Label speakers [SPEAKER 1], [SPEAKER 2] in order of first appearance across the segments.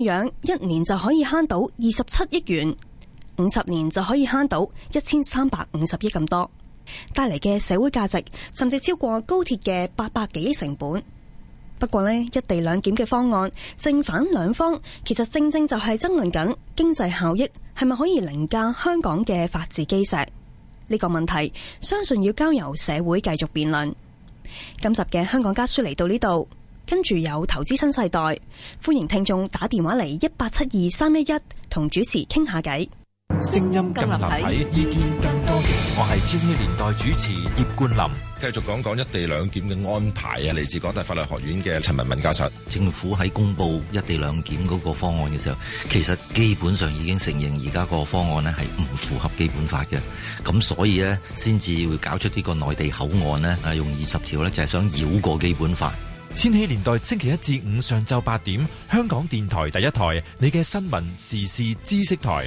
[SPEAKER 1] 樣一年就可以慳到二十七億元，五十年就可以慳到一千三百五十億咁多，帶嚟嘅社會價值甚至超過高鐵嘅八百幾億成本。不過呢，一地兩檢嘅方案，正反兩方其實正正就係爭論緊經濟效益係咪可以凌駕香港嘅法治基石。呢個問題，相信要交由社會繼續辯論。今集嘅香港家書嚟到呢度，跟住有投資新世代，歡迎聽眾打電話嚟一八七二三一一同主持傾下偈。
[SPEAKER 2] 聲音更立體，意見更多元。我係千禧年代主持葉冠霖。
[SPEAKER 3] 繼續講講一地兩檢嘅安排啊！嚟自港大法律學院嘅陳文敏教授，
[SPEAKER 4] 政府喺公布一地兩檢嗰個方案嘅時候，其實基本上已經承認而家個方案呢係唔符合基本法嘅，咁所以呢，先至會搞出呢個內地口岸呢，啊用二十條呢，就係想繞過基本法。
[SPEAKER 2] 千禧年代星期一至五上晝八點，香港電台第一台，你嘅新聞時事知識台。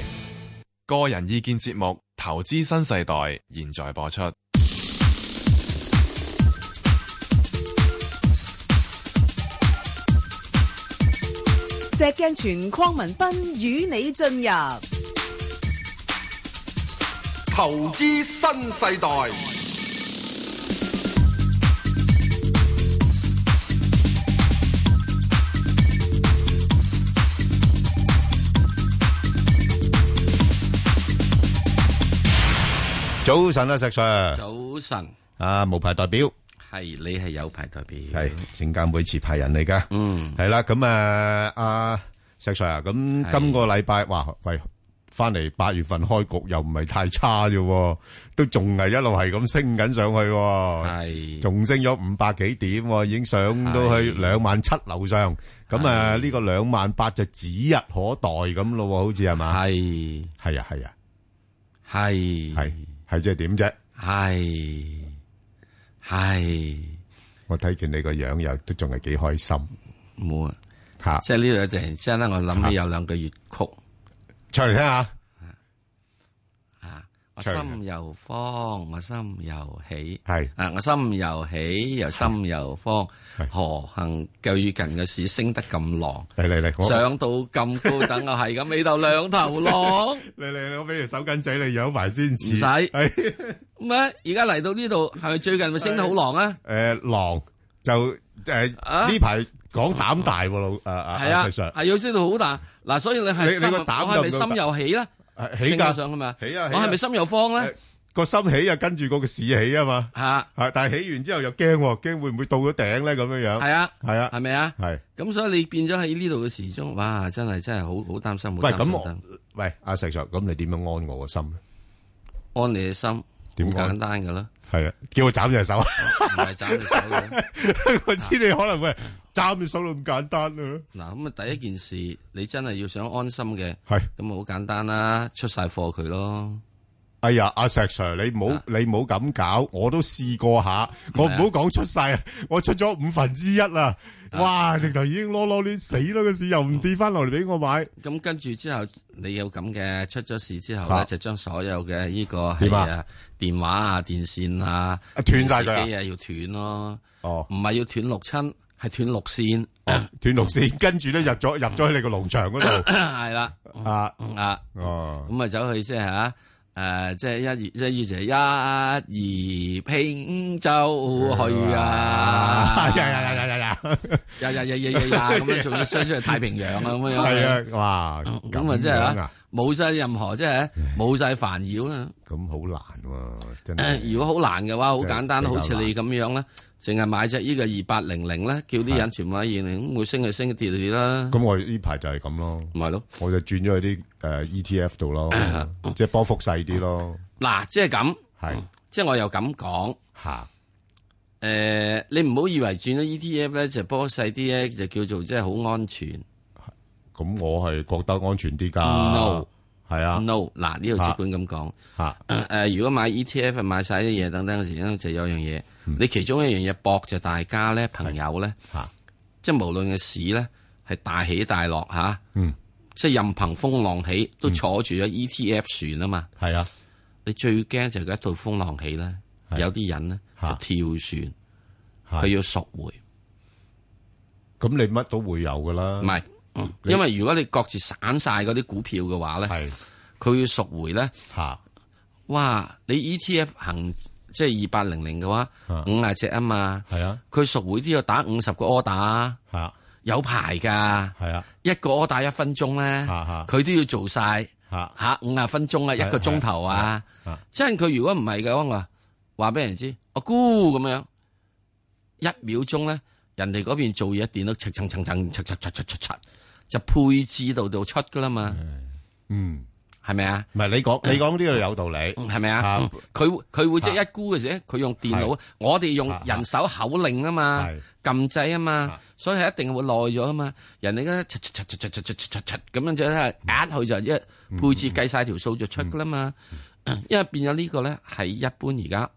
[SPEAKER 5] 個人意見節目《投資新世代》現在播出。
[SPEAKER 6] 石鏡泉鄺民彬與你進入
[SPEAKER 7] 投資新世代。
[SPEAKER 3] 早晨啊，石 Sir。
[SPEAKER 8] 早晨，
[SPEAKER 3] 啊，無牌代表。
[SPEAKER 8] 係你係有牌代表，
[SPEAKER 3] 係證監會持牌人嚟噶，
[SPEAKER 8] 嗯，
[SPEAKER 3] 係啦，咁啊，阿石 Sir 啊，咁今個禮拜哇，喂，翻嚟八月份開局又唔係太差啫，都仲係一路係咁升緊上去，
[SPEAKER 8] 係，
[SPEAKER 3] 仲升咗五百幾點喎，已經上到去兩萬七樓上，咁啊呢個兩萬八就指日可待咁咯，好似係嘛？
[SPEAKER 8] 係，
[SPEAKER 3] 係啊，係啊，
[SPEAKER 8] 係，
[SPEAKER 3] 係係即係點啫？
[SPEAKER 8] 係，係，
[SPEAKER 3] 我睇見你個樣又都仲係幾開心
[SPEAKER 8] 冇啊，
[SPEAKER 3] 嚇，
[SPEAKER 8] 即係呢度突然之間咧，我
[SPEAKER 3] 啊
[SPEAKER 8] 諗起有兩句粵曲
[SPEAKER 3] 唱嚟聽下。
[SPEAKER 8] 啊，我
[SPEAKER 3] 唱
[SPEAKER 8] 心又慌，我心又喜，
[SPEAKER 3] 係
[SPEAKER 8] 啊，我心又喜，又心又慌
[SPEAKER 3] 係，
[SPEAKER 8] 何幸最近嘅市升得咁浪，
[SPEAKER 3] 嚟嚟嚟，我
[SPEAKER 8] 上到咁高，等我係咁尾度兩頭 浪。
[SPEAKER 3] 嚟嚟嚟，我俾條手巾仔你養埋先似。
[SPEAKER 8] 唔使
[SPEAKER 3] 係
[SPEAKER 8] 咁啊！而家嚟到呢度，係咪最近咪升得好狼啊？
[SPEAKER 3] 誒狼就誒
[SPEAKER 8] 啊
[SPEAKER 3] 呢排講膽大喎老
[SPEAKER 8] 係
[SPEAKER 3] 誒誒
[SPEAKER 8] 啊，
[SPEAKER 3] 石 Sir，
[SPEAKER 8] 係要升到好大嗱，所以你係
[SPEAKER 3] 你
[SPEAKER 8] 心，
[SPEAKER 3] 你個
[SPEAKER 8] 我
[SPEAKER 3] 膽
[SPEAKER 8] 係咪
[SPEAKER 3] 夠唔夠
[SPEAKER 8] 心又起啦？升
[SPEAKER 3] 誒起
[SPEAKER 8] 得
[SPEAKER 3] 㗎
[SPEAKER 8] 上啊嘛，
[SPEAKER 3] 起啊起
[SPEAKER 8] 我係
[SPEAKER 3] 啊
[SPEAKER 8] 咪心又慌咧？
[SPEAKER 3] 個心起啊，跟住嗰個市起啊嘛，
[SPEAKER 8] 吓，
[SPEAKER 3] 係但係起完之後又驚喎，驚會唔會到咗頂咧咁樣樣？
[SPEAKER 8] 係啊，
[SPEAKER 3] 係啊
[SPEAKER 8] 係咪啊？
[SPEAKER 3] 係
[SPEAKER 8] 咁所以你變咗喺呢度嘅時鐘，哇！真係真係好好擔心，好
[SPEAKER 3] 喂
[SPEAKER 8] 擔
[SPEAKER 3] 咁
[SPEAKER 8] 心
[SPEAKER 3] 我喂阿石 Sir，咁你點樣安我個心咧？
[SPEAKER 8] 擔安你嘅心，
[SPEAKER 3] 點
[SPEAKER 8] 好
[SPEAKER 3] 安
[SPEAKER 8] 簡單噶啦，
[SPEAKER 3] 係啊，叫我斬隻手，
[SPEAKER 8] 唔係斬你手嘅。
[SPEAKER 3] 我知你可能會斬隻手都咁簡單啊，
[SPEAKER 8] 嗱，咁啊第一件事，你真係要想安心嘅，
[SPEAKER 3] 係。
[SPEAKER 8] 咁啊好簡單啦，出晒貨佢咯。
[SPEAKER 3] 哎呀，阿石 Sir，你唔好
[SPEAKER 8] 啊
[SPEAKER 3] 你唔好咁搞，我都試過下，我唔好講出晒，我出咗五分之一啦，哇，直頭已經攞攞亂死咯，個市又唔跌翻落嚟俾我買，
[SPEAKER 8] 咁跟住之後，你有咁嘅出咗事之後
[SPEAKER 3] 啊
[SPEAKER 8] 咧，就將所有嘅呢個
[SPEAKER 3] 點
[SPEAKER 8] 係
[SPEAKER 3] 啊
[SPEAKER 8] 啊電話啊、電線啊、
[SPEAKER 3] 啊斷晒佢啊
[SPEAKER 8] 電視機啊，要斷咯。
[SPEAKER 3] 哦，
[SPEAKER 8] 唔係要斷六親，係斷六線。嗯
[SPEAKER 3] 斷六線，跟住咧入咗入咗去你個農場 嗰
[SPEAKER 8] 係啦，
[SPEAKER 3] 度啊，
[SPEAKER 8] 啊，
[SPEAKER 3] 哦，
[SPEAKER 8] 咁啊走去即係吓。誒，即係一二，即係要就係一二拼就去啊！
[SPEAKER 3] 呀呀呀呀呀呀，
[SPEAKER 8] 呀呀呀呀呀呀！咁樣仲要相出去太平洋啊！咁樣
[SPEAKER 3] 係啊，哇，
[SPEAKER 8] 咁啊，即係
[SPEAKER 3] 樣
[SPEAKER 8] 嚇
[SPEAKER 3] 啊，
[SPEAKER 8] 冇晒任何即係冇晒煩擾啦。
[SPEAKER 3] 咁好難喎，真
[SPEAKER 8] 誒
[SPEAKER 3] 係，
[SPEAKER 8] 如果好難嘅話，好
[SPEAKER 3] 即係
[SPEAKER 8] 簡單，
[SPEAKER 3] 比較
[SPEAKER 8] 好似你咁樣咧，淨係買只呢個二八零零咧，叫啲人全部喺二零，咁會升就升，跌就跌啦，
[SPEAKER 3] 咁我呢排就係咁咯，啊
[SPEAKER 8] 咪係咯。
[SPEAKER 3] 我就轉咗去啲誒 ETF 度咯，即係波幅細啲咯，
[SPEAKER 8] 嗱，即係咁，
[SPEAKER 3] 係
[SPEAKER 8] 即係我又咁講，
[SPEAKER 3] 嚇，
[SPEAKER 8] 誒，你唔好以為轉咗 ETF 咧就波細啲咧，就叫做即係好安全。
[SPEAKER 3] 咁我係覺得安全啲㗎
[SPEAKER 8] No
[SPEAKER 3] 係啊，
[SPEAKER 8] No，嗱呢度只管咁講。
[SPEAKER 3] 吓
[SPEAKER 8] 誒，呃如果買 ETF 買晒啲嘢等等嘅時咧，就有樣嘢，
[SPEAKER 3] 嗯
[SPEAKER 8] 你其中一樣嘢博就大家咧朋友咧，
[SPEAKER 3] 吓，
[SPEAKER 8] 即係無論嘅市咧係大起大落嚇。
[SPEAKER 3] 嗯，
[SPEAKER 8] 即係任憑風浪起，都坐住咗 ETF 船啊嘛！
[SPEAKER 3] 係啊，
[SPEAKER 8] 你最驚就係一到風浪起咧，
[SPEAKER 3] 係
[SPEAKER 8] 有啲人咧就
[SPEAKER 3] 嚇
[SPEAKER 8] 跳船，
[SPEAKER 3] 係
[SPEAKER 8] 佢要贖回，
[SPEAKER 3] 咁你乜都會有㗎啦，
[SPEAKER 8] 唔係
[SPEAKER 3] 你
[SPEAKER 8] 因為如果你各自散晒嗰啲股票嘅話咧，
[SPEAKER 3] 係
[SPEAKER 8] 佢要贖回咧，
[SPEAKER 3] 嚇
[SPEAKER 8] 哇！你 ETF 行即係二八零零嘅話，
[SPEAKER 3] 啊
[SPEAKER 8] 五廿隻啊嘛，
[SPEAKER 3] 係啊
[SPEAKER 8] 佢贖回都要打五十個 order，啊
[SPEAKER 3] 嚇
[SPEAKER 8] 有排㗎。
[SPEAKER 3] 係啊
[SPEAKER 8] 一個 order 一分鐘咧
[SPEAKER 3] 啊啊，
[SPEAKER 8] 佢都要做晒
[SPEAKER 3] 嚇
[SPEAKER 8] 嚇五廿分鐘啊，
[SPEAKER 3] 係
[SPEAKER 8] 一個鐘頭啊
[SPEAKER 3] 係啊。
[SPEAKER 8] 即係佢如果唔係嘅話，我話話俾人知，我估咁樣一秒鐘咧，人哋嗰邊做嘢電腦嚓嚓嚓嚓嚓嚓嚓嚓嚓嚓就配置到度出噶啦嘛，
[SPEAKER 3] 嗯，
[SPEAKER 8] 係咪啊？
[SPEAKER 3] 唔係你講你講呢個有道理，
[SPEAKER 8] 係咪啊
[SPEAKER 3] 啊？
[SPEAKER 8] 嗯佢佢會即係一估嘅時，佢用電腦
[SPEAKER 3] 係，
[SPEAKER 8] 我哋用
[SPEAKER 3] 啊啊
[SPEAKER 8] 人手口令啊嘛
[SPEAKER 3] 係，
[SPEAKER 8] 撳掣啊嘛
[SPEAKER 3] 啊，
[SPEAKER 8] 所以係一定會耐咗啊嘛。人哋咧，嚓嚓嚓嚓嚓嚓嚓嚓咁樣就係壓佢就
[SPEAKER 3] 嗯
[SPEAKER 8] 一配置計晒條數就出噶啦嘛。 因為變咗呢個咧係一般而家，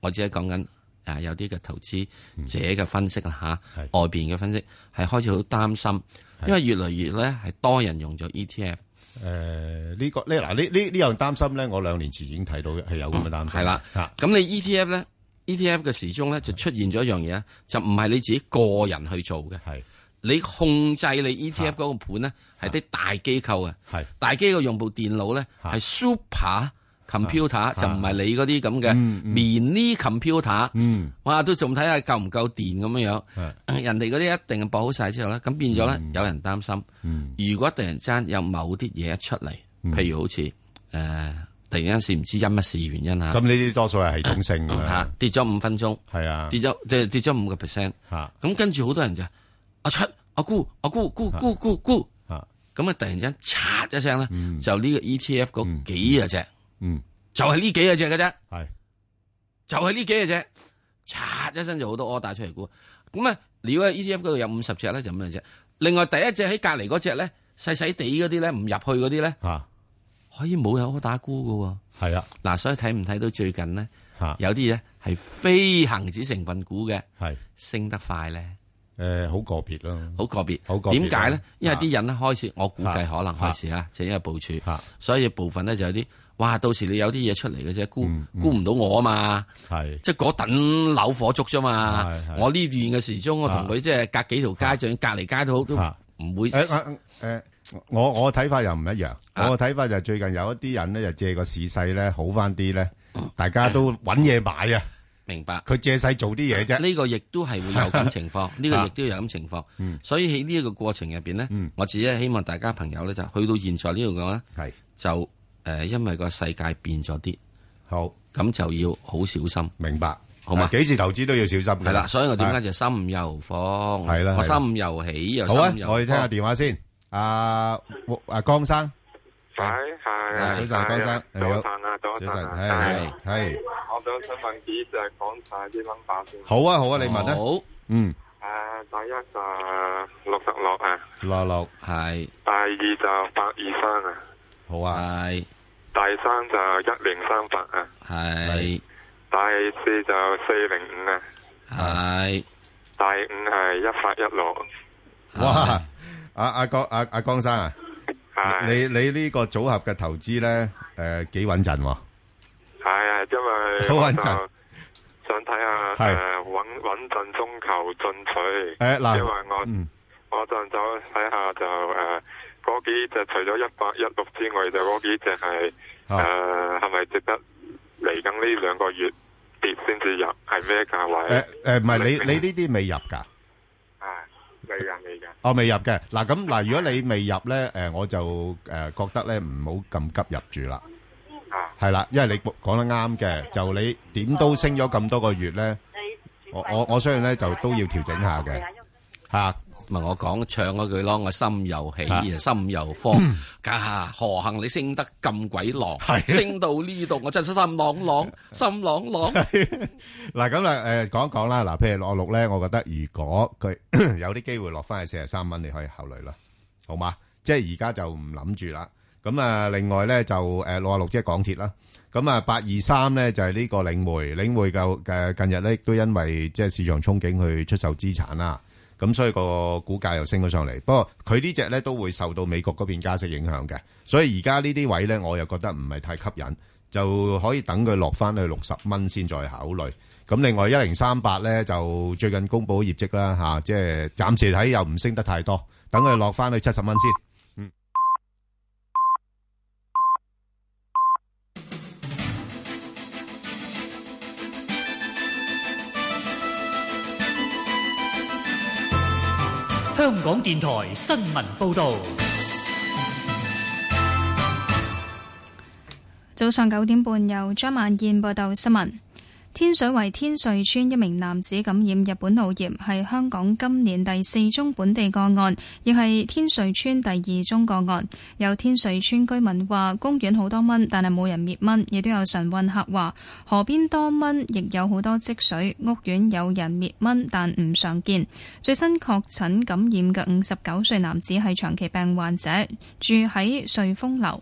[SPEAKER 8] 我只係講緊啊有啲嘅投資者嘅分析啦吓，
[SPEAKER 3] 係
[SPEAKER 8] 外邊嘅分析係開始好擔心，因為越嚟越咧係多人用咗 E ETF。
[SPEAKER 3] 誒呃呢個呢嗱呢呢呢樣擔心咧，我兩年前已經睇到係有咁嘅擔心，
[SPEAKER 8] 係啦
[SPEAKER 3] 嚇，
[SPEAKER 8] 咁你 E ETF 咧，ETF 嘅時鐘咧就出現咗一樣嘢，就唔係你自己個人去做嘅，
[SPEAKER 3] 係
[SPEAKER 8] 你控制你 ETF 嗰個盤咧係啲大機構嘅，啊
[SPEAKER 3] 係
[SPEAKER 8] 大機構用部電腦咧係 super computer，就唔係你嗰啲咁嘅
[SPEAKER 3] 嗯
[SPEAKER 8] mini computer，
[SPEAKER 3] 嗯
[SPEAKER 8] 哇都仲睇下夠唔夠電咁樣
[SPEAKER 3] 係
[SPEAKER 8] 樣，人哋嗰啲一定播好晒之後咧，咁變咗咧有人擔心。
[SPEAKER 3] 嗯
[SPEAKER 8] 如果突然間有某啲嘢一出嚟，譬如好似誒、呃突然間是唔知因乜事原因啊，
[SPEAKER 3] 咁呢啲多數係系統性㗎
[SPEAKER 8] 嚇
[SPEAKER 3] 啦，
[SPEAKER 8] 跌咗五分鐘，
[SPEAKER 3] 係啊
[SPEAKER 8] 跌咗跌跌咗五個 percent，
[SPEAKER 3] 嚇
[SPEAKER 8] 咁跟住好多人就我出我沽我沽沽沽沽沽，
[SPEAKER 3] 嚇
[SPEAKER 8] 咁啊突然間嚓一聲咧，就呢個 ETF 嗰幾啊隻，
[SPEAKER 3] 嗯
[SPEAKER 8] 就係呢幾啊隻嘅啫，
[SPEAKER 3] 係
[SPEAKER 8] 就係呢幾啊隻，嚓一聲就好多 order 出嚟沽，咁啊如果 ETF 嗰度有五十隻咧就五十隻，另外第一隻喺隔離嗰隻咧細細地嗰啲咧唔入去嗰啲咧
[SPEAKER 3] 嚇
[SPEAKER 8] 可以冇有 order 沽嘅喎。
[SPEAKER 3] 係啊
[SPEAKER 8] 嗱，所以睇唔睇到最近呢，
[SPEAKER 3] 嚇
[SPEAKER 8] 有啲嘢係非恒指成分股嘅
[SPEAKER 3] 係
[SPEAKER 8] 升得快咧，
[SPEAKER 3] 誒好個別咯，
[SPEAKER 8] 好個別。
[SPEAKER 3] 好個別
[SPEAKER 8] 點解咧
[SPEAKER 3] 啊？
[SPEAKER 8] 因為啲人咧開始，我估計
[SPEAKER 3] 啊
[SPEAKER 8] 可能開始啦，就因為部署
[SPEAKER 3] 啊，
[SPEAKER 8] 所以部分咧就有啲，哇！到時你有啲嘢出嚟嘅啫，估估唔到我啊嘛，
[SPEAKER 3] 嗯係
[SPEAKER 8] 即係嗰等扭火燭啫嘛
[SPEAKER 3] 係係。
[SPEAKER 8] 我呢段嘅時鐘，我同佢即係隔幾條街，就算隔離街都好，都
[SPEAKER 3] 啊
[SPEAKER 8] 唔會
[SPEAKER 3] 誒啊誒，我我睇法又唔一樣，
[SPEAKER 8] 啊
[SPEAKER 3] 我睇法就係最近有一啲人咧就借個市勢咧好翻啲咧，大家都揾嘢買啊，
[SPEAKER 8] 明白。
[SPEAKER 3] 佢借勢做啲嘢啫，
[SPEAKER 8] 呢個亦都係會有咁 情況，呢個亦都有咁情況。所以喺呢一個過程入邊咧
[SPEAKER 3] 嗯，
[SPEAKER 8] 我只係希望大家朋友咧就去到現在呢度講咧，
[SPEAKER 3] 係
[SPEAKER 8] 就誒因為個世界變咗啲，
[SPEAKER 3] 好
[SPEAKER 8] 咁就要好小心。
[SPEAKER 3] 明白，
[SPEAKER 8] 好嘛
[SPEAKER 3] 啊幾時投資都要小心㗎
[SPEAKER 8] 係啦，所以我點解就心又慌，
[SPEAKER 3] 係啦
[SPEAKER 8] 我
[SPEAKER 3] 係啦
[SPEAKER 8] 心又喜又
[SPEAKER 3] 好啊
[SPEAKER 8] 心，又
[SPEAKER 3] 我哋聽下
[SPEAKER 8] 慌
[SPEAKER 3] 電話先，阿阿江生。
[SPEAKER 9] 係係
[SPEAKER 3] 啊
[SPEAKER 9] 啊
[SPEAKER 3] 早晨江生你好
[SPEAKER 9] 早晨啊，早
[SPEAKER 3] 早
[SPEAKER 9] 晨
[SPEAKER 3] 晨，
[SPEAKER 9] 啊，
[SPEAKER 3] 係係
[SPEAKER 9] 我想想問幾隻講晒啲 number 先。
[SPEAKER 3] 好啊，好啊，你問啦，
[SPEAKER 8] 好
[SPEAKER 3] 嗯，
[SPEAKER 9] 誒，第一就六十六啊，
[SPEAKER 3] 六六
[SPEAKER 8] 係
[SPEAKER 9] 第二就八二三啊，
[SPEAKER 3] 好啊，
[SPEAKER 8] 係
[SPEAKER 9] 第三就一零三八啊，
[SPEAKER 8] 係
[SPEAKER 9] 第四就四零五啊，
[SPEAKER 8] 係
[SPEAKER 9] 第五係一八一六，
[SPEAKER 3] 哇，阿阿江阿阿江生啊，
[SPEAKER 9] 係
[SPEAKER 3] 你你呢個組合嘅投資咧，誒幾穩陣喎，
[SPEAKER 9] 係啊，因為
[SPEAKER 3] 好
[SPEAKER 9] 我
[SPEAKER 3] 穩
[SPEAKER 9] 就
[SPEAKER 3] 陣
[SPEAKER 9] 想睇下誒
[SPEAKER 3] 係
[SPEAKER 9] 穩穩陣中求進取，
[SPEAKER 3] 誒嗱
[SPEAKER 9] 因為我。
[SPEAKER 3] 嗯。
[SPEAKER 9] 我陣就睇下就誒嗰、幾隻，除咗一百一六之外，就嗰幾隻係
[SPEAKER 3] 啊
[SPEAKER 9] 誒係咪值得嚟緊呢兩個月跌先至入？係咩價位？
[SPEAKER 3] 诶诶，誒唔係 你你呢啲未入㗎？
[SPEAKER 9] 啊，未㗎未㗎，
[SPEAKER 3] 哦，未入嘅。嗱咁嗱，如果你未入咧，诶，我就诶觉得咧唔好咁急入住啦。
[SPEAKER 9] 啊
[SPEAKER 3] 係啦，因為你講得啱嘅，就你點都升咗咁多個月咧，我我我相信咧就都要調整下嘅。吓，
[SPEAKER 8] 咪我講唱嗰句咯，我心又喜
[SPEAKER 3] 啊
[SPEAKER 8] 心又慌，家何幸你升得咁鬼狼，
[SPEAKER 3] 係啊
[SPEAKER 8] 升到呢度我真係心朗 朗，心朗朗。
[SPEAKER 3] 嗱咁啦，诶，講一講啦。嗱，譬如落六咧，我覺得如果佢 有啲機會落翻去四十三蚊，你可以考慮啦，好嘛？即係而家就唔諗住啦。咁啊，另外咧就诶六啊六即係港鐵啦。咁啊，八二三咧就係呢個領匯，領匯就誒近日咧亦都因為即係市場憧憬去出售資產啦，咁所以個股價又升咗上嚟。不過佢呢只咧都會受到美國嗰邊加息影響嘅，所以而家呢啲位咧我又覺得唔係太吸引，就可以等佢落翻去六十蚊先再考慮。咁另外一零三八咧就最近公布業績啦吓、即係暫時睇又唔升得太多，等佢落翻去七十蚊先。
[SPEAKER 10] 香港電台新聞報導，
[SPEAKER 11] 早上九點半，由張萬燕報道新聞。天水圍天瑞村一名男子感染日本腦炎，係香港今年第四宗本地個案，亦係天瑞村第二宗個案。有天瑞村居民話：公園好多蚊，但係冇人滅蚊。亦都有晨運客話：河邊多蚊，亦有好多積水。屋苑有人滅蚊，但唔常見。最新確診感染嘅五十九歲男子係長期病患者，住喺瑞豐樓。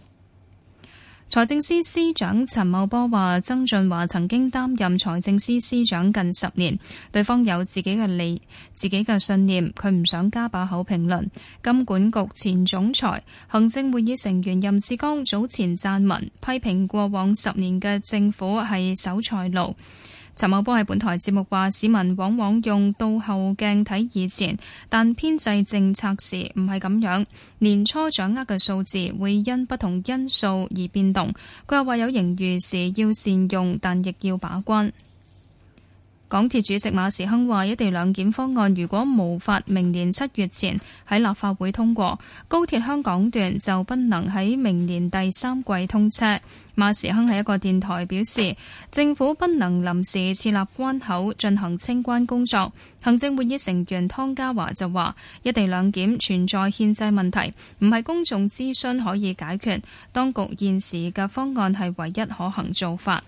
[SPEAKER 11] 財政司司長陳茂波話：曾俊華曾經擔任財政司司長近十年，對方有自己嘅利、自己嘅信念，佢唔想加把口評論。金管局前總裁、行政會議成員任志剛早前撰文批評過往十年嘅政府係守財奴。陳茂波喺本台節目話：市民往往用倒後鏡睇以前，但編製政策時唔係咁樣。年初掌握嘅數字會因不同因素而變動。佢又話有盈餘時要善用，但亦要把關。港鐵主席馬時亨話：一地兩檢方案如果無法明年七月前喺立法會通過，高鐵香港段就不能喺明年第三季通車。馬時亨喺一個電台表示，政府不能臨時設立關口進行清關工作。行政會議成員湯家驊就話：一地兩檢存在憲制問題，唔係公眾諮詢可以解決。當局現時嘅方案係唯一可行做法。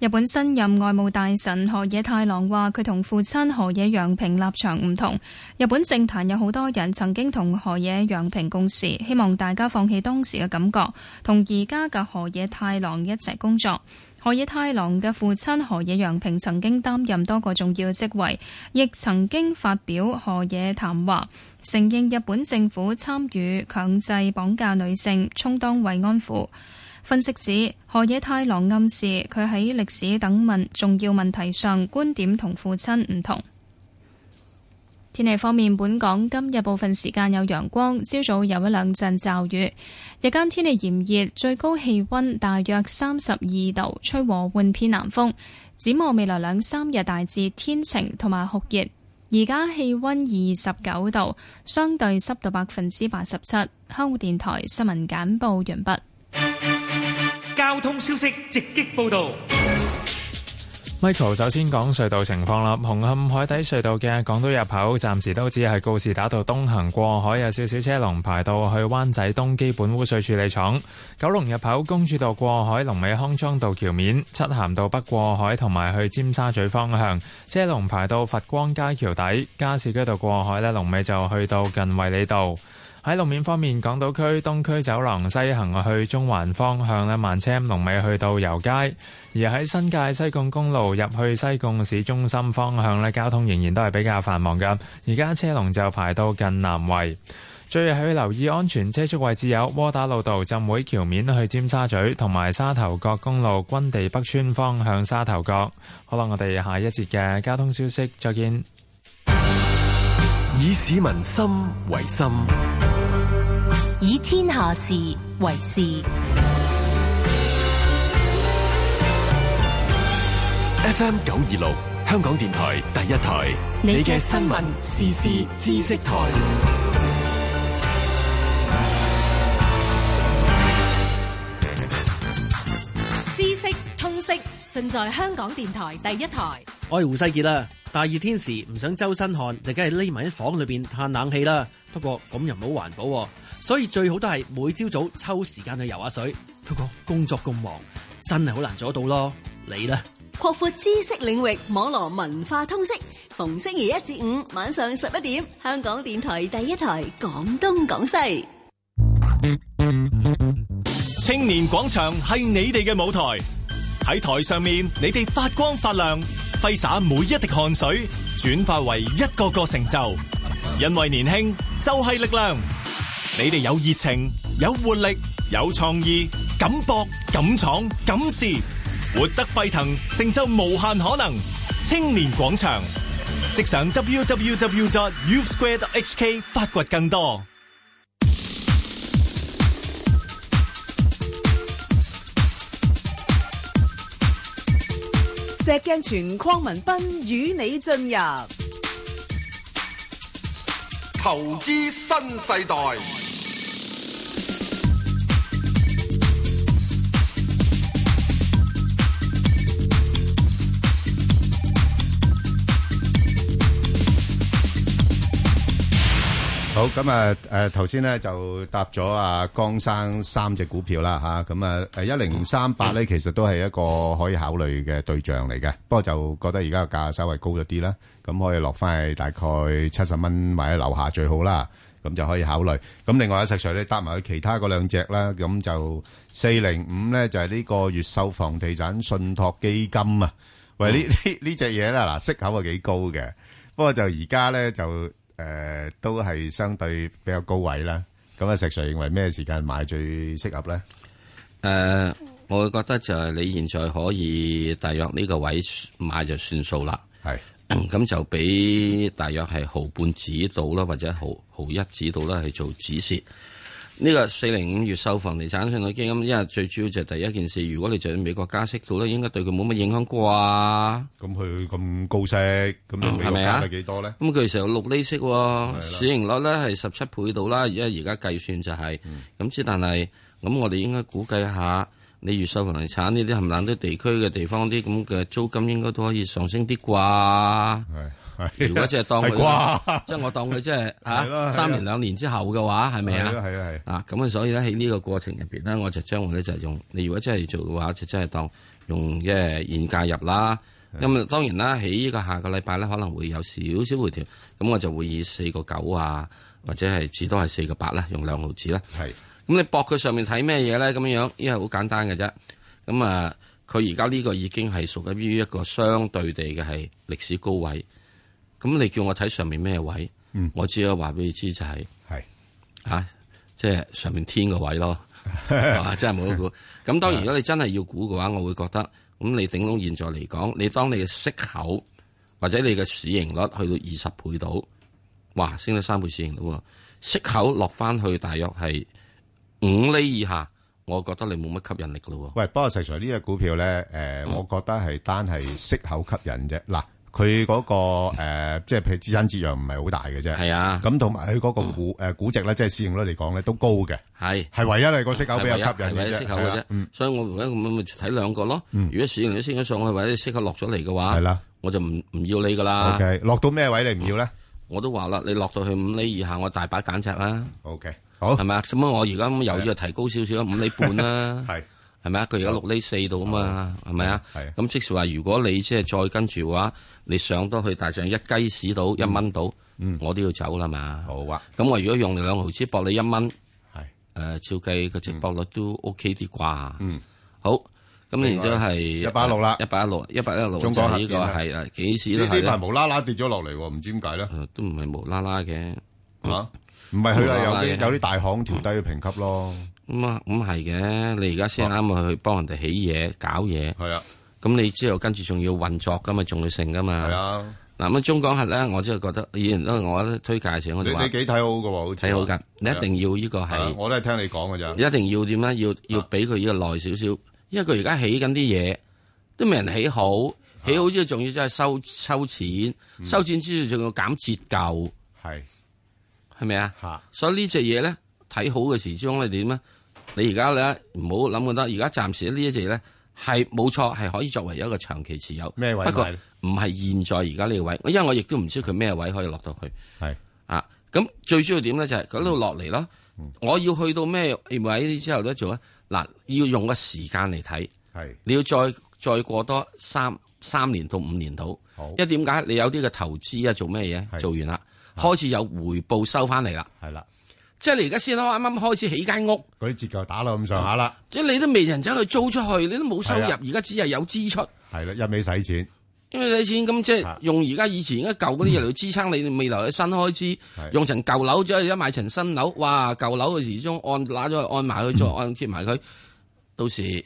[SPEAKER 11] 日本新任外務大臣河野太郎話：佢同父親河野洋平立場唔同。日本政壇有好多人曾經同河野洋平共事，希望大家放棄當時嘅感覺，同而家嘅河野太郎一齊工作。河野太郎嘅父親河野洋平曾經擔任多個重要職位，亦曾經發表河野談話。承認日本政府參與強制綁架女性，充當慰安婦。分析指，河野太郎暗示佢喺歷史等問重要問題上觀點同父親唔同。天氣方面，本港今日部分時間有陽光，朝早有一兩陣驟雨，日間天氣炎熱，最高氣温大約三十二度，吹和緩偏南風。展望未來兩三日大致天晴同埋酷熱。而家氣温二十九度，相對濕度百分之八十七。香港電台新聞簡報完畢。
[SPEAKER 10] 交通消息直擊報道。
[SPEAKER 12] Michael 首先講隧道情況啦，紅磡海底隧道嘅港島入口暫時都只係告士打道東行過海有少少車龍排到去灣仔東基本污水處理廠，九龍入口公主道過海龍尾康莊道橋面，漆咸道北過海同埋去尖沙咀方向車龍排到佛光街橋底，加士居道過海呢龍尾就去到近衛理道。喺路面方面，港島區東區走廊西行去中環方向咧，慢車龍尾去到油街；而喺新界西貢公路入去西貢市中心方向咧，交通仍然都係比較繁忙㗎。而家車龍就排到近南圍。最後要留意安全車速位置有窩打老道浸會橋面去尖沙咀，同埋沙頭角公路軍地北村方向沙頭角。好啦，我哋下一節嘅交通消息再見。
[SPEAKER 13] 以市民心為心，
[SPEAKER 14] 以天下事為 事。
[SPEAKER 13] FM 九二六，香港電台第一台，你嘅新聞、時事、知識台。
[SPEAKER 15] 知識通識盡在香港電台第一台。
[SPEAKER 16] 我係胡世傑啦。大熱天時唔想周身汗，就梗係匿埋喺房裏邊嘆冷氣啦。不過咁又唔好環保喎，所以最好都係每朝早抽時間去游下水。不過工作咁忙，真係好難做到咯。你呢？
[SPEAKER 17] 擴闊知識領域，網絡文化通識。逢星期一至五晚上十一點，香港電台第一台，廣東廣西。
[SPEAKER 18] 青年廣場係你哋嘅舞台，喺台上面你哋發光發亮。揮灑每一滴汗水，轉化為一個個成就。因為年輕就係力量，你哋有熱情，有活力，有創意，敢搏、敢闯、敢試，活得沸騰，成就無限可能。青年廣場，即上 www.youthsquare.hk 發掘更多。
[SPEAKER 6] 石鏡泉邝文斌與你進入
[SPEAKER 7] 投資新世代，
[SPEAKER 3] 好咁啊！誒頭先咧就搭咗阿江生三隻股票啦嚇，咁啊誒一零三八咧其實都係一個可以考慮嘅對象嚟嘅，不過就覺得而家個價稍微高咗啲啦，咁可以落翻去大概七十蚊或者樓下最好啦，咁就可以考慮。咁另外一石 Sir 咧搭埋佢其他嗰兩隻啦，咁就四零五咧就係呢個越秀房地產信託基金啊，喂呢呢呢隻嘢啦嗱息口係幾高嘅，不過就而家咧就。誒、都係相對比較高位啦。咁啊，石 Sir 認為咩時間買最適合咧？
[SPEAKER 8] 誒、呃我會覺得就係你現在可以大約呢個位買就算數啦。嗯
[SPEAKER 3] 係，
[SPEAKER 8] 咁就俾大約係毫半指到啦，或者毫毫一指到啦，去做止蝕。呢、個四零五越秀房地產信託基金，因為最主要就係第一件事，如果你就喺美國加息到咧，應該對佢冇乜影響啩。
[SPEAKER 3] 咁佢咁高息，咁你美
[SPEAKER 8] 係
[SPEAKER 3] 國
[SPEAKER 8] 咪
[SPEAKER 3] 加
[SPEAKER 8] 啊
[SPEAKER 3] 咗？幾多咧？
[SPEAKER 8] 咁佢成日六厘息喎，
[SPEAKER 3] 啦
[SPEAKER 8] 市盈率咧係十七倍到啦，而家而家計算就係
[SPEAKER 3] 嗯
[SPEAKER 8] 咁之，但係咁我哋應該估計下，你越秀房地產呢啲冚冷啲地區嘅地方啲咁嘅租金應該都可以上升啲啩。如果即係當佢
[SPEAKER 3] 係啩，
[SPEAKER 8] 即係我當佢即係
[SPEAKER 3] 係咯係
[SPEAKER 8] 嚇
[SPEAKER 3] 咯
[SPEAKER 8] 啊三年兩年之後嘅話，係咪啊？
[SPEAKER 3] 係咯係咯係
[SPEAKER 8] 啊，咁啊，所以咧喺呢個過程入邊咧，我就將會咧就係用，你如果真係做嘅話，就真係當用即係現價入啦。咁啊，當然啦，喺呢個下個禮拜咧可能會有少少回調，咁我就會以四個九啊，或者係至多係四個八啦，用兩毫子啦。
[SPEAKER 3] 係。
[SPEAKER 8] 咁你搏佢上面睇咩嘢咧？咁樣，因為好簡單嘅啫。咁啊，佢而家呢個已經係屬於一個相對地嘅係歷史高位。咁你叫我睇上面咩位？
[SPEAKER 3] 嗯
[SPEAKER 8] 我只可以話俾你知就係、
[SPEAKER 3] 係
[SPEAKER 8] 啊，即係上面天個位 咯。啊，真係冇得估。咁
[SPEAKER 3] 啊
[SPEAKER 8] 當然，如果你真係要估嘅話，我會覺得咁你頂籠現在嚟講，你當你嘅息口或者你嘅市盈率去到二十倍到，哇，升咗三倍市盈率喎，息口落翻去大約係五厘以下，我覺得你冇乜吸引力咯喎。
[SPEAKER 3] 喂，不過實在呢只股票咧，誒、我覺得係單係息口吸引啫。嗱，佢嗰、個、呃、即係譬如資產折讓唔係好大嘅啫。
[SPEAKER 8] 係啊，
[SPEAKER 3] 咁同埋佢嗰個估誒、估值咧，即係市盈率嚟講咧，都高嘅。
[SPEAKER 8] 係
[SPEAKER 3] 係唯一係個息口比較吸引
[SPEAKER 8] 係唯一係唯
[SPEAKER 3] 嘅
[SPEAKER 8] 一
[SPEAKER 3] 啫。
[SPEAKER 8] 息口
[SPEAKER 3] 係
[SPEAKER 8] 嘅
[SPEAKER 3] 啦嗯
[SPEAKER 8] 啫。所以我而家咁咪睇兩個咯。如果市盈率升咗上去，或者息口落咗嚟嘅話，
[SPEAKER 3] 係啦
[SPEAKER 8] 我就唔唔要你噶啦。
[SPEAKER 3] OK，落到咩位你唔要咧？
[SPEAKER 8] 我都話啦，你落到去五厘以下，我大把揀擇啦。
[SPEAKER 3] OK，好
[SPEAKER 8] 係咪啊？咁我而家咁又要提高少少，五厘半啦。
[SPEAKER 3] 係
[SPEAKER 8] 係咪啊？佢而家六厘四度啊嘛，係咪啊？
[SPEAKER 3] 係
[SPEAKER 8] 咁即是話，如果你即係再跟住嘅話，你上多去大上一雞屎到一蚊到，我都要走啦嘛。
[SPEAKER 3] 嗯好啊。
[SPEAKER 8] 咁我如果用兩毫子搏你一蚊，
[SPEAKER 3] 係
[SPEAKER 8] 誒，照計個直播率都 OK 啲啩。
[SPEAKER 3] 嗯，
[SPEAKER 8] 好。咁然之後係
[SPEAKER 3] 116啦
[SPEAKER 8] 一百一六，一百一六，
[SPEAKER 3] 中港核
[SPEAKER 8] 呢個
[SPEAKER 3] 電啊
[SPEAKER 8] 係啊，幾時都
[SPEAKER 3] 呢
[SPEAKER 8] 係
[SPEAKER 3] 呢
[SPEAKER 8] 啦
[SPEAKER 3] 排無啦啦跌咗落嚟喎，唔知點解咧？
[SPEAKER 8] 都唔係無啦啦嘅。
[SPEAKER 3] 嚇，唔係佢
[SPEAKER 8] 無啦啦
[SPEAKER 3] 係有啲
[SPEAKER 8] 嘅
[SPEAKER 3] 有啲大行調低佢評級咯。
[SPEAKER 8] 咁啊，咁係嘅。你而家先啱去幫人哋起嘢、搞嘢。
[SPEAKER 3] 哦係啊。
[SPEAKER 8] 咁你之後跟住仲要運作噶嘛，仲要成噶嘛。
[SPEAKER 3] 係啊。
[SPEAKER 8] 嗱咁中港核咧，我真係覺得，以前都我都推介嘅時候我
[SPEAKER 3] 你
[SPEAKER 8] 就話
[SPEAKER 3] 你幾睇好嘅喎？好似
[SPEAKER 8] 睇好㗎你一定要呢個係
[SPEAKER 3] 係啊我都係聽你講嘅咋。啊
[SPEAKER 8] 一定要點咧？要要俾佢呢個耐少少，因為佢而家起緊啲嘢都未人起好，
[SPEAKER 3] 啊
[SPEAKER 8] 起好之後仲要真係收收錢，收錢之後仲要減折舊，
[SPEAKER 3] 嗯係
[SPEAKER 8] 係咪啊
[SPEAKER 3] 嚇？
[SPEAKER 8] 所以呢只嘢咧睇好嘅時鐘你點咧？你而家咧唔好諗咁多，而家暫時呢一隻咧係冇錯係可以作為一個長期持有，
[SPEAKER 3] 咩位
[SPEAKER 8] 不過
[SPEAKER 3] 買咧
[SPEAKER 8] 唔係現在而家呢個位，因為我亦都唔知佢咩位可以落到去。
[SPEAKER 3] 係
[SPEAKER 8] 啊，咁最主要點咧就係嗰度落嚟咯。
[SPEAKER 3] 嗯
[SPEAKER 8] 我要去到咩位之後咧做咧？啊嗱，要用個時間嚟睇。
[SPEAKER 3] 係
[SPEAKER 8] 你要再再過多三三年到五年到。
[SPEAKER 3] 好
[SPEAKER 8] 因為點解你有啲嘅投資啊，做咩嘢？做完啦，開始有回報收翻嚟啦。
[SPEAKER 3] 係啦，
[SPEAKER 8] 即係你而家先啱啱開始起間屋，
[SPEAKER 3] 嗰啲折舊打到咁上下啦，
[SPEAKER 8] 即係你都未人走去租出去，你都冇收入，
[SPEAKER 3] 係啊
[SPEAKER 8] 而家只係有支出。
[SPEAKER 3] 係啦，一味使錢。
[SPEAKER 8] 因為你錢咁即
[SPEAKER 3] 啊
[SPEAKER 8] 係用而家以前一舊嗰啲嘢嚟支撐你未來嘅新開支，
[SPEAKER 3] 嗯
[SPEAKER 8] 用層舊
[SPEAKER 3] 嗯
[SPEAKER 8] 樓再一買層新樓，哇！舊樓嘅時鐘按揦咗去按埋佢，再按揭埋佢，到時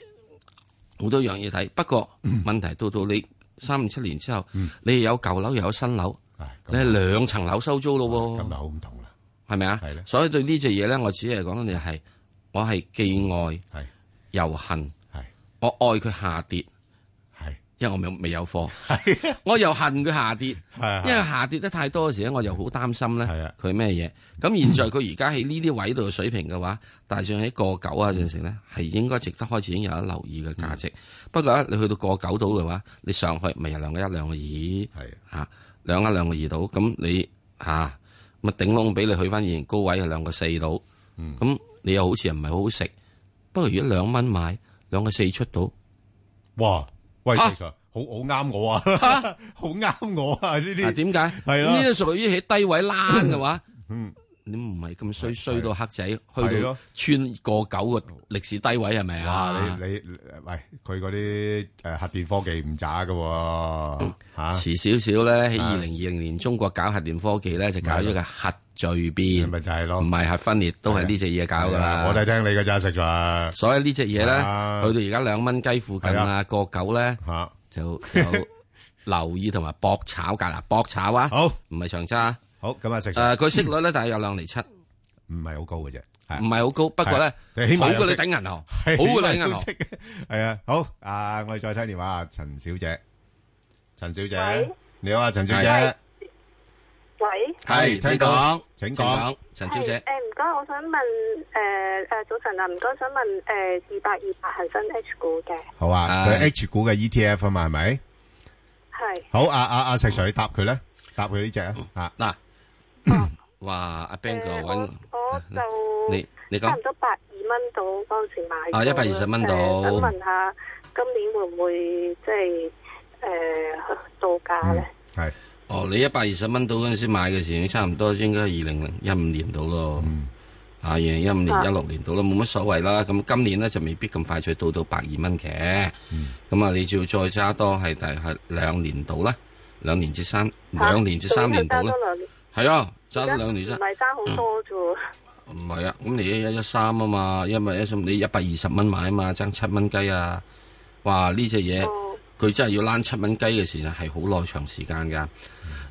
[SPEAKER 8] 好多樣嘢睇。不過
[SPEAKER 3] 嗯
[SPEAKER 8] 問題到到你三五七年之後，你又有舊樓又有新樓，你係兩層樓收租咯喎。咁
[SPEAKER 3] 啊樓唔同啦，
[SPEAKER 8] 係咪啊？所以對呢隻嘢咧，我只係講你係我係既愛又恨，我愛佢下跌。因為我未未有 貨，
[SPEAKER 3] 啊
[SPEAKER 8] 我又恨佢下跌，因為下跌得太多嘅時咧，我又好擔心咧
[SPEAKER 3] 啊
[SPEAKER 8] 佢咩嘢。咁現在佢而家喺呢啲位度嘅水平嘅話，大上喺過九啊陣時咧，係應該值得開始已經有得留意嘅價
[SPEAKER 3] 嗯
[SPEAKER 8] 值。不過咧，你去到過九度嘅話，你上去咪有兩個一兩個
[SPEAKER 3] 啊
[SPEAKER 8] 二，嚇兩一兩個二度，咁你嚇咪頂籠俾你去翻以前高位係兩個四度，
[SPEAKER 3] 嗯
[SPEAKER 8] 咁你又好似唔係好好食。不過如果兩蚊買兩個四出到，
[SPEAKER 3] 哇！喂，其實好好啱我啊， 好啱我啊！呢啲
[SPEAKER 8] 點解？
[SPEAKER 3] 係啦
[SPEAKER 8] 呢啲屬於喺低位躝 嘅話，你唔係咁衰衰到黑仔，去
[SPEAKER 3] 嗯係
[SPEAKER 8] 到
[SPEAKER 3] 咯
[SPEAKER 8] 穿過九個歷史低位係咪
[SPEAKER 3] 哇！
[SPEAKER 8] 啊？
[SPEAKER 3] 你你喂，佢嗰啲誒核電科技唔渣噶喎嚇，
[SPEAKER 8] 遲少少咧，喺二零二零年中國搞核電科技咧，就搞咗個核聚變，咪
[SPEAKER 3] 就係咯，
[SPEAKER 8] 唔係核分裂都係呢隻嘢搞噶
[SPEAKER 3] 係
[SPEAKER 8] 啦
[SPEAKER 3] 啊。我都係聽你嘅咋食咋，
[SPEAKER 8] 所以呢隻嘢咧，去
[SPEAKER 3] 啊
[SPEAKER 8] 到而家兩蚊雞附近
[SPEAKER 3] 係
[SPEAKER 8] 啊，
[SPEAKER 3] 啊
[SPEAKER 8] 過九咧，就就留意同埋搏炒㗎啦，搏炒啊！
[SPEAKER 3] 好，
[SPEAKER 8] 唔係長揸。
[SPEAKER 3] 好，咁啊食
[SPEAKER 8] 誒，佢息率咧，大係有兩厘七，
[SPEAKER 3] 唔 係好高嘅啫，
[SPEAKER 8] 唔係好高，不過咧，
[SPEAKER 3] 係起碼
[SPEAKER 8] 好
[SPEAKER 3] 有
[SPEAKER 8] 過你
[SPEAKER 3] 息
[SPEAKER 8] 頂銀行，好
[SPEAKER 3] 係
[SPEAKER 8] 過你
[SPEAKER 3] 起碼
[SPEAKER 8] 頂銀
[SPEAKER 3] 有
[SPEAKER 8] 行
[SPEAKER 3] 息。 係啊，好啊，我哋再聽電話啊，陳小姐，陳小姐
[SPEAKER 19] 喂，
[SPEAKER 3] 你好啊，陳小
[SPEAKER 19] 係
[SPEAKER 3] 姐，
[SPEAKER 19] 喂，
[SPEAKER 3] 係聽到，請講，
[SPEAKER 8] 陳
[SPEAKER 19] 係誒唔該，我想問誒誒早晨啊，唔該，想問誒二八二八恒生 H 股嘅
[SPEAKER 3] 好啊，佢 H 股嘅 ETF 啊嘛，係咪？
[SPEAKER 19] 係
[SPEAKER 3] 好啊啊啊！石 Sir，你答佢咧，答佢呢只啊。
[SPEAKER 8] 嗱，哇！阿 Ben 佢揾
[SPEAKER 19] 我就
[SPEAKER 8] 你，你
[SPEAKER 19] 差
[SPEAKER 8] 講
[SPEAKER 19] 唔多百二蚊到嗰陣時買咗啦，
[SPEAKER 8] 啊120蚊到
[SPEAKER 19] 誒想問下今年會唔會即係誒到價咧？
[SPEAKER 3] 係
[SPEAKER 8] 哦，你一百二十蚊到嗰陣時買嘅時候，差唔多應該係二零零一五年到咯。啊，二零一五年、
[SPEAKER 19] 啊
[SPEAKER 8] 一六年到啦，冇乜所謂啦。咁今年咧就未必咁快脆到到百二蚊嘅。咁啊，你就要再揸多係大概兩年到啦，兩年至三兩年至三年到啦
[SPEAKER 19] 仲要。揸多兩年
[SPEAKER 8] 係啊，揸多兩年啫
[SPEAKER 19] 唔。係爭好多啫喎。
[SPEAKER 8] 唔係啊，咁你一一三啊嘛，因為一三你一百二十蚊買啊嘛，爭七蚊雞啊！哇，呢只嘢佢真係要躝七蚊雞嘅時間係好耐長時間㗎。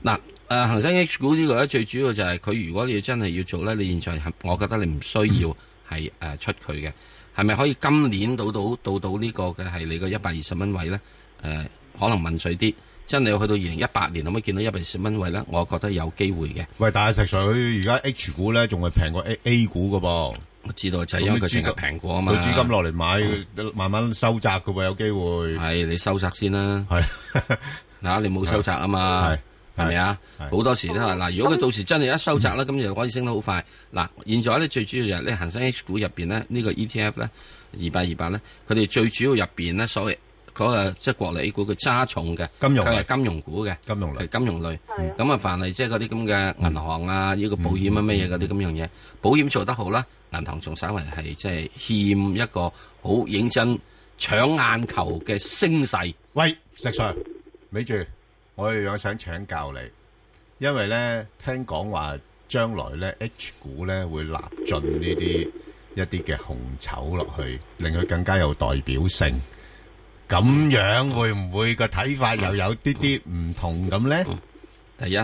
[SPEAKER 8] 嗱、誒恒生 H 股呢個咧最主要就係佢如果你要真係要做咧，你現在係我覺得你唔需要係誒、出佢嘅，係咪可以今年到到到到呢個嘅係你個一百二十蚊位咧？誒、可能問水啲，真係去到二零一八年可唔可以見到一百二十蚊位咧？我覺得有機會嘅。
[SPEAKER 3] 喂，但係石 Sir 佢而家 H 股咧，仲係平過 A A 股噶噃。
[SPEAKER 8] 我知道就係因為佢成日平過啊嘛嗯
[SPEAKER 3] 佢資金落嚟買，慢慢收窄噶喎，有機會。
[SPEAKER 8] 係你收窄先啦。
[SPEAKER 3] 係
[SPEAKER 8] 嗱，你冇收窄啊嘛，係咪啊？好多時都係嗱，如果佢到時真係一收
[SPEAKER 3] 嗯
[SPEAKER 8] 窄啦，咁就可以升得好快。嗱，現在咧最主要就係你恒生 H 股入邊咧，呢個 ETF 咧二八二八咧，佢哋最主要入邊咧所謂嗰個即係國內 A 股佢揸重嘅，
[SPEAKER 3] 金融
[SPEAKER 8] 佢
[SPEAKER 3] 類
[SPEAKER 8] 係金融股嘅，
[SPEAKER 3] 金融
[SPEAKER 8] 類，金融類。咁啊，凡係即係嗰啲咁嘅銀行啊，呢個保險啊咩嘢嗰啲咁樣嘢，保險做得好啦，銀行仲稍為係即係欠一個好認真搶眼球嘅升勢。
[SPEAKER 3] 喂，石 Sir，咪住，我哋有想請教你，因為咧聽講話將來咧 H 股咧會納進呢啲一啲嘅紅籌落去，令佢更加有代表性。咁樣會唔會個睇法又有啲啲唔同咁咧？
[SPEAKER 8] 嗯第一，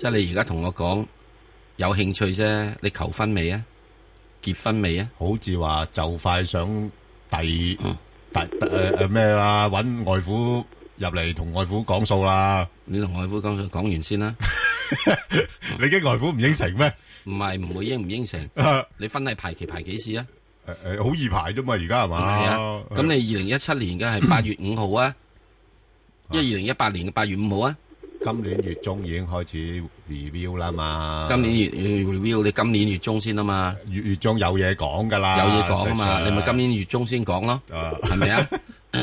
[SPEAKER 8] 即係你而家同我講有興趣啫，你求婚未啊？結婚未啊？
[SPEAKER 3] 好似話就快想第第誒誒咩啦，揾外父入嚟同外父講數啦。
[SPEAKER 8] 你同外父講數講完先啦。
[SPEAKER 3] 你嘅外父唔應承咩？啊
[SPEAKER 8] 唔係唔會應唔應 承？你婚禮排期排幾時啊？
[SPEAKER 3] 誒誒，好易排啫嘛，而家係
[SPEAKER 8] 係
[SPEAKER 3] 嘛？
[SPEAKER 8] 啊，咁你二零一七年嘅 係八月五號啊，
[SPEAKER 3] 啊
[SPEAKER 8] 一二零一八年嘅八月五號啊，
[SPEAKER 3] 今年月中已經開始 review 啦嘛。
[SPEAKER 8] 今年月 review 你今年月中先啊嘛，
[SPEAKER 3] 啊月月中有嘢講㗎啦，
[SPEAKER 8] 有嘢講啊嘛，
[SPEAKER 3] 實
[SPEAKER 8] 你咪今年月中先講咯，係咪 啊？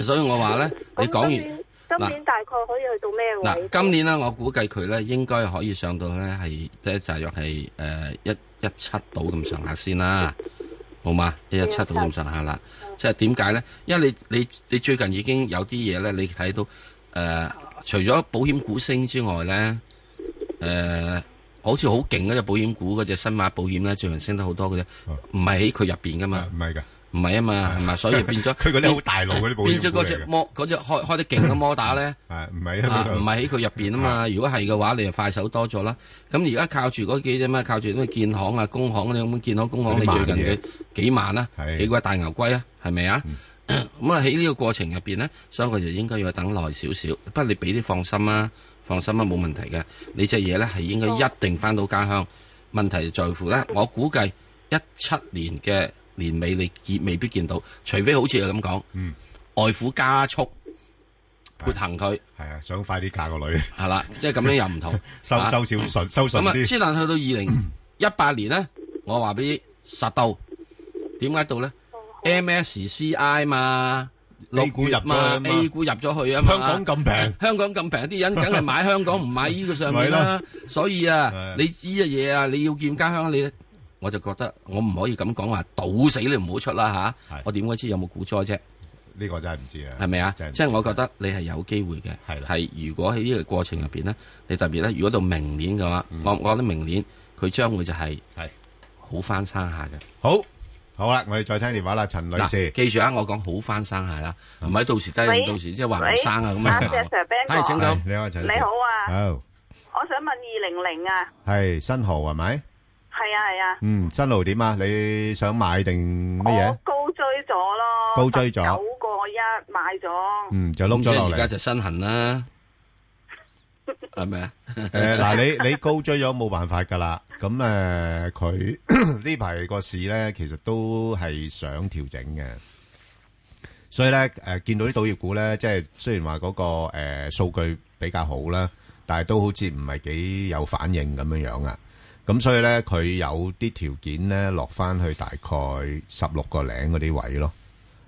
[SPEAKER 8] 所以我話咧，你講完。
[SPEAKER 19] 今年大概可以去到咩位
[SPEAKER 8] 嗱，？今年咧，我估計佢咧應該可以上到咧係即係大約係誒一一七度咁上下先啦，好嘛？一一七度咁上下啦。即係點解咧？因為你你你最近已經有啲嘢咧，你睇到誒、呃除咗保險股升之外咧，誒、好似好勁嗰只保險股嗰只新馬保險咧，最近升得好多嘅啫，唔係喺佢入邊噶嘛？
[SPEAKER 3] 哦唔係㗎，
[SPEAKER 8] 唔係啊嘛，係咪？所以變咗
[SPEAKER 3] 佢嗰啲好大路嗰啲保險
[SPEAKER 8] 變咗嗰
[SPEAKER 3] 股嚟
[SPEAKER 8] 只
[SPEAKER 3] 嘅
[SPEAKER 8] 摩嗰只開開得勁嘅摩 打咧，
[SPEAKER 3] 係唔係啊
[SPEAKER 8] 啊？唔係喺佢入邊啊嘛。如果係嘅話，你就快手多咗啦。咁而家靠住嗰幾隻咩？靠住啲建行啊、工行嗰啲咁，建行、工行你
[SPEAKER 4] 嗰
[SPEAKER 8] 最
[SPEAKER 4] 啲慢
[SPEAKER 8] 近
[SPEAKER 4] 嘢
[SPEAKER 8] 佢幾萬啦，幾鬼大牛龜啊，係咪啊？
[SPEAKER 3] 嗯
[SPEAKER 8] 咁啊喺呢個過程入邊咧，所以佢就應該要等耐少少。不過你俾啲放心啊，放心啊，冇問題嘅。你隻嘢咧係應該一定翻到家鄉。問題在乎咧，我估計一七年嘅年尾你見未必見到，除非好似佢咁講，
[SPEAKER 3] 嗯、
[SPEAKER 8] 外父加速潑行佢，
[SPEAKER 3] 係啊，想快啲嫁個女，，
[SPEAKER 8] 係啦，即係咁樣又唔同
[SPEAKER 3] 收收少順收順
[SPEAKER 8] 咁啊
[SPEAKER 3] 啲
[SPEAKER 8] 之但去到二 零一八年咧，我話俾你實到，點解到咧？MSCI 嘛。
[SPEAKER 3] A 股入咗去啊嘛
[SPEAKER 8] A 股入咗去啊嘛，
[SPEAKER 3] 香港咁平
[SPEAKER 8] 香港咁平，啲人梗係買香港唔買呢個上面啦。所以啊，你知嘅嘢啊，你要見家鄉，你我就覺得我唔可以咁講話，賭死你唔好出啦吓。我點鬼知有冇股災啫？
[SPEAKER 3] 呢個真係唔知啊，
[SPEAKER 8] 係咪啊？
[SPEAKER 3] 真係唔知
[SPEAKER 8] 即係我覺得你係有機會嘅，係如果喺呢個過程入邊咧，你特別咧，如果到明年嘅
[SPEAKER 3] 嗯
[SPEAKER 8] 話，我我覺得明年佢將會就係好翻生下嘅。
[SPEAKER 3] 好，好啦，我哋再聽電話啦，陳女士，啊
[SPEAKER 8] 記住啊，我講好翻生下啦，唔係到時低，
[SPEAKER 19] 喂
[SPEAKER 8] 到時即係話唔生啊咁樣
[SPEAKER 19] 喂啊，Sir Ben 哥
[SPEAKER 8] 係請講，
[SPEAKER 3] 你好，陳女士
[SPEAKER 19] 你好啊，
[SPEAKER 3] 好
[SPEAKER 19] 我想問二零零啊，
[SPEAKER 3] 係新豪係咪？
[SPEAKER 19] 係啊係啊，
[SPEAKER 3] 嗯，新豪點啊？你想買定乜嘢？
[SPEAKER 19] 高追咗咯，
[SPEAKER 3] 高追咗
[SPEAKER 19] 九個一買咗，
[SPEAKER 3] 嗯，就碌咗落嚟。
[SPEAKER 8] 而家就身痕啦，係咪啊？
[SPEAKER 3] 诶， 嗱，你你高追咗冇辦法噶啦，咁诶佢 呢排個市咧，其實都係想調整嘅，所以咧诶、誒見到啲賭業股咧，即係雖然話嗰、個诶数、數據比較好啦，但係都好似唔係幾有反應咁樣樣啊，咁所以咧佢有啲條件咧落翻去大概十六個零嗰啲位咯。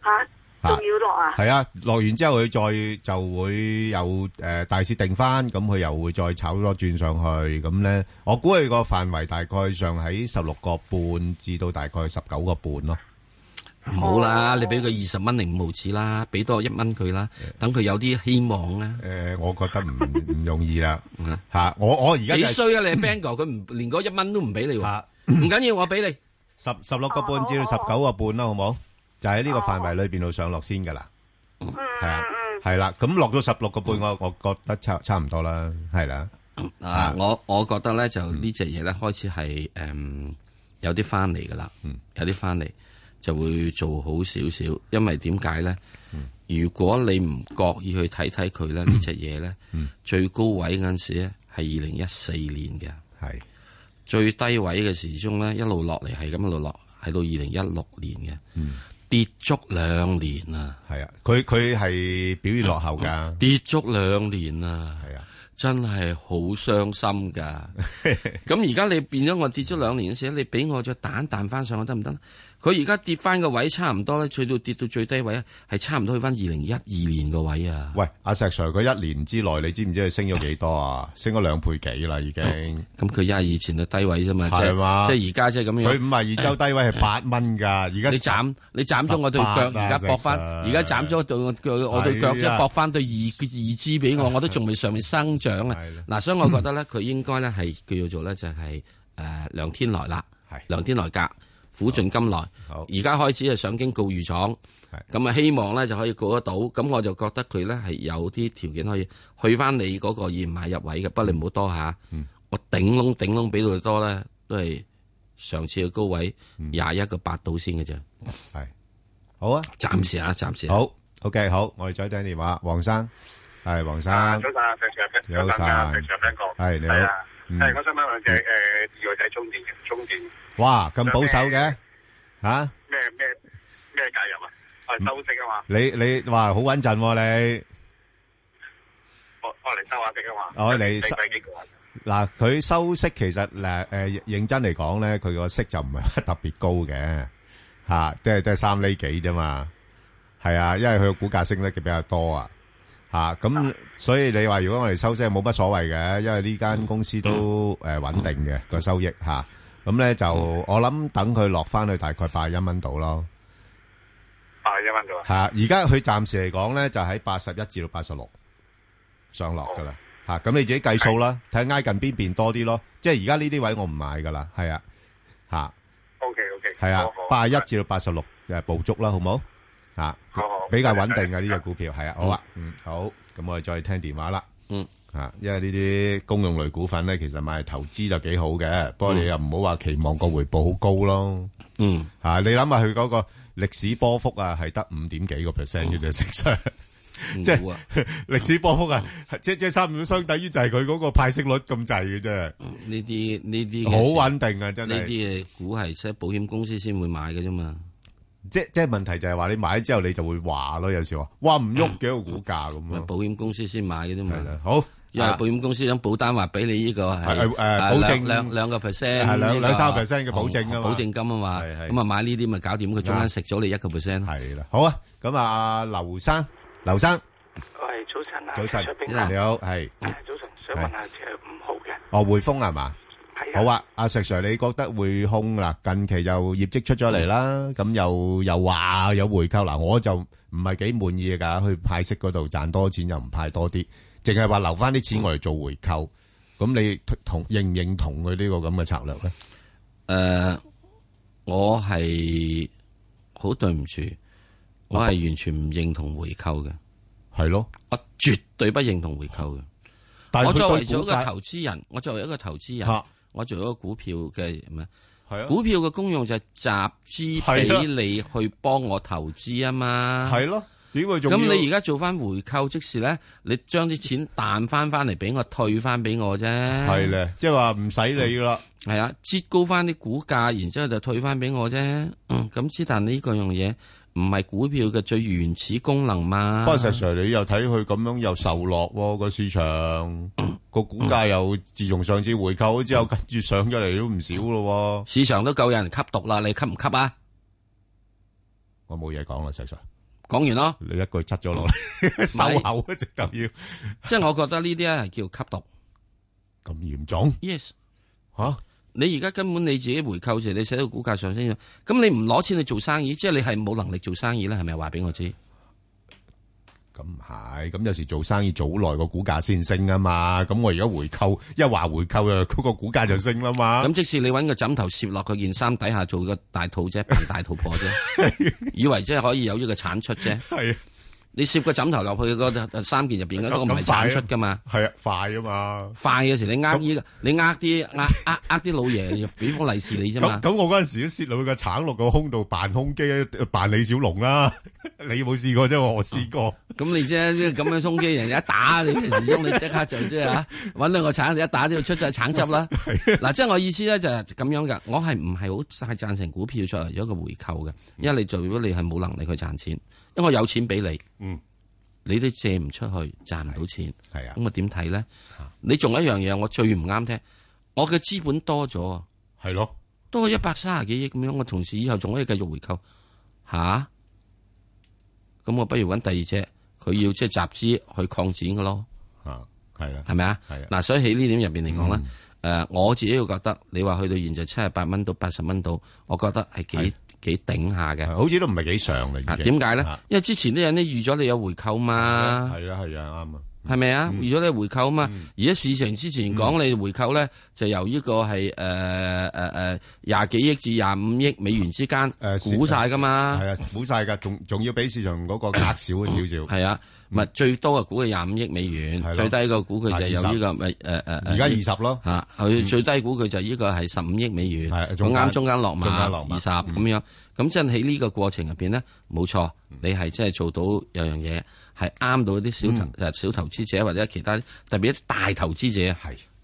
[SPEAKER 19] 吓仲要落啊？
[SPEAKER 3] 系啊，落完之後佢再就會有诶、呃大市定翻，咁佢又會再炒多轉上去，咁咧我估佢個範圍大概上喺十六個半至到大概十九個半咯。
[SPEAKER 8] 唔好啦，你俾佢二十蚊零五毫子啦，俾多一蚊佢啦，等佢有啲希望啦。
[SPEAKER 3] 诶，我覺 得唔唔容易啦，吓我我而家
[SPEAKER 8] 嗯幾
[SPEAKER 3] 就係
[SPEAKER 8] 衰啊！你 b a n g o 佢唔連嗰一蚊都唔俾你喎，唔緊要，我俾你
[SPEAKER 3] 十十六個半至到十九個半啦，好冇？就喺呢個範圍裏边度上落先噶啦。
[SPEAKER 8] 嗯
[SPEAKER 3] 係啊，係啦，咁落到十六個半，我我觉得差差唔多啦，係啦。
[SPEAKER 8] 啊！我我覺得咧就
[SPEAKER 3] 嗯
[SPEAKER 8] 呢只嘢咧開始係誒有啲翻嚟噶啦，
[SPEAKER 3] 嗯
[SPEAKER 8] 有啲翻嚟就會做好少少，因為點解咧？
[SPEAKER 3] 嗯
[SPEAKER 8] 如果你唔覺意去睇睇佢咧，呢只嘢咧
[SPEAKER 3] 嗯
[SPEAKER 8] 最高位嗰陣時咧係二零一四年嘅，
[SPEAKER 3] 係
[SPEAKER 8] 最低位嘅時鐘咧一路落嚟係咁一路落，係到二零一六年嘅，跌足兩年啊！
[SPEAKER 3] 嗯係啊，佢佢係表現落後㗎，
[SPEAKER 8] 跌足兩年啊！
[SPEAKER 3] 係啊，
[SPEAKER 8] 真係好傷心 噶。咁而家你變咗我跌咗兩年嘅時候，你俾我隻蛋彈翻上去得唔得？佢而家跌翻個位差唔多咧，去到跌到最低位係差唔多去翻二零一二年個位啊。
[SPEAKER 3] 喂，阿石 Sir，佢一年之內，你知唔知佢升咗幾多啊？升咗兩倍幾啦，已經。
[SPEAKER 8] 咁佢一以前嘅低位啫嘛，即
[SPEAKER 3] 係嘛？
[SPEAKER 8] 係即係而家即係咁樣。
[SPEAKER 3] 佢五十二周低位係八蚊㗎，而家
[SPEAKER 8] 你斬你斬咗我對腳，
[SPEAKER 3] 18啊
[SPEAKER 8] 而家搏翻，
[SPEAKER 3] 石 Sir
[SPEAKER 8] 而家斬咗對我腳，我對腳即
[SPEAKER 3] 係啊啊
[SPEAKER 8] 係搏翻對二二支俾我，我都仲未尚未生長啊！嗱，所以我覺得咧，佢應該咧係叫做咧就係誒梁天來啦，梁天來格苦盡甘來，而家開始係上京告御廠，咁啊希望咧就可以告得到，咁我就覺得佢咧係有啲條件可以去翻你嗰個要買入位嘅，不過你唔好多下，
[SPEAKER 3] 嗯
[SPEAKER 8] 我頂窿頂窿俾到佢多咧，都係上次嘅高位廿一個八度先嘅啫。
[SPEAKER 3] 嗯係好啊，
[SPEAKER 8] 暫時啊，暫時啊
[SPEAKER 3] 好 OK，好，我哋再聽電話，黃生係黃
[SPEAKER 20] 啊
[SPEAKER 3] 生
[SPEAKER 20] 早，晨啊，石 Sir，
[SPEAKER 3] 你好
[SPEAKER 20] 早晨啊，
[SPEAKER 3] 晒
[SPEAKER 20] 石 Sir Ben 哥，
[SPEAKER 3] 係你好
[SPEAKER 20] 係啊，
[SPEAKER 3] 嗯
[SPEAKER 20] 係我想問兩隻誒二號仔中電嘅中電
[SPEAKER 3] 哇咁保守嘅嚇，
[SPEAKER 20] 咩咩咩介入啊？我嚟收息啊嘛，
[SPEAKER 3] 你你哇好穩陣喎
[SPEAKER 20] 我我嚟收下息啊
[SPEAKER 3] 你，
[SPEAKER 20] 嘛，
[SPEAKER 3] 我你
[SPEAKER 20] 收
[SPEAKER 3] 收
[SPEAKER 20] 幾個人？
[SPEAKER 3] 嗱佢收息其實嗱誒認真嚟講咧，佢個息就唔係話特別高嘅嚇， 即係都係三厘幾啫嘛。係啊，因為佢個股價升得比較多啊，吓咁，所以你話如果我哋收息冇乜所謂嘅，因為呢間公司都诶稳定嘅個收益吓，咁咧就我諗等佢落翻去大概八一蚊度咯，
[SPEAKER 20] 八一蚊到啊，
[SPEAKER 3] 吓而家佢暫時嚟講咧就喺八十一至到八十六上落噶啦，
[SPEAKER 20] 哦
[SPEAKER 3] 吓咁你自己計數啦，睇下挨近邊邊多啲咯，即係而家呢啲位我唔買噶啦，係啊，吓
[SPEAKER 20] OK，OK，
[SPEAKER 3] 係啊
[SPEAKER 20] 好好，
[SPEAKER 3] 八一至到八十六就係捕捉啦，好冇？吓，比較穩定嘅呢只股票係啊，好啊，嗯，好，咁我哋再聽電話啦。
[SPEAKER 8] 嗯，
[SPEAKER 3] 啊，因為呢啲公用類股份咧，其實買嚟投資就幾好嘅，不過
[SPEAKER 8] 嗯
[SPEAKER 3] 你又唔好話期望個回報好高咯。
[SPEAKER 8] 嗯，
[SPEAKER 3] 吓，你諗下佢嗰個歷史波幅啊，係得五點幾個 percent
[SPEAKER 8] 哦
[SPEAKER 3] 嘅啫，實上。即係
[SPEAKER 8] 啊
[SPEAKER 3] 歷史波幅啊，即即三五相等於就係佢嗰個派息率咁滯嘅啫。
[SPEAKER 8] 嗯呢啲呢啲嘅
[SPEAKER 3] 好穩定啊，真係
[SPEAKER 8] 呢啲嘢股係即係保險公司先會買嘅啫嘛。
[SPEAKER 3] 即即係問題就係話你買咗之後你就會話咯，有時話哇唔
[SPEAKER 8] 嗯
[SPEAKER 3] 喐嘅個股價咁咯。
[SPEAKER 8] 保險公司先買嘅啫嘛。
[SPEAKER 3] 好，
[SPEAKER 8] 因為保險公司想保單話俾你呢個係
[SPEAKER 3] 係係誒
[SPEAKER 8] 啊
[SPEAKER 3] 保
[SPEAKER 8] 兩
[SPEAKER 3] 證
[SPEAKER 8] 兩兩個 percent，
[SPEAKER 3] 係兩
[SPEAKER 8] 呢個
[SPEAKER 3] 兩三 percent 嘅保證㗎嘛
[SPEAKER 8] 保證金啊嘛，咁啊買呢啲咪搞掂佢中間食咗你一個 percent。
[SPEAKER 3] 係啦，好啊，咁啊劉生，劉生
[SPEAKER 21] 喂，早晨啊，
[SPEAKER 3] 早晨
[SPEAKER 21] 卓冰，啊
[SPEAKER 3] 你好，係
[SPEAKER 21] 早晨，想問下隻五號嘅，
[SPEAKER 3] 哦匯豐係嘛？好啊，阿石 Sir，你覺得匯控嗱近期又業績出咗嚟啦，咁又又話有回購嗱，我就唔係幾滿意㗎，去派息嗰度賺多錢又唔派多啲，淨係話留翻啲錢我嚟做回購，咁你同認唔認同佢呢個咁嘅策略咧？
[SPEAKER 8] 誒，我係好對唔住，我係完全唔認同回購嘅。
[SPEAKER 3] 係咯，
[SPEAKER 8] 我絕對不認同回購嘅。
[SPEAKER 3] 但係
[SPEAKER 8] 我
[SPEAKER 3] 佢
[SPEAKER 8] 作為
[SPEAKER 3] 對
[SPEAKER 8] 咗
[SPEAKER 3] 股
[SPEAKER 8] 一個
[SPEAKER 3] 價
[SPEAKER 8] 投資人，我作為一個投資人
[SPEAKER 3] 嚇，
[SPEAKER 8] 我做一個股票嘅咩？
[SPEAKER 3] 係啊
[SPEAKER 8] 股票嘅功用就係集資
[SPEAKER 3] 係啊
[SPEAKER 8] 俾你去幫我投資啊嘛。
[SPEAKER 3] 係咯點會仲要
[SPEAKER 8] 咁你而家做翻回購，即是咧，你將啲錢彈翻翻嚟俾我，退翻俾我啫。
[SPEAKER 3] 係咧，即係話唔使你啦。
[SPEAKER 8] 係啊，折高翻啲股價，然之後就退翻俾我啫。嗯咁之但呢個樣嘢唔係股票嘅最原始功能嘛。
[SPEAKER 3] 不過石 Sir，你又睇佢咁樣又受落喎個市場，個股價又自從上次回購之後，跟住上咗嚟都唔少咯。
[SPEAKER 8] 市場都夠有人吸毒啦，你吸唔吸啊？
[SPEAKER 3] 我冇嘢講啦，石 Sir。
[SPEAKER 8] 講完咯，
[SPEAKER 3] 你一句窒咗落嚟， 收口啊，直頭要。
[SPEAKER 8] 即係我覺得呢啲咧係叫吸毒。
[SPEAKER 3] 咁嚴重
[SPEAKER 8] ？Yes。
[SPEAKER 3] 吓，
[SPEAKER 8] 你而家根本你自己回購時，你使到股價上升咗，咁你唔攞錢去做生意，即係你係冇能力做生意咧，係咪話俾我知？
[SPEAKER 3] 咁唔係，咁有時做生意早耐個股價先升啊嘛。咁我而家回購，一話回購啊，嗰個股價就升啦嘛。
[SPEAKER 8] 咁即使你揾個枕頭攝落佢件衫底下做個大肚 啫，扮大肚婆啫，以為即係可以有呢個產出啫。
[SPEAKER 3] 係啊
[SPEAKER 8] 你攝個枕頭落去個衫件入邊嗰個唔係
[SPEAKER 3] 咁快啊
[SPEAKER 8] 產出噶嘛？
[SPEAKER 3] 係啊，快啊嘛！
[SPEAKER 8] 快嘅時你呃依個，你呃啲呃呃呃啲老爺俾封利是你啫嘛
[SPEAKER 3] 咁。咁，我嗰陣時都泄露佢個橙落個胸度扮胸肌，扮李小龍啦。 你冇試過啫，我試過。
[SPEAKER 8] 哦咁你即係咁樣衝擊人哋一打你，其實你即刻就即係 嚇揾兩個橙，你一打就出晒橙汁啦。嗱，即係我意思咧就係咁樣噶，我係唔係好太贊成股票作為一個回購嘅，
[SPEAKER 3] 嗯
[SPEAKER 8] 因為你做咗你係冇能力去賺錢，因為我有錢俾你，
[SPEAKER 3] 嗯，
[SPEAKER 8] 你都借唔出去，賺唔到錢，
[SPEAKER 3] 係啊，
[SPEAKER 8] 咁我點睇咧？你仲有一樣嘢，我最唔啱聽，我嘅資本多咗啊，
[SPEAKER 3] 係咯，
[SPEAKER 8] 多咗一百三十幾億咁樣，我同事以後仲可以繼續回購吓。咁我不如揾第二隻，佢要即係集資去擴展嘅咯。
[SPEAKER 3] 啊，係啦，
[SPEAKER 8] 係咪啊？
[SPEAKER 3] 係啊嗯
[SPEAKER 8] 嗱，所以喺呢點入邊嚟講咧，誒、我自己會覺得，你話去到現在七十八蚊到八十蚊度，我覺得係幾幾頂下嘅。
[SPEAKER 3] 好似都唔係幾上嚟。
[SPEAKER 8] 啊，
[SPEAKER 3] 已經
[SPEAKER 8] 點解咧
[SPEAKER 3] 啊？
[SPEAKER 8] 因為之前啲人咧預咗你有回購嘛。
[SPEAKER 3] 係啊，係啊，啱啊。
[SPEAKER 8] 係咪啊？預咗你回購啊嘛，
[SPEAKER 3] 嗯
[SPEAKER 8] 而家市場之前講你回購咧，就由呢個係誒呃誒誒呃廿幾億至廿五億美元之間估晒噶嘛，
[SPEAKER 3] 呃係啊，估晒噶，仲仲要比市場嗰個額少咗少少。
[SPEAKER 8] 係啊，唔係最多係估佢廿五億美元，
[SPEAKER 3] 咯
[SPEAKER 8] 最低個估佢就有呢個咪呃誒誒誒，
[SPEAKER 3] 而家20咯
[SPEAKER 8] 嚇，啊佢最低估佢就呢個係十五億美元，咁
[SPEAKER 3] 嗯中間
[SPEAKER 8] 啱中間落
[SPEAKER 3] 中間
[SPEAKER 8] 馬
[SPEAKER 3] 落馬嗯
[SPEAKER 8] 二十咁樣，咁即係喺呢個過程入邊咧，冇錯，
[SPEAKER 3] 嗯
[SPEAKER 8] 你係真係做到有樣嘢係啱到啲小投
[SPEAKER 3] 嗯
[SPEAKER 8] 誒小投資者或者其他特別啲大投資者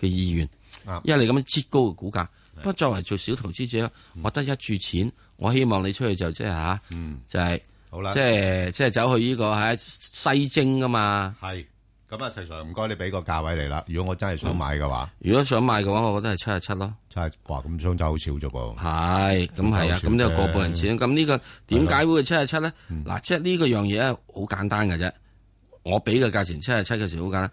[SPEAKER 8] 嘅意願
[SPEAKER 3] 啱，
[SPEAKER 8] 因為你咁樣擠高嘅股價。不過作為做小投資者，
[SPEAKER 3] 嗯
[SPEAKER 8] 我得一注錢，我希望你出去就即係嚇，就係
[SPEAKER 3] 好啦
[SPEAKER 8] 即係即係走去呢個喺西精噶嘛。
[SPEAKER 3] 係，咁啊，石 Sir 唔該，你俾個價位嚟啦。如果我真係想買嘅話，
[SPEAKER 8] 如果想買嘅話，我覺得係七十七咯。
[SPEAKER 3] 七十哇，咁相差好少啫噃。
[SPEAKER 8] 係，咁係啊，咁呢個過半人
[SPEAKER 3] 嗯
[SPEAKER 8] 錢，咁呢個點解會七十七咧？嗱，即係呢個樣嘢好簡單嘅啫。我俾嘅價錢七十七嘅時候好簡單。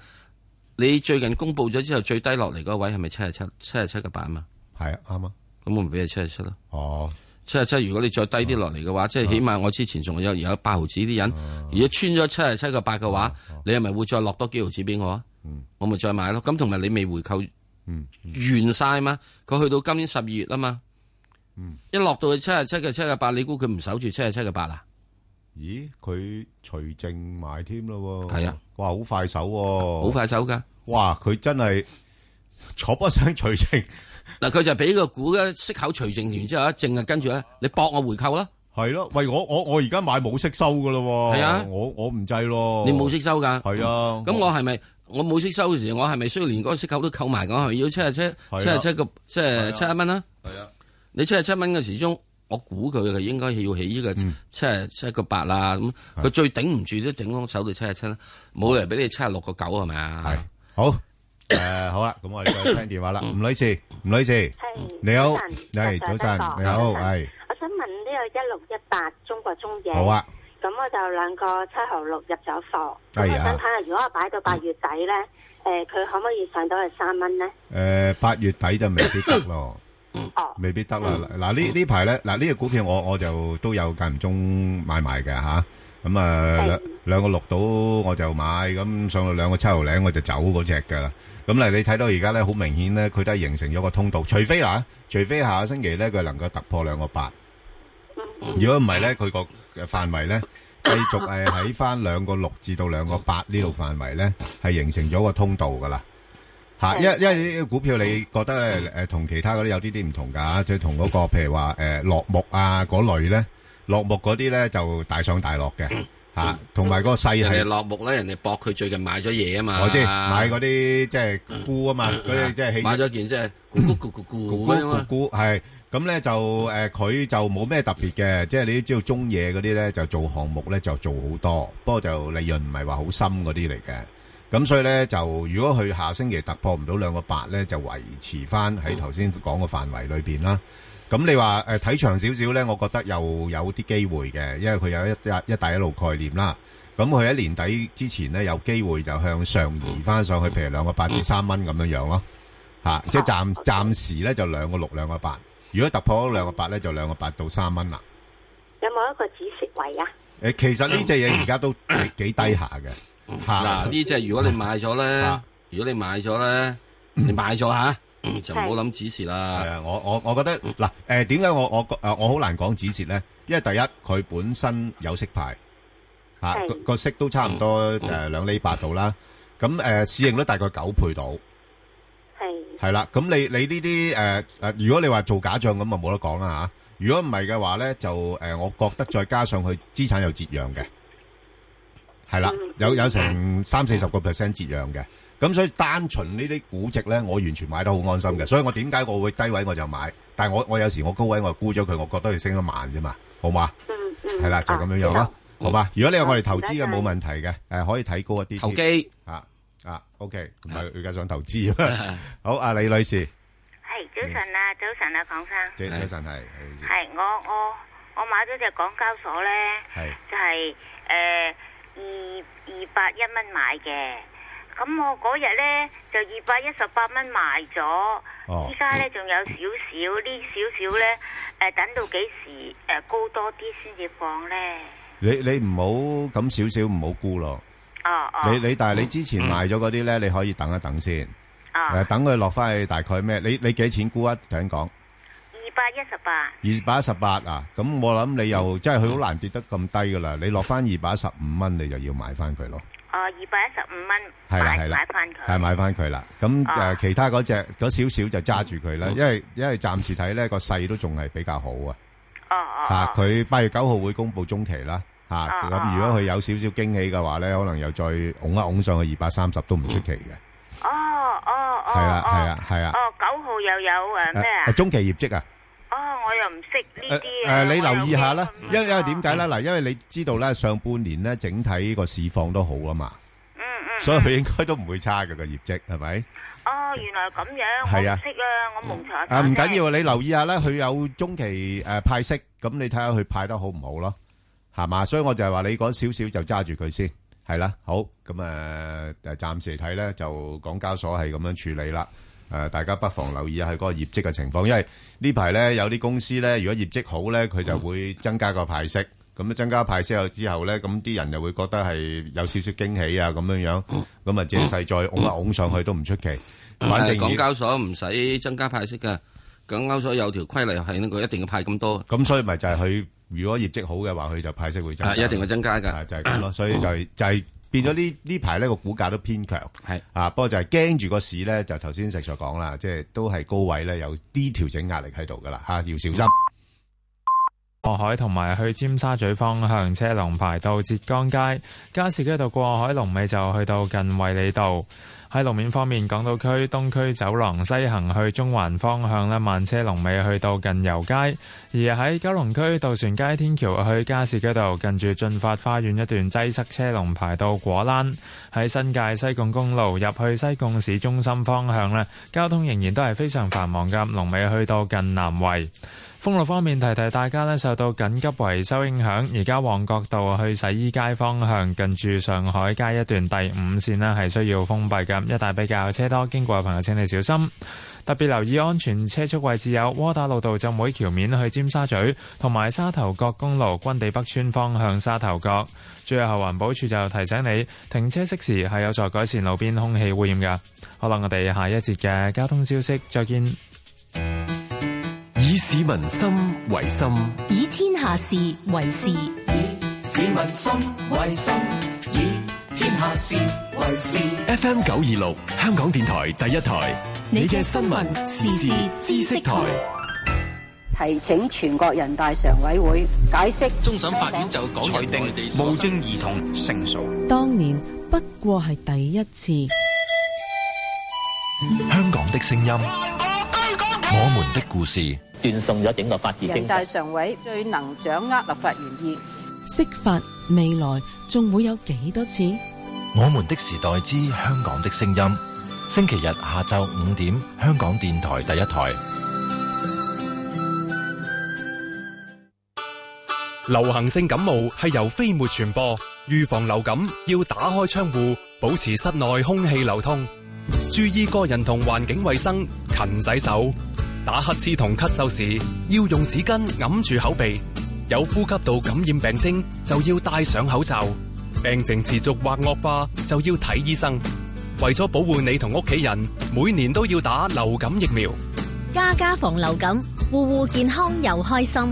[SPEAKER 8] 你最近公佈咗之後，最低落嚟嗰位係咪七十七？七十七個八啊嘛？
[SPEAKER 3] 係啊，啱啊。
[SPEAKER 8] 咁我咪俾你七十七咯。
[SPEAKER 3] 哦，嗯
[SPEAKER 8] 七十七，如果你再低啲落嚟嘅話，即係起碼我之前仲有有八毫子啲人，
[SPEAKER 3] 哦
[SPEAKER 8] 如果穿咗七十七個八嘅話，你係咪會再落多幾毫子俾我啊？
[SPEAKER 3] 嗯
[SPEAKER 8] 我咪再買咯。咁同埋你未回購完晒嘛？佢去到今年十二月啊嘛。一落到去七十七嘅七十八，你估佢唔守住七十七嘅八啊？
[SPEAKER 3] 咦，佢除淨埋添咯喎。
[SPEAKER 8] 係啊，
[SPEAKER 3] 哇，好快手喎，
[SPEAKER 8] 好快手㗎。
[SPEAKER 3] 哇，佢真係 坐一聲除淨，
[SPEAKER 8] 嗱，佢就俾個股嘅息口除淨完之後，一淨係跟住咧，你搏我回購啦。
[SPEAKER 3] 係咯。喂，我我我而家買冇息收噶咯。
[SPEAKER 8] 係啊
[SPEAKER 3] 哦我我唔制咯。
[SPEAKER 8] 你冇息收㗎。
[SPEAKER 3] 係啊。
[SPEAKER 8] 咁我係咪我冇息收嘅時候，我係咪需要連嗰個息口都扣埋？我係咪要七十七、
[SPEAKER 3] 啊
[SPEAKER 8] 七十七個即係七十蚊啦？
[SPEAKER 3] 係啊。
[SPEAKER 8] 你七十七蚊嘅時鐘，我估佢係應該要起呢個
[SPEAKER 3] 嗯
[SPEAKER 8] 七十七個八啦。咁佢最頂唔住都頂空手到七十七啦，冇理由俾你七十六個九係咪啊？係
[SPEAKER 3] 好， 誒，好啦，咁我哋再聽電話啦，
[SPEAKER 8] 嗯
[SPEAKER 3] 吳女士，吳女士，
[SPEAKER 19] Ừ,
[SPEAKER 3] 你好，係早晨，你好，係
[SPEAKER 19] Ờ,
[SPEAKER 1] 我想問呢個一六一八中國中影，
[SPEAKER 3] 好啊，
[SPEAKER 1] 咁我就兩個七號六入咗貨，咁
[SPEAKER 3] 哎
[SPEAKER 1] 我
[SPEAKER 3] 呀
[SPEAKER 1] 想睇下如果我擺到八月底咧，
[SPEAKER 19] Ờ,
[SPEAKER 1] 誒佢可唔可以上到去三蚊咧？
[SPEAKER 3] 誒，呃八月底就未必得咯，未必得啦。嗱呢呢排咧，嗱呢個股票我我就都有間唔中買埋嘅吓，咁啊兩兩個六到我就買，咁上到兩個七毫零我就走嗰只噶啦。咁嗱，你睇到而家咧，好明顯咧，佢都係形成咗個通道，除非嗱，除非下個星期咧佢能夠突破兩個八。如果唔係咧，佢個範圍咧繼續係喺翻兩個六至到兩個八呢度範圍咧，係形成咗個通道噶啦。吓，因因為呢啲股票你覺得咧，誒同其他嗰啲有啲啲唔同㗎，即係同嗰個譬如話誒落木啊嗰類咧，落木嗰啲咧就大上大落嘅吓，同埋嗰個勢
[SPEAKER 8] 人哋
[SPEAKER 3] 係
[SPEAKER 8] 落木咧，人哋搏佢最近買咗嘢啊嘛。
[SPEAKER 3] 我知買嗰啲即係菇啊嘛，嗰啲即係起
[SPEAKER 8] 買咗件即係咕咕咕咕咕
[SPEAKER 3] 估
[SPEAKER 8] 咕啊
[SPEAKER 3] 估
[SPEAKER 8] 嘛。
[SPEAKER 3] 估係咁咧就誒佢就冇咩特別嘅，即係你都知道中野嗰啲咧就做項目咧就做好多，不過就利潤唔係話好深嗰啲嚟嘅。咁所以咧就如果佢下星期突破唔到兩個八咧，就維持翻喺頭先講嘅範圍裏邊啦。咁你話誒睇長少少咧，我覺得又有啲機會嘅，因為佢有一一帶一路概念啦。咁佢喺年底之前咧有機會就向上移翻上去，譬如兩個八至三蚊咁樣樣咯。吓、即係暫暫時咧就兩個六兩個八，如果突破咗兩個八咧就兩個八到三蚊啦。
[SPEAKER 1] 有冇一個止蝕位啊？
[SPEAKER 3] 誒、其實呢只嘢而家都幾幾低下嘅，吓、
[SPEAKER 8] 嗱，呢只如果你買咗咧，如果你買咗咧，你買咗吓，就唔好諗指示啦。
[SPEAKER 3] 係啊，我我我覺得嗱，誒點解我我誒我好難講止蝕咧？因為第一佢本身有息牌嚇，
[SPEAKER 22] 係
[SPEAKER 3] 個個息都差唔多誒兩厘八度啦。咁誒市盈率大概九倍到，係係啦。咁你你呢啲誒誒，如果你話做假帳咁就冇得講啦嚇。如果唔係嘅話咧，就誒我覺得再加上佢資產有折讓嘅。係啦，有有成三四十個 percent 折讓嘅，咁所以單純呢啲估值咧，我完全買得好安心嘅。所以我點解我會低位我就買，但係我我有時我高位我沽咗佢，我覺得佢升得慢啫嘛，好嘛？係啦，就咁樣樣啦，好嘛？如果你有我哋投資嘅冇問題嘅，誒可以睇高一啲。
[SPEAKER 8] 投機
[SPEAKER 3] 啊啊，OK，唔係而家想投 資。好，阿李女士，
[SPEAKER 23] 系早晨啊，早晨啊，邝生，
[SPEAKER 3] 謝謝晨係
[SPEAKER 23] 系我我我买咗只港交所咧，
[SPEAKER 3] 係
[SPEAKER 23] 就系诶二二百一蚊买嘅，咁我嗰日咧就二百一十八蚊卖咗，
[SPEAKER 3] 哦
[SPEAKER 23] 依家咧仲有少少，呢少少咧诶等到幾時诶、呃高多啲先至放咧？
[SPEAKER 3] 你你唔好咁少少唔好沽咯。
[SPEAKER 23] 哦哦，
[SPEAKER 3] 你你但係你之前買咗嗰啲咧，你可以等一等先。誒，等佢落翻去大概咩？你你幾錢估啊？頭先講。
[SPEAKER 23] 二百一十八，
[SPEAKER 3] 二百一十八啊，咁我諗你又真係佢好難跌得咁低噶啦，你落翻二百一十五蚊，你就要買翻佢咯，
[SPEAKER 23] 哦二百一十五蚊
[SPEAKER 3] 係啦
[SPEAKER 23] 買
[SPEAKER 3] 係啦
[SPEAKER 23] 買翻佢，啊
[SPEAKER 3] 係買翻佢啦。咁誒、呃其他嗰只嗰少少就揸住佢
[SPEAKER 23] 嗯
[SPEAKER 3] 啦，因為因為暫時睇咧個勢都仲係比較好啊。
[SPEAKER 23] 哦
[SPEAKER 3] 嚇佢八月九號會公布中期啦，嚇、咁、
[SPEAKER 23] 哦
[SPEAKER 3] 如果佢有少少驚喜嘅話咧，可能又再拱一拱上去二百三十都唔出奇嘅。
[SPEAKER 23] 哦哦哦，
[SPEAKER 3] 係啦係啦係啦
[SPEAKER 23] 哦九號又有诶咩啊
[SPEAKER 3] 誒？中期業績啊！
[SPEAKER 23] 哦，我又唔識
[SPEAKER 3] 誒
[SPEAKER 23] 呢啲啊！
[SPEAKER 3] 誒，你留意下啦，因因為點解
[SPEAKER 23] 嗯
[SPEAKER 3] 咧？嗱，因為你知道咧，上半年咧整體個市況都好啊嘛，
[SPEAKER 23] 嗯嗯，
[SPEAKER 3] 所以佢應該都唔會差嘅個業績係咪？
[SPEAKER 23] 哦，原來咁樣，我
[SPEAKER 3] 係啊
[SPEAKER 23] 唔識
[SPEAKER 19] ờ,
[SPEAKER 23] 啊，我蒙查
[SPEAKER 3] 啊，唔緊要，你留意下咧，佢有中期誒派息，咁你睇下佢派得好唔好咯，係嘛？所以我就係話你嗰少少就揸住佢先，係啦，好咁誒誒，暫時嚟睇咧就港交所係咁樣處理啦。誒、大家不妨留意下佢嗰個業績嘅情況，因為呢排咧有啲公司咧，如果業績好咧，佢就會增加個派息。咁增加派息後之後咧，咁啲人就會覺得係有少少驚喜啊咁樣樣，咁啊借勢再拱一拱上去都唔出奇。反正
[SPEAKER 8] 誒港交所唔使增加派息噶，咁歐所有條規例係呢個一定要派咁多。
[SPEAKER 3] 咁所以咪就係佢如果業績好嘅話，佢就派息會增加，
[SPEAKER 8] 啊一定會增加㗎
[SPEAKER 3] 啊就係咁咯。所以就係就係變咗呢呢排呢個股價都偏強，
[SPEAKER 8] 係
[SPEAKER 3] 啊。不過就係驚住個市咧，就頭先石 Sir 講啦，即係都係高位咧有啲調整壓力喺度㗎啦，嚇要小心。
[SPEAKER 12] 過海同埋去尖沙咀方向車龍排到浙江街，加士居道過海龍尾就去到近衛理道。喺路面方面，港島區東區走廊西行去中環方向咧，慢車龍尾去到近油街；而喺九龍區渡船街天橋去加士居道，近住進發花園一段擠塞車龍排到果欄。喺新界西貢公路入去西貢市中心方向咧，交通仍然都係非常繁忙嘅，龍尾去到近南圍。封路方面，提提大家咧，受到緊急維修影響，而家旺角道去洗衣街方向近住上海街一段第五線咧係需要封閉嘅，一帶比較車多，經過嘅朋友請你小心。特別留意安全車速位置有窩打老道浸會橋面去尖沙咀，同埋沙頭角公路軍地北村方向沙頭角。最後，環保署就提醒你停車熄匙係有助改善路邊空氣污染㗎。好啦，我哋下一節嘅交通消息再見。
[SPEAKER 13] 以市民心為心，
[SPEAKER 14] 以天下事為事。
[SPEAKER 2] 市民心為心，以天下事為事。
[SPEAKER 13] FM 九二六，香港電台第一台，你嘅新聞時事知識台。
[SPEAKER 5] 提請全國人大常委會解釋。
[SPEAKER 22] 終審法院就講裁定無證兒童勝訴。
[SPEAKER 24] 當年不過係第一次。
[SPEAKER 13] 香港的聲音，我們的故事。
[SPEAKER 25] 斷送咗整個法治精神。
[SPEAKER 5] 人大常委最能掌握立法原意。
[SPEAKER 24] 釋法未來仲會有幾多次？
[SPEAKER 13] 我們的時代之香港的聲音，星期日下晝五點，香港電台第一台。
[SPEAKER 26] 流行性感冒係由飛沫傳播，預防流感要打開窗戶，保持室內空氣流通，注意個人同環境衛生，勤洗手。打乞嗤同咳嗽時，要用紙巾揞住口鼻。有呼吸道感染病徵就要戴上口罩。病情持續或惡化就要睇醫生。為咗保護你同屋企人，每年都要打流感疫苗。
[SPEAKER 14] 家家防流感，戶戶健康又開心。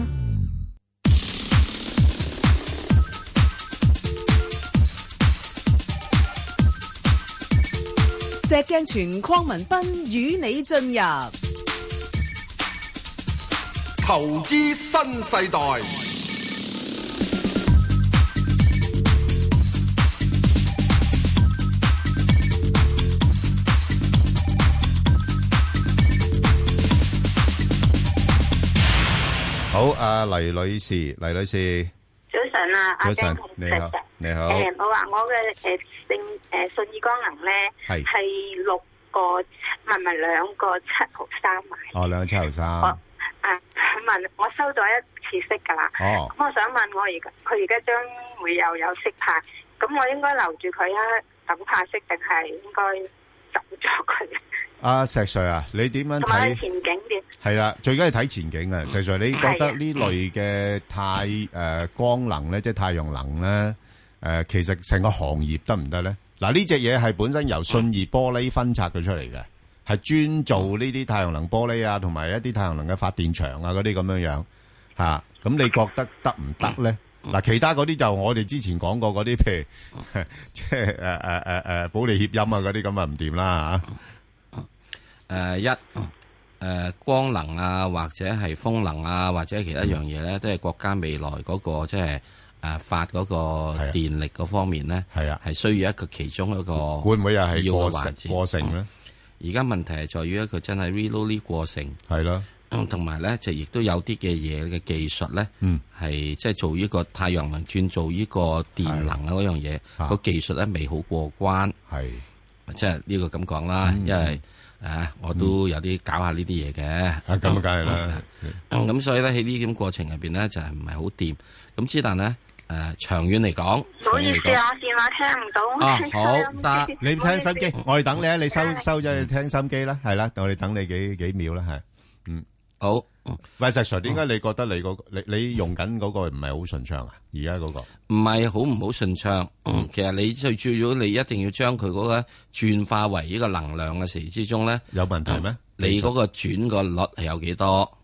[SPEAKER 6] 石鏡泉鄺民彬與你進入
[SPEAKER 7] 投資新世代，
[SPEAKER 3] 好，阿黎女士，黎女士，
[SPEAKER 27] 早晨
[SPEAKER 19] à,
[SPEAKER 27] 啊，阿
[SPEAKER 3] 早
[SPEAKER 27] Ben
[SPEAKER 3] 晨
[SPEAKER 27] 同，
[SPEAKER 3] 你
[SPEAKER 27] Sir
[SPEAKER 3] 好
[SPEAKER 27] 嘅，
[SPEAKER 3] 你好，
[SPEAKER 27] 誒，我話我嘅誒性誒信義光能咧
[SPEAKER 3] 係
[SPEAKER 27] 係六個七，唔係唔係兩個七毫三買
[SPEAKER 3] 哦，兩七頭三，
[SPEAKER 27] 我啊，問我收咗一次息㗎啦。
[SPEAKER 3] 哦
[SPEAKER 27] 咁我想問我而家佢而家將會又有息派，咁我應該留住佢啊，等派息定係應該走咗佢？
[SPEAKER 3] 阿石 Sir 啊，你點樣
[SPEAKER 27] 同埋佢
[SPEAKER 3] 睇？
[SPEAKER 27] 前景點？
[SPEAKER 3] 系啦，最緊要睇前景啊！石 Sir，你覺得呢類嘅太诶、呃光能咧，即係太陽能咧，诶、其實成個行業得唔得咧？嗱，呢只嘢係本身由信義玻璃分拆佢出嚟嘅，係專做呢啲太陽能玻璃啊，同埋一啲太陽能嘅發電場啊嗰啲咁樣樣吓。啊咁、你覺得得唔得咧？嗱，其他嗰啲就我哋之前講過嗰啲，譬如 即係呃诶诶诶诶保利協鑫啊嗰啲咁啊唔掂啦吓。
[SPEAKER 8] 诶、呃一诶、誒光能啊，或者係風能啊，或者係其他一樣嘢
[SPEAKER 3] 嗯
[SPEAKER 8] 咧，都係國家未來嗰、個即係诶發嗰個電力嗰方面咧，
[SPEAKER 3] 啊係啊，
[SPEAKER 8] 係需要一個其中一個
[SPEAKER 3] 會唔會又係
[SPEAKER 8] 要
[SPEAKER 3] 過
[SPEAKER 8] 嘅
[SPEAKER 3] 剩
[SPEAKER 8] 環節哦
[SPEAKER 3] 過剩咧？
[SPEAKER 8] 而家問題係在於佢真係 reload 呢過程，
[SPEAKER 3] 系啦，
[SPEAKER 8] 同埋咧就亦都有啲嘅嘢嘅技術咧，
[SPEAKER 3] 嗯，
[SPEAKER 8] 係即係做呢個太陽能轉做呢個電能啊嗰樣嘢，個技術咧未好過關，
[SPEAKER 3] 係嗯
[SPEAKER 8] 即係呢個咁講啦，因為啊我都有啲搞下呢啲嘢嘅，啊
[SPEAKER 3] 咁啊梗係啦，
[SPEAKER 8] 咁所以咧喺呢啲咁過程入邊咧就係唔係好掂，咁之但咧誒長遠嚟講，
[SPEAKER 27] 唔好
[SPEAKER 8] 長
[SPEAKER 27] 意
[SPEAKER 8] 遠嚟
[SPEAKER 27] 思
[SPEAKER 8] 講。
[SPEAKER 27] 啊，電話聽唔 到。
[SPEAKER 8] 啊好得
[SPEAKER 3] 你聽心機，我哋等你啊！你收收咗去聽心機啦，係啦，我哋等你幾幾秒啦，係，嗯，
[SPEAKER 8] 好。
[SPEAKER 3] 喂，石 Sir，點解你覺得你嗰個你你用緊嗰個唔係好順暢啊？而家嗰個嗯
[SPEAKER 8] 唔係好唔好順暢，嗯其實你最主要你一定要將佢嗰個轉化為呢個能量嘅時之中咧，嗯
[SPEAKER 3] 有問題咩？
[SPEAKER 8] 你嗰個轉個率係有幾多？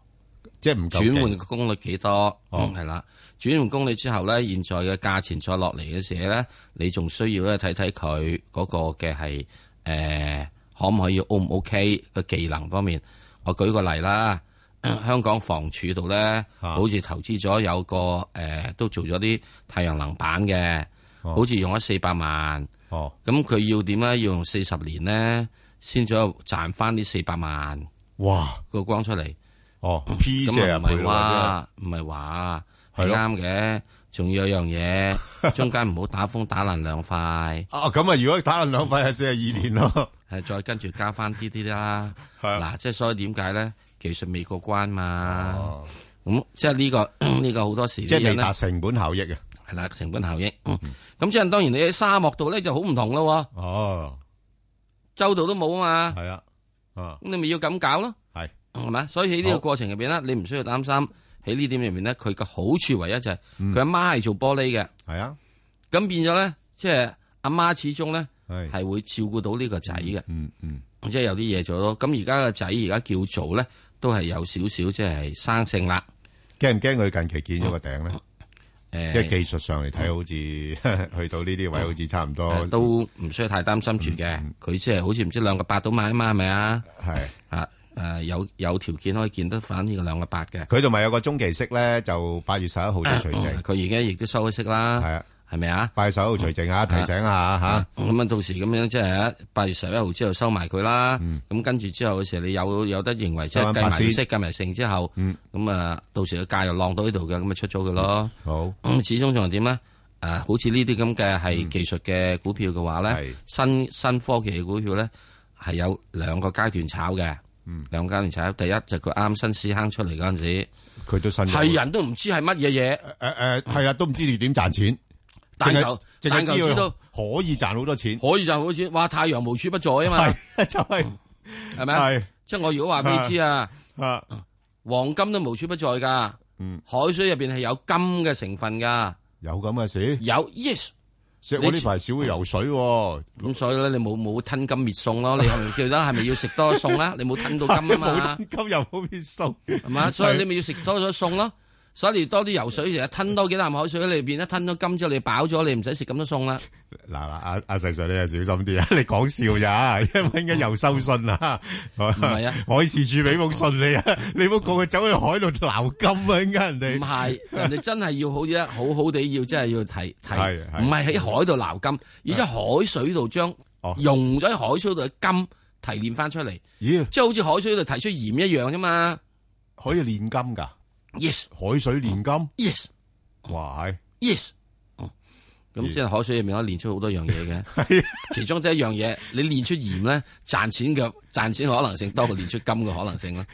[SPEAKER 3] 即係唔夠
[SPEAKER 8] 轉
[SPEAKER 3] 勁哦
[SPEAKER 8] 換個功率幾多？嗯係啦，轉換功率之後咧，現在嘅價錢再落嚟嘅時候咧，你仲需要咧睇睇佢嗰個嘅係誒可唔可以 O 唔 OK 個技能方面。我舉個例啦，
[SPEAKER 3] 嗯
[SPEAKER 8] 香港房署度咧，
[SPEAKER 3] 啊
[SPEAKER 8] 好似投資咗有個誒、呃都做咗啲太陽能板嘅，
[SPEAKER 9] 哦
[SPEAKER 8] 好似用咗四百萬。
[SPEAKER 3] 哦，
[SPEAKER 8] 咁佢要點咧？要用四十年咧，先再賺翻呢四百萬。
[SPEAKER 3] 哇！
[SPEAKER 8] 個光出嚟。
[SPEAKER 3] 哦，P
[SPEAKER 8] 咁啊
[SPEAKER 3] 四啊
[SPEAKER 8] 唔
[SPEAKER 3] 倍
[SPEAKER 8] 係話唔係話係啱嘅。仲要有樣嘢， 中間唔好打風打爛兩塊。
[SPEAKER 3] 啊，咁啊，如果打爛兩塊係四十二 年咯。
[SPEAKER 8] 係再跟住加翻啲啲啦。
[SPEAKER 3] 啊
[SPEAKER 8] 嗱，即係所以點解咧？技術未過關嘛。咁即係呢個 呢個好多時
[SPEAKER 3] 哦即係
[SPEAKER 8] 啲人
[SPEAKER 3] 未
[SPEAKER 8] 呢
[SPEAKER 3] 達成本效益啊。嗯
[SPEAKER 8] 係啦，成本效益。嗯咁即係當然你喺沙漠度咧就好唔同咯。
[SPEAKER 3] 哦，
[SPEAKER 8] 周度都冇啊嘛。
[SPEAKER 3] 係啊，啊，
[SPEAKER 8] 咁你咪要咁搞咯。
[SPEAKER 3] 係
[SPEAKER 8] 係咪？所以喺呢個過程入邊咧，你唔需要擔心。喺呢點入面咧，佢嘅好處唯一就係佢阿媽係做玻璃嘅。
[SPEAKER 3] 嗯係啊。
[SPEAKER 8] 咁變咗咧，即係阿媽始終咧
[SPEAKER 3] 係
[SPEAKER 8] 係會照顧到呢個仔嘅。
[SPEAKER 3] 嗯嗯，
[SPEAKER 8] 即係有啲嘢做咯。咁而家個仔而家叫做咧，都係有少少即係生性啦。哦
[SPEAKER 3] 驚唔驚佢近期見咗個頂咧？
[SPEAKER 8] 誒哦
[SPEAKER 3] 即係技術上嚟睇，好似 去到呢啲位，好似差唔多嗯
[SPEAKER 8] 誒。都唔需要太擔心住嘅。佢即係好似唔知兩個八到買啊嘛，係咪啊？
[SPEAKER 3] 係
[SPEAKER 8] 啊誒，有有條件可以見得返呢個兩個八嘅。
[SPEAKER 3] 佢同埋有個中期息咧，就八月十一號就除淨。
[SPEAKER 8] 嗯佢而家亦都收咗息啦。
[SPEAKER 3] 係啊，
[SPEAKER 8] 係咪啊？
[SPEAKER 3] 八月十一號除淨啊，提醒下吓。
[SPEAKER 8] 咁啊，到時咁樣即係八月十一號之後收埋佢啦。咁跟住之後嘅時候，你有有得認為即
[SPEAKER 3] 嗯收
[SPEAKER 8] 係計
[SPEAKER 3] 返嗯
[SPEAKER 8] 埋
[SPEAKER 3] 8%
[SPEAKER 8] 息、計埋剩之後，咁啊，到時個價又浪到呢度嘅，咁咪出咗佢咯。
[SPEAKER 3] 嗯好，嗯
[SPEAKER 8] 咁始終仲係點咧？誒，好似呢啲咁嘅係技術嘅股票嘅話咧，新新科技嘅股票咧係有兩個階段炒嘅。
[SPEAKER 3] 嗯
[SPEAKER 8] 兩個階段炒，第一就佢啱新屎坑出嚟嗰陣時，
[SPEAKER 3] 佢都新
[SPEAKER 8] 係人都唔知係乜嘢嘢。
[SPEAKER 3] 誒誒，係啊啦，都唔知佢點賺錢，
[SPEAKER 8] 但
[SPEAKER 3] 淨係
[SPEAKER 8] 求
[SPEAKER 3] 淨
[SPEAKER 8] 但
[SPEAKER 3] 係
[SPEAKER 8] 求
[SPEAKER 3] 知
[SPEAKER 8] 知
[SPEAKER 3] 道
[SPEAKER 8] 道
[SPEAKER 3] 可以賺好多錢。
[SPEAKER 8] 可以賺好錢，哇！太陽無處不在啊嘛，
[SPEAKER 3] 係 就係
[SPEAKER 8] 係咪啊
[SPEAKER 3] 係
[SPEAKER 8] 即係我如果話俾你知啊，
[SPEAKER 3] 啊，
[SPEAKER 8] 黃金都無處不在噶，
[SPEAKER 3] 嗯，
[SPEAKER 8] 海水入邊係有金嘅成分噶，
[SPEAKER 3] 有咁嘅事？
[SPEAKER 8] 有 yes。
[SPEAKER 3] 所以我呢排少去游水喎。
[SPEAKER 8] 咁所以咧，你冇冇吞金滅餸咯？你係咪記得係咪要食多餸啦？ 你冇吞到金啊嘛，
[SPEAKER 3] 冇金又冇變數，
[SPEAKER 8] 係嘛？所以你咪要食多咗餸咯。所以你多啲游水，成日吞多幾啖海水喺裏邊，一吞咗金之後，你飽咗，你唔使食咁多餸啦。
[SPEAKER 3] 嗱嗱，阿阿石 Sir 你又小心啲啊！你 講笑咋？ 因為而家又收信啦，唔
[SPEAKER 8] 係啊
[SPEAKER 3] 海事處俾封信你啊！ 你唔好過佢走去海度撈金啊！而家人哋
[SPEAKER 8] 唔係， 人哋真係要好啲，好好地要真係要睇睇
[SPEAKER 3] 係，係啊
[SPEAKER 8] 唔係喺海度撈金，而家海水度將
[SPEAKER 3] 哦
[SPEAKER 8] 溶咗喺海水度嘅金提煉翻出嚟，
[SPEAKER 3] 咦，
[SPEAKER 8] 即係好似海水度提出鹽一樣啫嘛。
[SPEAKER 3] 可以煉金噶
[SPEAKER 8] ？Yes，
[SPEAKER 3] 海水煉金
[SPEAKER 8] ，Yes，
[SPEAKER 3] 哇係哦
[SPEAKER 8] Yes，咁即係海水入面可以煉出好多樣嘢
[SPEAKER 3] 嘅，
[SPEAKER 8] 其中第一樣嘢，你煉出鹽咧，賺錢嘅賺錢可能性多過煉出金嘅可能性啦。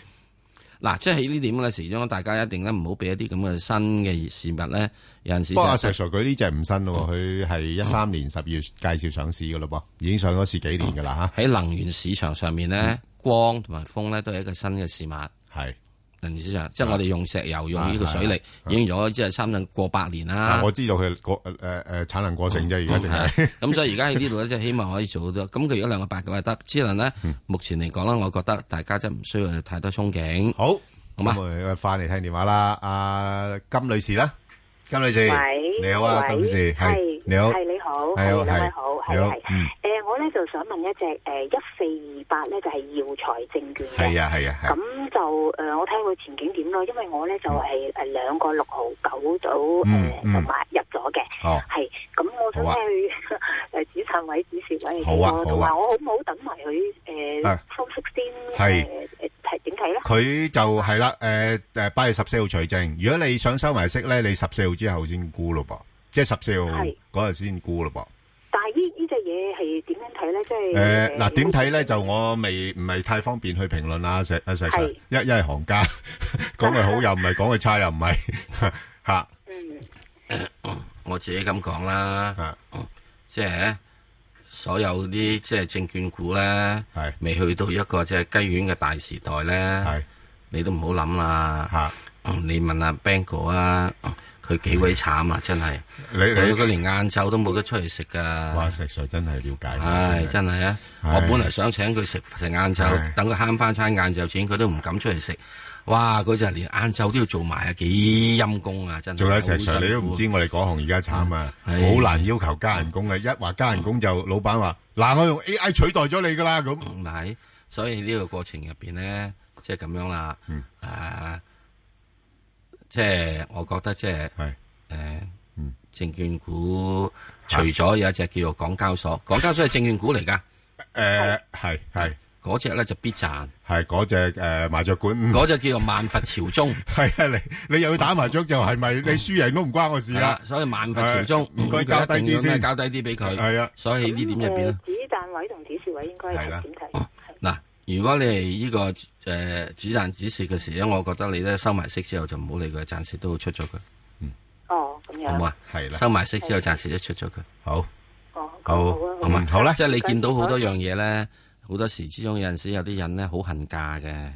[SPEAKER 8] 嗱，即係喺呢點咧，始終大家一定咧唔好俾一啲咁嘅新嘅事物咧，有陣時就
[SPEAKER 3] 不過阿
[SPEAKER 8] 係
[SPEAKER 3] 石 Sir 佢呢只唔新咯，佢係一三年十月介紹上市噶咯噃，已經上咗市幾年噶啦
[SPEAKER 8] 吓。喺能源市場上面咧，光同埋風咧都係一個新嘅事物。
[SPEAKER 3] 嗯係
[SPEAKER 8] 能源市場，即係我哋用石油、用呢個
[SPEAKER 3] 啊
[SPEAKER 8] 水力
[SPEAKER 3] 係啊，
[SPEAKER 8] 已經用咗即係三圳過百年啦
[SPEAKER 3] 但。我知道佢過誒誒產能過剩啫，而家淨係。
[SPEAKER 8] 係哦咁所以而家喺呢度咧，即係希望可以做到多。咁佢如果兩個八嘅話得，只能咧
[SPEAKER 3] 嗯
[SPEAKER 8] 目前嚟講咧，我覺得大家真係唔需要有太多憧憬。
[SPEAKER 3] 好，
[SPEAKER 8] 好嘛
[SPEAKER 3] 咁？我哋翻嚟聽電話啦，阿金女士啦，金女士，
[SPEAKER 10] 喂
[SPEAKER 3] 你好啊，
[SPEAKER 10] 喂
[SPEAKER 3] 金女士，係
[SPEAKER 10] 係
[SPEAKER 3] 你好，
[SPEAKER 10] 係你好
[SPEAKER 3] 係
[SPEAKER 10] 係兩位好
[SPEAKER 3] 係你好
[SPEAKER 10] 係係，誒、
[SPEAKER 3] 嗯
[SPEAKER 10] 呃我咧就想問一隻誒一四二八咧，就係、耀才證券嘅。
[SPEAKER 3] 係啊，係啊，係啊，
[SPEAKER 10] 咁就誒、我睇佢前景點咯，因為我咧就係誒兩個六毫九到誒
[SPEAKER 3] 嗯嗯
[SPEAKER 10] 就買入咗嘅，
[SPEAKER 3] 哦
[SPEAKER 10] 係咁、我想
[SPEAKER 3] 好啊
[SPEAKER 10] 睇佢誒止賺位、止蝕位係
[SPEAKER 3] 好
[SPEAKER 10] 幾多，
[SPEAKER 3] 啊好
[SPEAKER 10] 同
[SPEAKER 3] 啊
[SPEAKER 10] 埋我好唔好等埋佢呃誒
[SPEAKER 3] 啊
[SPEAKER 10] 收息先
[SPEAKER 3] 係
[SPEAKER 10] 誒呃睇點睇咧？
[SPEAKER 3] 佢就係啦，誒誒八月十四號取證，如果你想收埋息咧，你十四號之後先沽咯噃，即係十四號
[SPEAKER 10] 係
[SPEAKER 3] 嗰日先沽咯噃。
[SPEAKER 10] 但係呢呢只嘢係點樣睇咧？即係
[SPEAKER 3] 誒嗱，點睇咧？就我未唔係太方便去評論啦，石阿石 Sir，
[SPEAKER 10] 係
[SPEAKER 3] 一一係行家 講佢好又唔係，講佢差又唔係 嚇。
[SPEAKER 8] 我自己咁講
[SPEAKER 3] 啊
[SPEAKER 8] 啦，即係所有啲即係證券股咧，未去到一個即係雞丸嘅大時嗯代咧，你都唔好諗啦。你問阿 Bang 哥啊，佢幾鬼慘啊！真係，
[SPEAKER 3] 你你
[SPEAKER 8] 佢佢連晏晝都冇得出去食噶。
[SPEAKER 3] 哇！石 Sir 真係了解，
[SPEAKER 8] 唉，真係啊！
[SPEAKER 3] 唉
[SPEAKER 8] 我本來想請佢食食晏
[SPEAKER 3] 唉
[SPEAKER 8] 晝，等佢慳翻餐晏晝錢，佢都唔敢出去食。哇！佢就係連晏晝都要做埋啊，幾陰功啊！真係。
[SPEAKER 3] 仲有石
[SPEAKER 8] 好
[SPEAKER 3] Sir，
[SPEAKER 8] 辛苦
[SPEAKER 3] 你都唔知我哋嗰行而家慘啊，
[SPEAKER 8] 係
[SPEAKER 3] 好難要求加人工嘅，一話加人工就老闆話嗱，我用 A I 取代咗你噶啦咁。
[SPEAKER 8] 唔係，所以呢個過程入邊咧，即係咁樣啦。嗯。誒，即係我覺得即係誒，證券股除咗有一隻叫做港交所，港交所係證券股嚟㗎。
[SPEAKER 3] 誒，係係。
[SPEAKER 8] 嗰只咧就必賺。
[SPEAKER 3] 係嗰只誒麻雀館，
[SPEAKER 8] 嗰只叫做萬佛朝宗。
[SPEAKER 3] 係啊，你你又要打麻雀就係咪你輸贏都唔關我事
[SPEAKER 8] 係
[SPEAKER 3] 啦
[SPEAKER 8] 啦，。所以萬佛朝宗，
[SPEAKER 3] 係唔該
[SPEAKER 8] 咁佢
[SPEAKER 3] 交低
[SPEAKER 8] 一定要
[SPEAKER 3] 啲先
[SPEAKER 8] 交低啲俾佢。
[SPEAKER 3] 係啊
[SPEAKER 8] 所以呢點入邊咧？
[SPEAKER 10] 子彈呃位同指示位應該
[SPEAKER 8] 係啦
[SPEAKER 10] 係點睇？
[SPEAKER 8] 嗱，如果你係呢、個誒、呃、止賺止蝕嘅時咧，我覺得你咧收埋息之後就唔好理佢，暫時都出咗佢，
[SPEAKER 3] 嗯
[SPEAKER 10] 哦，咁
[SPEAKER 8] 好唔好
[SPEAKER 10] 樣
[SPEAKER 8] 啊？收埋息之後暫時都出咗佢。
[SPEAKER 3] 好，
[SPEAKER 10] 哦，
[SPEAKER 3] 好
[SPEAKER 8] 好嘛，
[SPEAKER 3] 嗯好啦
[SPEAKER 8] 即係你見到好多樣嘢咧，好多時之中有陣時有啲人咧好恨嫁嘅，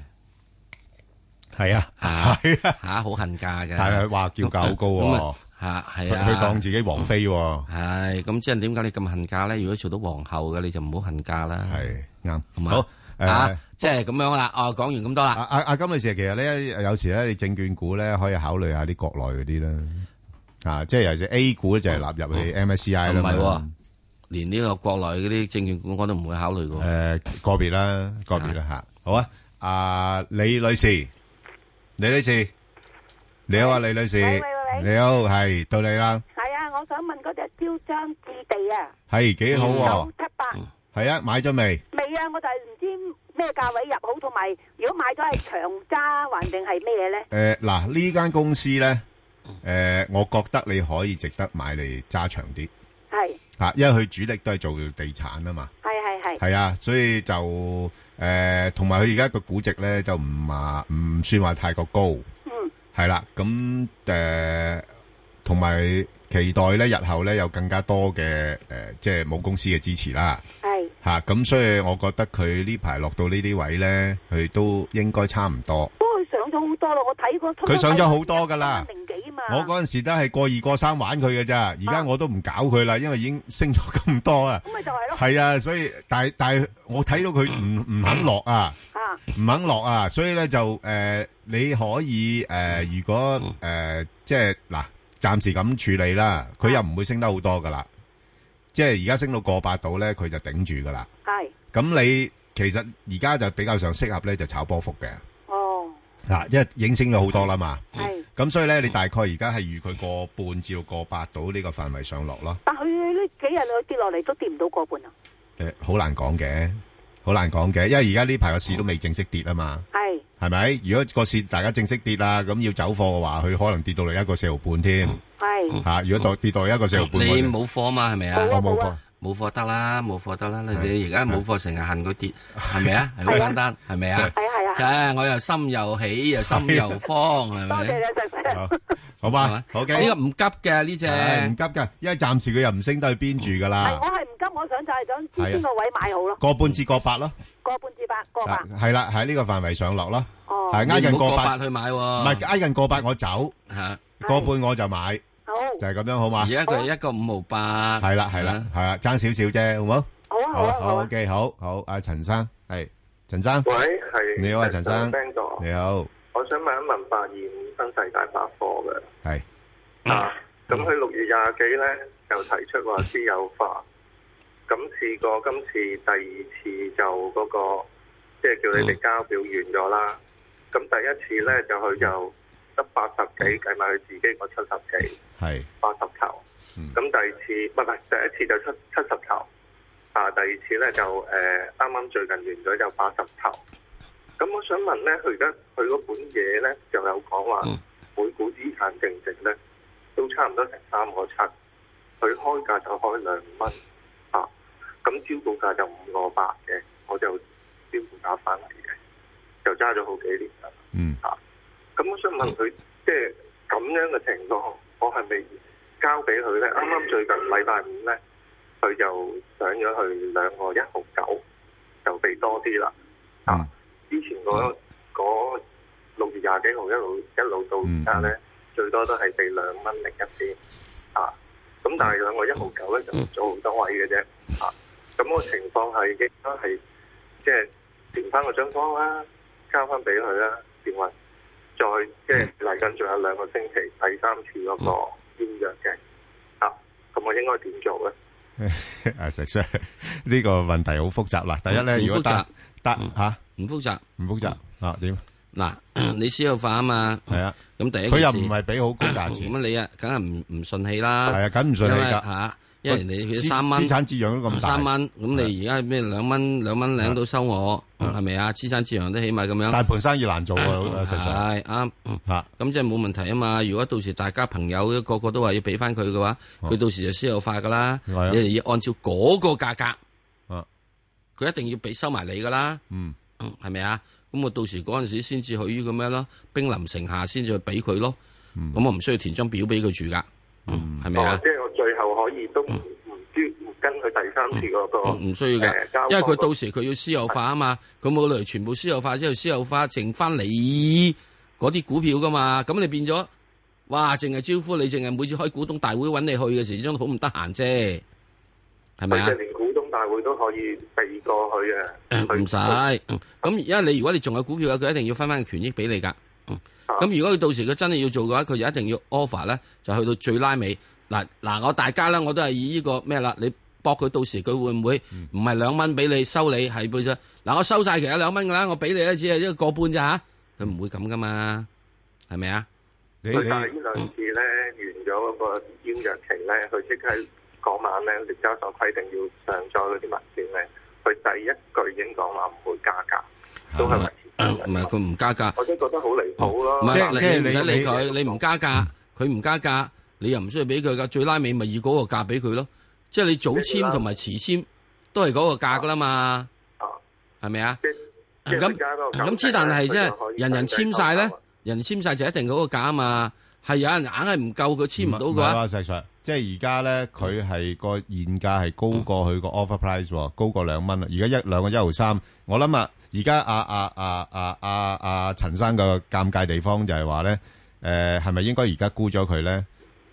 [SPEAKER 3] 係啊，
[SPEAKER 8] 啊嚇好恨嫁嘅，
[SPEAKER 3] 但係啊話叫價好高喎
[SPEAKER 8] 咁啊嚇係啊，
[SPEAKER 3] 佢佢當自己王妃喎。
[SPEAKER 8] 係咁，即係點解你咁恨嫁咧？如果做到皇后嘅，你就唔好恨嫁啦。
[SPEAKER 3] 係啱，
[SPEAKER 8] 好嘛？
[SPEAKER 3] 好誒啊
[SPEAKER 8] 啊，即係咁樣啦。哦，講完咁多啦。
[SPEAKER 3] 阿阿金女士，其實咧有時咧，你證券股咧可以考慮下啲國內嗰啲啦，啊，即係尤其是 A 股就係納入去 MSCI 啦
[SPEAKER 8] 唔
[SPEAKER 3] 嘛。
[SPEAKER 8] 係喎，連呢個國內嗰啲證券股我都唔會考慮嘅。
[SPEAKER 3] 誒個別啦，個別啦嚇。好啊，阿李女士，李女士，你好啊，李女士，
[SPEAKER 9] 喂喂喂
[SPEAKER 3] 你好，係到你啦，
[SPEAKER 9] 係啊，我想問嗰只招商置地啊，
[SPEAKER 3] 係幾好
[SPEAKER 9] 九
[SPEAKER 3] 喎，
[SPEAKER 9] 七八
[SPEAKER 3] 係啊，買咗未？
[SPEAKER 9] 未
[SPEAKER 19] à,
[SPEAKER 9] 啊？我就係唔知咩價位入好，同埋如果買咗係長揸，還定係咩嘢咧？
[SPEAKER 3] 誒呃嗱，呢間公司咧，誒，我覺得你可以值得買嚟揸長啲
[SPEAKER 9] 係
[SPEAKER 3] 嚇，因為佢主力都係做地產啊嘛。
[SPEAKER 9] 係係係
[SPEAKER 3] 係啊，所以就誒，呃同埋佢而家個估值咧就唔話唔算話太過高，
[SPEAKER 9] 嗯，
[SPEAKER 3] 係啦，咁誒，同埋期待咧，日後咧有更加多嘅誒、呃即係母公司嘅支持啦，
[SPEAKER 9] 係
[SPEAKER 3] 嚇、咁所以我覺得佢呢排落到呢啲位咧，佢都應該差唔多。
[SPEAKER 9] 不過佢上咗好多咯，我睇過
[SPEAKER 3] 佢上咗好多㗎啦
[SPEAKER 9] 零幾啊嘛。
[SPEAKER 3] 我嗰陣時都係過二過三玩佢嘅咋，而家我都唔搞佢啦，因為已經升咗咁多啊。
[SPEAKER 9] 啊咁咪就係咯。
[SPEAKER 3] 係啊，所以但係但係我睇到佢唔唔肯落啊，唔肯落啊，所以咧就诶、呃你可以诶、呃如果诶、
[SPEAKER 9] 嗯
[SPEAKER 3] 呃即係嗱，暫時咁處理啦，佢
[SPEAKER 9] 啊
[SPEAKER 3] 又唔會升得好多噶啦，即係而家升到過百度咧，佢就頂住噶啦。
[SPEAKER 9] 係
[SPEAKER 3] 咁你其實而家就比較上適合咧，就炒波幅嘅。
[SPEAKER 9] 哦，
[SPEAKER 3] 嗱，啊因為已經升咗好多啦嘛，
[SPEAKER 9] 係。
[SPEAKER 3] 咁所以咧，你大概而家係預佢過半至到過百度呢個範圍上落咯。
[SPEAKER 9] 但佢呢幾
[SPEAKER 19] à,
[SPEAKER 9] 日佢跌落嚟都跌唔到個半啊。
[SPEAKER 3] 诶，好難講嘅，好難講嘅，因為而家呢排個市都未正式跌啊嘛，
[SPEAKER 9] 係
[SPEAKER 3] 係咪？如果個市大家正式跌啦，咁要走貨嘅話，佢可能跌到嚟一個四毫半添。
[SPEAKER 9] 係
[SPEAKER 3] 吓，如果到跌到一個四毫半，
[SPEAKER 8] 你冇貨嘛？係咪啊？
[SPEAKER 3] 我冇貨，
[SPEAKER 8] 冇貨得啦，冇貨得啦。你
[SPEAKER 3] 係
[SPEAKER 8] 哋而家冇貨成日恨 佢跌，係咪啊？係好
[SPEAKER 9] 係啊
[SPEAKER 8] 簡單，係咪啊？
[SPEAKER 9] 係啊
[SPEAKER 8] 即係我又心又喜又心又慌，係
[SPEAKER 9] 多謝
[SPEAKER 8] 咪？
[SPEAKER 9] 你，石 Sir
[SPEAKER 3] 好嘛？好嘅，
[SPEAKER 8] 呢個唔急嘅呢隻
[SPEAKER 3] 唉唔急㗎，因為暫時佢又唔升得去邊住㗎
[SPEAKER 9] 係
[SPEAKER 3] 啦
[SPEAKER 9] 我，係唔急，我想就係想知
[SPEAKER 3] 係啊
[SPEAKER 9] 邊個位買好咯，
[SPEAKER 3] 個半至個八咯，
[SPEAKER 9] 個半至八，個八。
[SPEAKER 3] 係啦，喺呢個範圍上落咯，
[SPEAKER 9] 哦
[SPEAKER 3] 係挨近
[SPEAKER 8] 你唔好
[SPEAKER 3] 個
[SPEAKER 8] 過
[SPEAKER 3] 八
[SPEAKER 8] 百去買喎
[SPEAKER 3] 唔係挨近個八我走，
[SPEAKER 8] 嚇
[SPEAKER 3] 個半我就買，
[SPEAKER 9] 好
[SPEAKER 3] 就係咁樣好嘛？
[SPEAKER 8] 而家佢係一個五毫八，
[SPEAKER 3] 係啦，係啦，係啦，爭少少啫，好冇？
[SPEAKER 9] 好啊
[SPEAKER 3] 好
[SPEAKER 9] 好啊
[SPEAKER 3] 好
[SPEAKER 9] 好啊
[SPEAKER 3] OK，好好，阿陳生係陳生，
[SPEAKER 20] 喂，係
[SPEAKER 3] 你好啊，陳生，
[SPEAKER 20] Ben 哥
[SPEAKER 3] 你好，
[SPEAKER 20] 我想問一問八二五新世界百科嘅，
[SPEAKER 3] 係
[SPEAKER 20] 啊，咁佢六月廿幾咧就提出話私有化，咁試過今次第二次就嗰、個即係叫你哋交表完咗啦，咁第一次咧就佢就得八十幾計埋佢自己個七十幾。
[SPEAKER 3] 嗯係嗯
[SPEAKER 20] 八十頭，咁第二次唔係唔係第一次就七七十頭，啊第二次咧就誒啱啱最近完咗就八十頭。咁我想問咧，佢而家佢嗰本嘢咧就有講話每股資產淨值咧都差唔多成三個七，佢開價就開兩蚊啊，咁招股價就五個八嘅，我就招股價翻嚟嘅，就揸咗好幾年啦。
[SPEAKER 3] 嗯
[SPEAKER 20] 啊，咁我想問佢即係咁樣嘅情況，我係咪？交俾佢咧，啱啱最近禮拜五咧，佢就上咗去兩個一毫九，就俾多啲啦。
[SPEAKER 8] 嗯
[SPEAKER 20] 啊，之前嗰嗰六月廿幾號一路一路到而家咧，最多都係俾兩蚊零一啲啊。咁
[SPEAKER 8] 嗯
[SPEAKER 20] 但係兩個一毫九咧就唔咗好多位嘅啫啊。咁、個情況係應該係即係填翻個張方啦，交翻俾佢啦，電運再即
[SPEAKER 8] 嗯
[SPEAKER 20] 係嚟緊仲有兩個星期第三次嗰個簽約嘅啊。咁我應該點做咧？
[SPEAKER 3] 啊，石 Sir，呢個問題好複雜啦。第一咧，
[SPEAKER 8] 唔
[SPEAKER 3] 如果
[SPEAKER 8] 複雜
[SPEAKER 3] 得得吓，
[SPEAKER 8] 唔複雜，
[SPEAKER 3] 唔複雜啊？點？
[SPEAKER 8] 嗱，你私有化啊嘛，
[SPEAKER 3] 係啊，
[SPEAKER 8] 咁第一
[SPEAKER 3] 佢
[SPEAKER 8] 件
[SPEAKER 3] 又
[SPEAKER 8] 事
[SPEAKER 3] 唔係俾好高價錢
[SPEAKER 8] 咁你啊，梗係唔唔順氣啦，
[SPEAKER 3] 係啊梗唔順氣㗎
[SPEAKER 8] 吓，因為你
[SPEAKER 3] 個資
[SPEAKER 8] 佢三蚊
[SPEAKER 3] 資產折讓都咁大
[SPEAKER 8] 三蚊，咁你而家咩兩蚊兩蚊領到收我，係咪啊？資產折讓都起碼咁樣，
[SPEAKER 3] 嗯大盤生意難做啊
[SPEAKER 8] 嗯
[SPEAKER 3] 實在
[SPEAKER 8] 係啱，嗯咁即係冇問題啊嘛。如果到時大家朋友個個都話要俾翻佢嘅話，佢到時就私有化噶啦，你
[SPEAKER 3] 係啊
[SPEAKER 8] 哋要按照嗰個價格。
[SPEAKER 3] 啊
[SPEAKER 8] 佢一定要俾收埋你噶啦，
[SPEAKER 3] 嗯，
[SPEAKER 8] 系咪啊？咁我到時嗰阵时先至去呢個咩咯，兵臨城下先至去俾佢咯。
[SPEAKER 3] 嗯
[SPEAKER 8] 咁我唔需要填張表俾佢住噶，係咪
[SPEAKER 20] 哦
[SPEAKER 8] 啊？嗯
[SPEAKER 20] 即係我最後可以都唔唔知唔跟佢第三次嗰個
[SPEAKER 8] 唔需要噶
[SPEAKER 20] 哦誒交，
[SPEAKER 8] 因為佢
[SPEAKER 20] 貨
[SPEAKER 8] 到時佢要私有化啊嘛，佢冇理由全部私有化之後私有化剩翻你嗰啲股票噶嘛，咁你變咗，哇！淨係招呼你，淨係每次開股東大會揾你去嘅時，張好唔得閒啫，係咪啊？
[SPEAKER 20] 佢哋連股東大會都可以避過去啊！
[SPEAKER 8] 唔使。嗯咁因為你如果你仲有股票嘅，佢一定要分翻個權益俾你噶。嗯
[SPEAKER 20] 啊
[SPEAKER 8] 咁如果佢到時佢真係要做嘅話，佢就一定要 offer 咧，就去到最拉尾。嗱嗱，我大家咧，我都係以呢個咩啦，你搏佢到時佢會唔會唔係兩蚊俾你收你係本身？嗱，我收晒其他兩蚊噶啦，我俾你咧只係一個半咋吓，佢唔會咁噶嘛，係咪啊？
[SPEAKER 20] 佢但係呢兩次咧完咗嗰個簽約期咧，佢即刻嗰晚咧，聯交所規定要上載嗰啲文件咧，佢第一句已經講話唔會加價，都係
[SPEAKER 8] 嗯唔係佢啊唔加價。
[SPEAKER 20] 我真係覺得好離譜咯。
[SPEAKER 8] 哦唔係，即你唔使理佢，你唔加價，佢唔加價，你又唔需要俾佢噶，最拉尾咪以嗰個價俾佢咯。即係你早簽同埋遲簽都係嗰個價噶啦嘛，係咪啊？咁啊咁之但係即係人人簽晒咧，人簽晒就一定嗰個價啊嘛。係有人硬係唔夠佢簽唔到嘅
[SPEAKER 3] 唔係
[SPEAKER 8] 話
[SPEAKER 3] 啊，，石 Sir，即係而家咧，佢係個現價係高過佢個 offer price 喎，高過兩蚊啦。而家一兩個一毫三，我諗啊，而家啊啊啊啊啊啊陳生個尷尬地方就係話咧，誒係咪應該而家沽咗佢咧？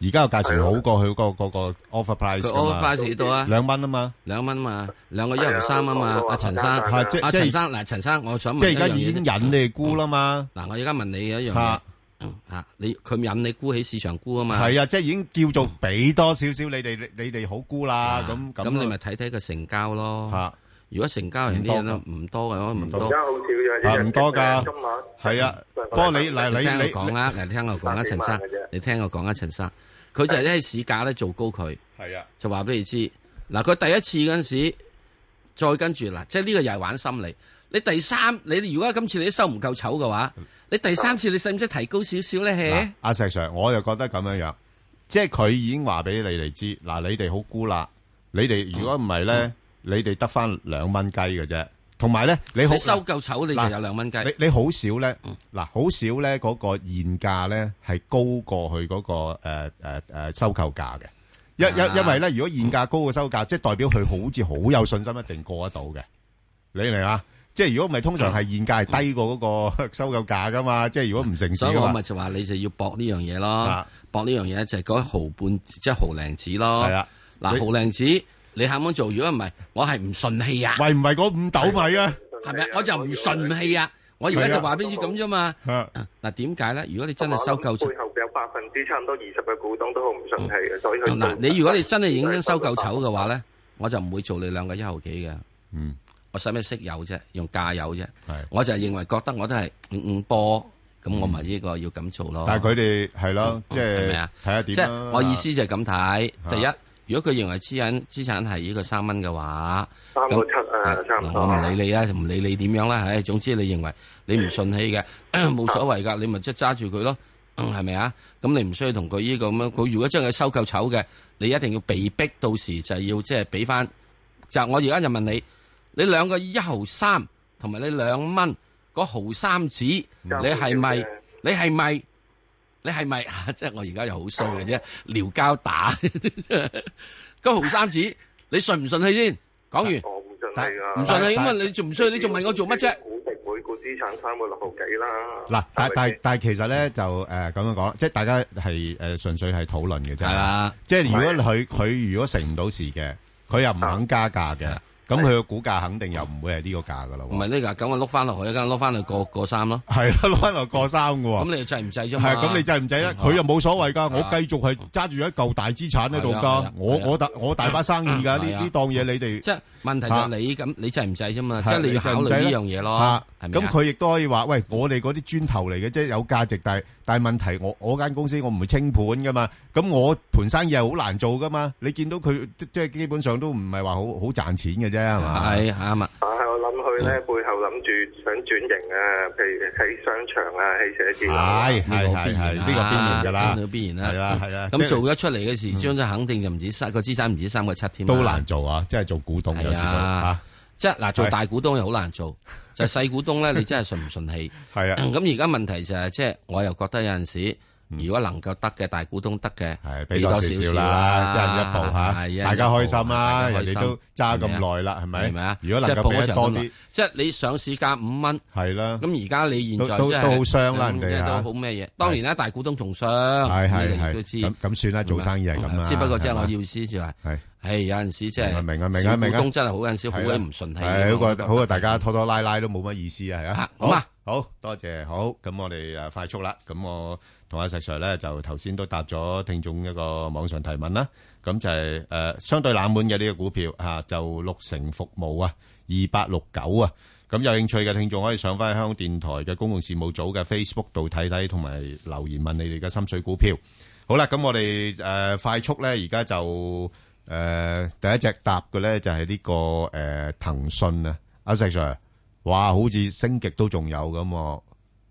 [SPEAKER 3] 而家個價錢好過佢個嗰個 offer
[SPEAKER 8] 佢
[SPEAKER 3] price 㗎嘛
[SPEAKER 8] offer price 幾多啊
[SPEAKER 3] 兩蚊啊嘛，
[SPEAKER 8] 兩蚊嘛，兩個一毫三啊嘛，阿陳生，
[SPEAKER 3] 係即
[SPEAKER 8] 阿
[SPEAKER 3] 即
[SPEAKER 8] 陳生嗱，陳生，我想問
[SPEAKER 3] 即係而家
[SPEAKER 8] 一樣嘢
[SPEAKER 3] 已經
[SPEAKER 8] 啫
[SPEAKER 3] 引你哋沽啦嘛。
[SPEAKER 8] 嗱，我而家問你一樣嘢嗯
[SPEAKER 3] 嚇，
[SPEAKER 8] 嚇你佢引你沽起市場沽啊嘛，
[SPEAKER 3] 係啊，即係已經叫做俾多少少你哋，你哋好沽啦。咁
[SPEAKER 8] 啊
[SPEAKER 3] 啊
[SPEAKER 8] 咁你咪睇睇個成交咯。如果成交人啲嘢都唔多嘅話，唔多。
[SPEAKER 20] 而家好少嘅，
[SPEAKER 8] 啊唔多㗎
[SPEAKER 20] 今晚
[SPEAKER 8] 係啊
[SPEAKER 20] 不
[SPEAKER 8] 過
[SPEAKER 3] 你嗱你
[SPEAKER 8] 聽我
[SPEAKER 3] 你
[SPEAKER 8] 講啦，嗱，你聽我講啦，
[SPEAKER 20] 百幾
[SPEAKER 8] 陳
[SPEAKER 20] 萬
[SPEAKER 8] 生
[SPEAKER 20] 嘅啫，
[SPEAKER 8] 你聽我講啦，陳生，佢就係喺市價咧做高佢，
[SPEAKER 3] 係啊，
[SPEAKER 8] 就話俾你知。嗱，佢第一次嗰陣時，再跟住嗱，即係呢個又係玩心理。你第三，你如果今次你都收唔夠籌嘅話，你第三次你使唔使提高少少咧？嘿
[SPEAKER 3] 阿石 Sir，我又覺得咁樣樣，即係佢已經話俾你哋知，嗱，你哋好沽啦，你哋如果唔係咧，你哋得翻兩蚊雞嘅啫。同埋咧，你好
[SPEAKER 8] 你收夠籌你
[SPEAKER 3] 嗱
[SPEAKER 8] 就有兩蚊雞嗯
[SPEAKER 3] 你你好少咧，嗱，好少咧嗰個現價咧係高過佢嗰個誒誒誒收購價嘅。因
[SPEAKER 8] 啊
[SPEAKER 3] 因因為咧，如果現價高過收價，即係代表佢好似好有信心一定過得到嘅。你明嘛？即係如果唔係，通
[SPEAKER 8] 啊
[SPEAKER 3] 常係現價係低過嗰個 收購價噶嘛。即係如果唔成事
[SPEAKER 8] 所以
[SPEAKER 3] 嘅
[SPEAKER 8] 我
[SPEAKER 3] 話
[SPEAKER 8] 咪就話你就要搏呢樣嘢咯
[SPEAKER 3] 啊，
[SPEAKER 8] 搏呢樣嘢就係嗰毫半，即係毫零子咯。
[SPEAKER 3] 係啦
[SPEAKER 8] 嗱
[SPEAKER 3] 你
[SPEAKER 8] 毫零子你肯唔肯做？如果唔係，我係唔順氣啊。
[SPEAKER 3] 喂，唔係嗰五斗米啊，
[SPEAKER 8] 係咪？我就唔順氣啊！我而家就話俾你知咁啫嘛。
[SPEAKER 3] 啊
[SPEAKER 8] 嗱，點解咧？如果你真
[SPEAKER 20] 啊
[SPEAKER 8] 係收購籌
[SPEAKER 20] 背後有百分之差唔多二十嘅股東都好唔順氣嘅，所以佢
[SPEAKER 8] 嗱，你如果你真係認真收購籌嘅話咧，我就唔會做你兩個一毫幾嘅。
[SPEAKER 3] 嗯，
[SPEAKER 8] 我使咩識有啫？用價有啫。我就係認為覺得我都係五五波，咁我咪呢個要咁做咯。
[SPEAKER 3] 但係佢哋係咯，即係
[SPEAKER 8] 係咪啊
[SPEAKER 3] 睇下
[SPEAKER 8] 即
[SPEAKER 3] 點啦啊
[SPEAKER 8] 係我意思就係咁睇。第一，如果佢認為資產資產係呢個三蚊嘅話，
[SPEAKER 20] 三個
[SPEAKER 8] 咁
[SPEAKER 20] 七啊，差唔
[SPEAKER 8] 嗱
[SPEAKER 20] 多
[SPEAKER 8] 我唔
[SPEAKER 20] 啊。
[SPEAKER 8] 理你啊，唔理你點樣啦，唉，總之你認為你唔順氣嘅， 冇所謂噶，你咪即係揸住佢咯，嗯係咪啊？咁你唔需要同佢呢個咁樣，佢如果真係收購丑嘅，你一定要被逼到時就係要即係俾翻。就我而家就問你，你兩個一毫三同埋你兩蚊嗰毫三子，你係咪？你係咪？你係咪？ 即係我而家又好衰嘅啫，撩交打 嗰毫三子，你信唔信氣先？講完。
[SPEAKER 20] 唔順氣㗎
[SPEAKER 8] 唔信啊，因為你仲唔需要，你仲問我做乜啫？
[SPEAKER 20] 股值會每股資產三個六毫幾啦。
[SPEAKER 3] 嗱，但但但其實咧就誒咁樣講，即係大家係誒純粹係討論嘅啫。
[SPEAKER 8] 係啦
[SPEAKER 3] 即係如果佢佢如果成唔到事嘅，佢又唔肯加價嘅，咁佢嘅股價肯定又唔會係呢個價噶啦喎。
[SPEAKER 8] 唔係呢個，咁我碌翻落去，咁碌翻去過過三咯。
[SPEAKER 3] 係啦，攞翻落過三嘅喎。
[SPEAKER 8] 咁你制唔制啫嘛？
[SPEAKER 3] 係咁你制唔制咧？佢又冇所謂㗎，我繼續係揸住一嚿大資產喺度
[SPEAKER 8] 係啊係
[SPEAKER 3] 㗎
[SPEAKER 8] 啊，
[SPEAKER 3] 我
[SPEAKER 8] 係啊
[SPEAKER 3] 我大我大把生意㗎，呢
[SPEAKER 8] 係啊
[SPEAKER 3] 呢檔嘢你哋
[SPEAKER 8] 即係問題就
[SPEAKER 3] 啊
[SPEAKER 8] 係你咁，你制唔制啫嘛？即
[SPEAKER 3] 係
[SPEAKER 8] 係你要
[SPEAKER 3] 制唔
[SPEAKER 8] 考慮
[SPEAKER 3] 制
[SPEAKER 8] 呢
[SPEAKER 3] 咧
[SPEAKER 8] 樣嘢咯
[SPEAKER 3] 嚇。
[SPEAKER 8] 係咪
[SPEAKER 3] 咁
[SPEAKER 8] 啊
[SPEAKER 3] 佢亦都可以話：，喂，我哋嗰啲磚頭嚟嘅，即係有價值，但係但係問題，我我間公司我唔會清盤噶嘛，咁我盤生意係好難做噶嘛。你見到佢即即係基本上都唔係話好好賺錢嘅啫，係嘛？
[SPEAKER 8] 係啱啊。
[SPEAKER 20] 但係我諗佢咧背後諗住想轉型啊，譬如喺商場啊，喺寫字樓啊。
[SPEAKER 3] 係係係係，呢個必然㗎啦，
[SPEAKER 8] 呢個必然啦，
[SPEAKER 3] 係啦係啦。即
[SPEAKER 8] 咁
[SPEAKER 3] 係
[SPEAKER 8] 做咗出嚟嘅時，將就肯定就唔止三個資產唔止三個七添啦。
[SPEAKER 3] 都難做啊，即係做股東有時
[SPEAKER 8] 係
[SPEAKER 3] 都嚇
[SPEAKER 8] 啊。，即係嗱，做
[SPEAKER 3] 係
[SPEAKER 8] 大股東又好 難做，就係細股東咧，你真係順唔順氣？
[SPEAKER 3] 係啊。
[SPEAKER 8] 咁而家問題就係，即係我又覺得有陣時，如果能夠得嘅大股東得嘅，
[SPEAKER 3] 係俾多少少啦，一人一步嚇
[SPEAKER 8] 係
[SPEAKER 3] 大家開心啦
[SPEAKER 8] 大家開
[SPEAKER 3] 人
[SPEAKER 8] 心
[SPEAKER 3] 哋都揸咁耐啦係咪
[SPEAKER 8] 係咪啊？
[SPEAKER 3] 如果能夠
[SPEAKER 8] 即係報咗
[SPEAKER 3] 俾得多啲
[SPEAKER 8] 上咁耐，即係你上市價五蚊，
[SPEAKER 3] 係啦。
[SPEAKER 8] 咁而家你現在
[SPEAKER 3] 都都
[SPEAKER 8] 即係
[SPEAKER 3] 都好傷啦
[SPEAKER 8] 咁
[SPEAKER 3] 人哋
[SPEAKER 8] 即係
[SPEAKER 3] 嚇
[SPEAKER 8] 都好咩嘢？當然啦，大股東仲傷，係
[SPEAKER 3] 係係
[SPEAKER 8] 都知。啊
[SPEAKER 3] 咁咁算啦，做生意係咁啦。
[SPEAKER 8] 只不過即係我
[SPEAKER 3] 係嘛
[SPEAKER 8] 要思就係，
[SPEAKER 3] 係
[SPEAKER 8] 係有陣時即係
[SPEAKER 3] 明啊，明啊，明啊，明啊。
[SPEAKER 8] 小股東真係好有陣時好鬼唔順氣嘅。
[SPEAKER 3] 係啊，好
[SPEAKER 8] 我覺得
[SPEAKER 3] 過好過大家拖拖拉拉都冇乜意思啊，係啊。
[SPEAKER 8] 好啊，
[SPEAKER 3] 好多謝，好咁我哋誒快速啦。咁我同阿石 Sir 咧就頭先都答咗聽眾一個網上提問啦。咁就係誒相對冷門嘅呢個股票嚇，就六成服務啊，二八六九啊。咁有興趣嘅聽眾可以上翻香港電台嘅公共事務組嘅 Facebook 度睇睇，同埋留言問你哋嘅心水股票。好啦，咁我哋誒、呃快速咧，而家就誒、呃第一隻答嘅咧就係呢、個誒、呃、騰訊啊，阿石 Sir，哇，好似升極都仲有咁喎，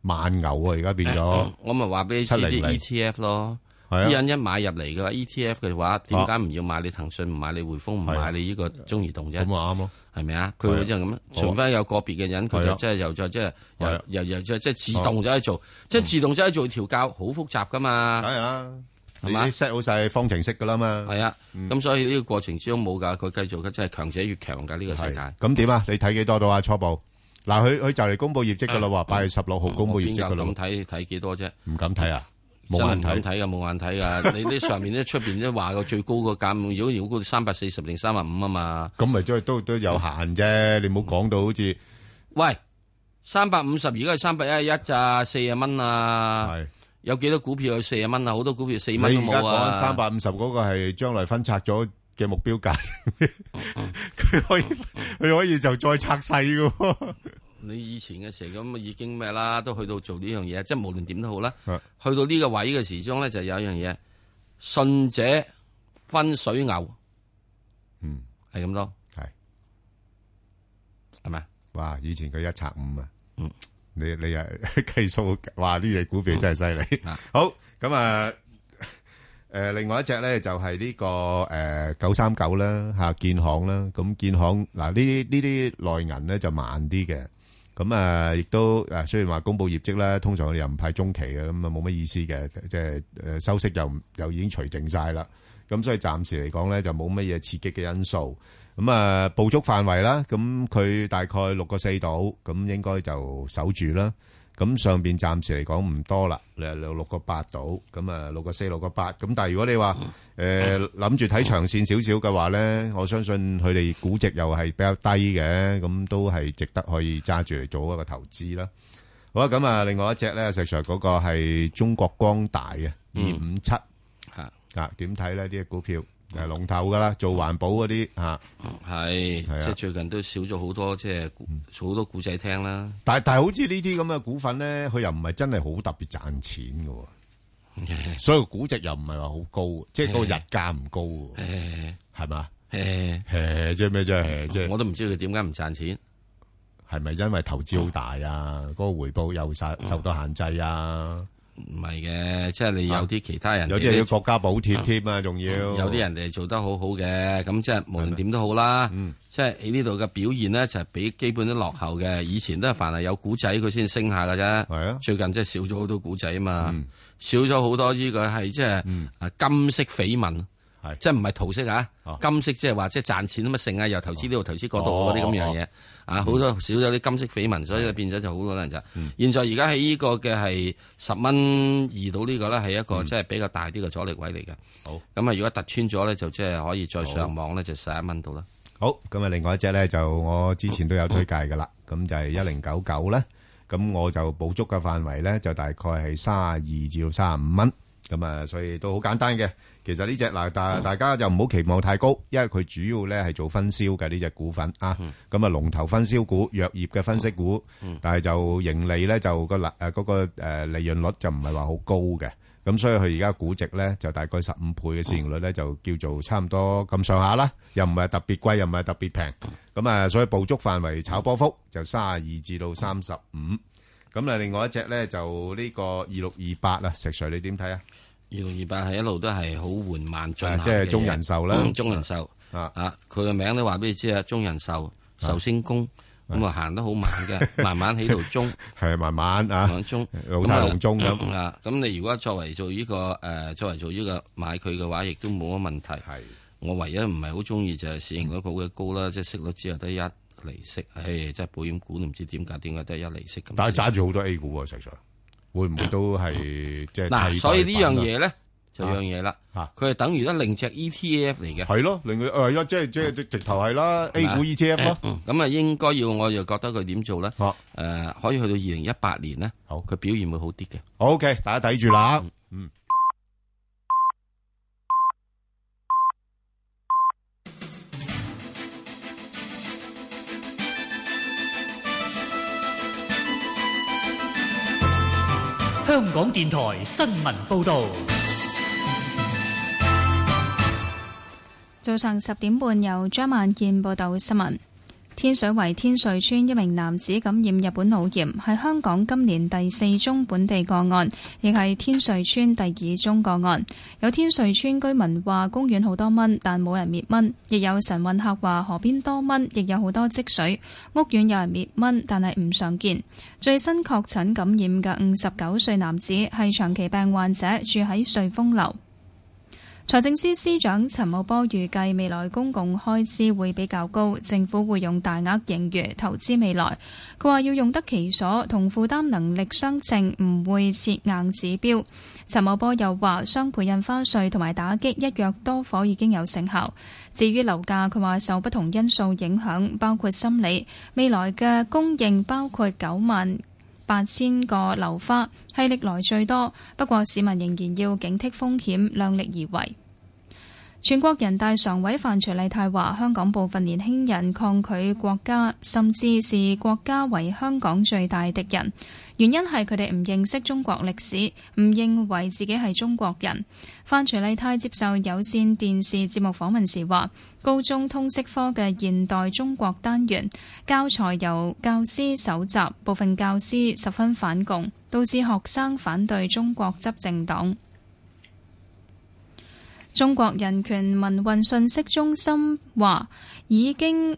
[SPEAKER 3] 慢牛啊，而家變咗
[SPEAKER 8] 誒我咪話俾你知啲
[SPEAKER 3] 700
[SPEAKER 8] ETF 咯。
[SPEAKER 3] 係啊
[SPEAKER 8] 啲人一買入嚟嘅話，ETF 嘅話，點解唔要買你騰訊，唔買你匯豐，唔買你呢個中移動啫？
[SPEAKER 3] 啊咁啊啱咯，
[SPEAKER 8] 係咪啊？佢會即係咁啊，
[SPEAKER 3] 好啊
[SPEAKER 8] 除非有個別嘅人，佢
[SPEAKER 3] 係
[SPEAKER 8] 就
[SPEAKER 3] 啊
[SPEAKER 8] 即係又再即係
[SPEAKER 3] 係
[SPEAKER 8] 又
[SPEAKER 3] 啊嗯
[SPEAKER 8] 又又再即係自動走去做，即係自動走去做調教，好複雜噶嘛。
[SPEAKER 3] 梗係啦，嗯
[SPEAKER 8] 係嘛
[SPEAKER 3] 你 set 好晒方程式噶啦嘛，
[SPEAKER 8] 係啊，咁所以呢個過程之中冇㗎，佢繼續嘅即係強者越強㗎呢個世界。
[SPEAKER 3] 咁點啊？你睇幾多到啊？初步嗱，佢佢就嚟公布業績噶啦喎，八月十六號公布業
[SPEAKER 8] 邊
[SPEAKER 3] 績
[SPEAKER 8] 有
[SPEAKER 3] 噶啦
[SPEAKER 8] 咁
[SPEAKER 3] 喎，
[SPEAKER 8] 睇睇幾多啫？
[SPEAKER 3] 唔敢睇啊，冇
[SPEAKER 8] 真係唔敢
[SPEAKER 3] 眼睇，
[SPEAKER 8] 睇噶，啊冇眼睇 噶。你呢上面咧出邊都話個最高個價，如果如果三百四十定三百五啊嘛。
[SPEAKER 3] 咁咪即係都都有限啫，你唔好講到好似。
[SPEAKER 8] 喂，三百五十而家係三百一一咋，四啊蚊啊。有幾多股票有四啊蚊啊？好多股票四蚊都
[SPEAKER 3] 你而
[SPEAKER 8] 冇
[SPEAKER 3] 家
[SPEAKER 8] 啊。
[SPEAKER 3] 講三百五十嗰個係將來分拆咗嘅目標價， 佢可以佢可以就再拆細嘅喎。
[SPEAKER 8] 你以前嘅時候咁已經咩啦，都去到做呢樣嘢，即係無論點都好啦。
[SPEAKER 3] 啊
[SPEAKER 8] 去到呢個位嘅時鐘咧，就有一樣嘢，信者分水牛，
[SPEAKER 3] 嗯，
[SPEAKER 8] 係咁多，
[SPEAKER 3] 係
[SPEAKER 8] 係咪？
[SPEAKER 3] 哇！以前佢一拆五啊，嗯，你你又 計數，哇！呢隻股票真係犀利。好咁啊，誒，另外一隻咧就係呢個誒九三九啦，嚇建行啦。咁建行嗱呢啲呢啲內銀咧就慢啲嘅。咁啊，亦都啊，雖然話公布業績啦，通常我哋又唔派中期嘅，咁啊冇乜意思嘅，即係誒收息又唔又已經除淨晒啦。咁所以暫時嚟講咧，就冇乜嘢刺激嘅因素。咁啊，捕捉範圍啦，咁佢大概六個四度，咁應該就守住啦。咁上邊暫時嚟講唔多啦，誒六六個八度，咁啊六個四六個八。咁但係如果你話誒諗住睇長線少少嘅話咧，我相信佢哋估值又係比較低嘅，咁都係值得可以揸住嚟做一個投資啦。好啊，咁啊，另外一隻咧，石 Sir 嗰個係中國光大嘅二五七，
[SPEAKER 8] 嚇
[SPEAKER 3] 啊點睇咧？呢只股票誒龍頭噶啦，做環保嗰啲嚇，
[SPEAKER 8] 嗯係
[SPEAKER 3] 係啊嗯
[SPEAKER 8] 即係最近都少咗好多即係古好多古仔聽啦。
[SPEAKER 3] 但但係好似呢啲咁嘅股份咧，佢又唔係真係好特別賺錢嘅 喎。所以估值又唔係話好高，即係個日價唔高
[SPEAKER 8] 喎，
[SPEAKER 3] 係嘛？
[SPEAKER 8] 誒
[SPEAKER 3] 誒，即係咩啫？即係
[SPEAKER 8] 我都唔知佢點解唔賺錢，
[SPEAKER 3] 係咪因為投資好大啊？嗰個回報又受受到限制啊？
[SPEAKER 8] 嗯唔係嘅，即係你有啲其他人
[SPEAKER 3] 有啲係要國家補貼添啊，仲要
[SPEAKER 8] 有啲人哋做得好好嘅，咁即係無論點都好啦，
[SPEAKER 3] 嗯
[SPEAKER 8] 即係喺呢度嘅表現咧就係比基本都落後嘅。以前都係凡係有古仔佢先升下㗎啫，
[SPEAKER 3] 係啊，嗯
[SPEAKER 8] 最近即係少咗好多古仔啊嘛，少咗好多呢個係即係啊金色緋聞，即係唔係桃色啊？
[SPEAKER 3] 哦
[SPEAKER 8] 金色即係話即係賺錢啊嘛，成啊又投資呢度投資嗰度嗰啲咁樣嘢
[SPEAKER 3] 嗯
[SPEAKER 8] 啊，好多少咗啲金色緋聞，所以變咗就好多人就。現在而家喺呢個嘅係十蚊二到呢個咧，係一個即係比較大啲嘅阻力位嚟嘅。
[SPEAKER 3] 嗯好
[SPEAKER 8] 咁啊，如果突穿咗咧，就即係可以再上網咧，就十一蚊到啦。
[SPEAKER 3] 好，咁啊，另外一隻咧就我之前都有推介噶啦，咁就係一零九九咧，咁我就捕捉嘅範圍咧就大概係三十二至到三十五蚊，咁啊，所以都好簡單嘅。其實呢隻嗱，大大家就唔好期望太高，因為佢主要咧係做分銷嘅呢隻股份啊，咁啊龍頭分銷股、藥業嘅分析股，但係就盈利咧就個利誒嗰個誒利潤率就唔係話好高嘅。咁所以佢而家估值咧就大概十五倍嘅市盈率咧就叫做差唔多咁上下啦，又唔係特別貴，又唔係特別平。咁啊，所以捕捉範圍炒波幅就三十二至到三十五。咁啊，另外一隻咧就呢個二六二八啊，石 Sir 你點睇啊？
[SPEAKER 8] 二六二八係一路都係好緩慢進行
[SPEAKER 3] 啊即係
[SPEAKER 8] 嘅
[SPEAKER 3] 中人壽啦
[SPEAKER 8] 嗯中人壽
[SPEAKER 3] 啊，
[SPEAKER 8] 佢嘅名都話俾你知啊，中人壽
[SPEAKER 3] 啊
[SPEAKER 8] 壽星公咁啊行得好慢 嘅，慢慢喺度中。
[SPEAKER 3] 係慢慢啊，
[SPEAKER 8] 中
[SPEAKER 3] 老態龍鐘咁。
[SPEAKER 8] 咁啊，咁你如果作為做呢個誒，作為做呢個買佢嘅話，亦都冇乜問題。
[SPEAKER 3] 係，
[SPEAKER 8] 我唯一唔係好中意就係市盈率好嘅高啦，即係息率只有得一厘息，唉，即係保險股都唔知點解點解得一厘息咁。
[SPEAKER 3] 但係揸住好多 A 股喎，石 Sir，會唔會都係即係
[SPEAKER 8] 嗱，
[SPEAKER 3] 替代
[SPEAKER 8] 所以呢樣
[SPEAKER 3] 品啊
[SPEAKER 8] 嘢咧就樣嘢啦，佢係等於一另隻 ETF 嚟嘅。
[SPEAKER 3] 啊
[SPEAKER 8] 啊
[SPEAKER 3] 係咯，另外誒，即係即係直直頭係啦，A 股 ETF 咯。啊
[SPEAKER 8] 嗯咁啊，應該要我就覺得佢點做咧？
[SPEAKER 3] 誒，
[SPEAKER 8] 可以去到二零一八年咧，佢表現會好啲嘅。
[SPEAKER 3] 好 OK，大家睇住啦。嗯，
[SPEAKER 4] 香港電台新聞報導，
[SPEAKER 11] 早上十點半，由張萬健報道新聞。天水圍天瑞村一名男子感染日本腦炎，係香港今年第四宗本地個案，亦係天瑞村第二宗個案。有天瑞村居民話公園好多蚊，但冇人滅蚊；亦有晨運客話河邊多蚊，亦有好多積水。屋苑有人滅蚊，但係唔常見。最新確診感染嘅五十九歲男子係長期病患者，住喺瑞豐樓。財政司司長陳茂波預計未來公共開支會比較高，政府會用大額盈餘投資未來。佢話要用得其所，同負擔能力相稱，唔會設硬指標。陳茂波又話，雙倍印花稅同埋打擊一約多伙已經有成效。至於樓價，佢話受不同因素影響，包括心理，未來嘅供應包括九萬八千個樓花，係歷來最多。不過市民仍然要警惕風險，量力而為。全國人大常委范徐麗泰話：香港部分年輕人抗拒國家，甚至視國家為香港最大敵人。原因係佢哋唔認識中國歷史，唔認為自己係中國人。范徐麗泰接受有線電視節目訪問時話：高中通識科嘅現代中國單元教材由教師搜集，部分教師十分反共，導致學生反對中國執政黨。中國人權民運信息中心話已經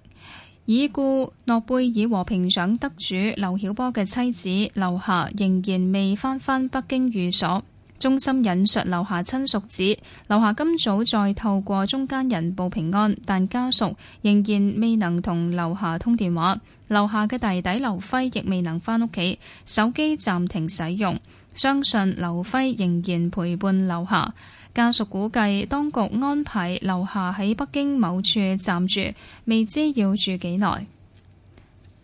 [SPEAKER 11] 已故諾貝爾和平獎得主劉曉波嘅妻子劉霞仍然未返返北京寓所。中心引述劉霞親屬指，劉霞今早再透過中間人報平安，但家屬仍然未能同劉霞通電話。劉霞嘅弟弟劉輝亦未能返屋企，手機暫停使用。相信劉輝仍然陪伴劉霞。家屬估計當局安排劉霞喺北京某處暫住，未知要住幾耐。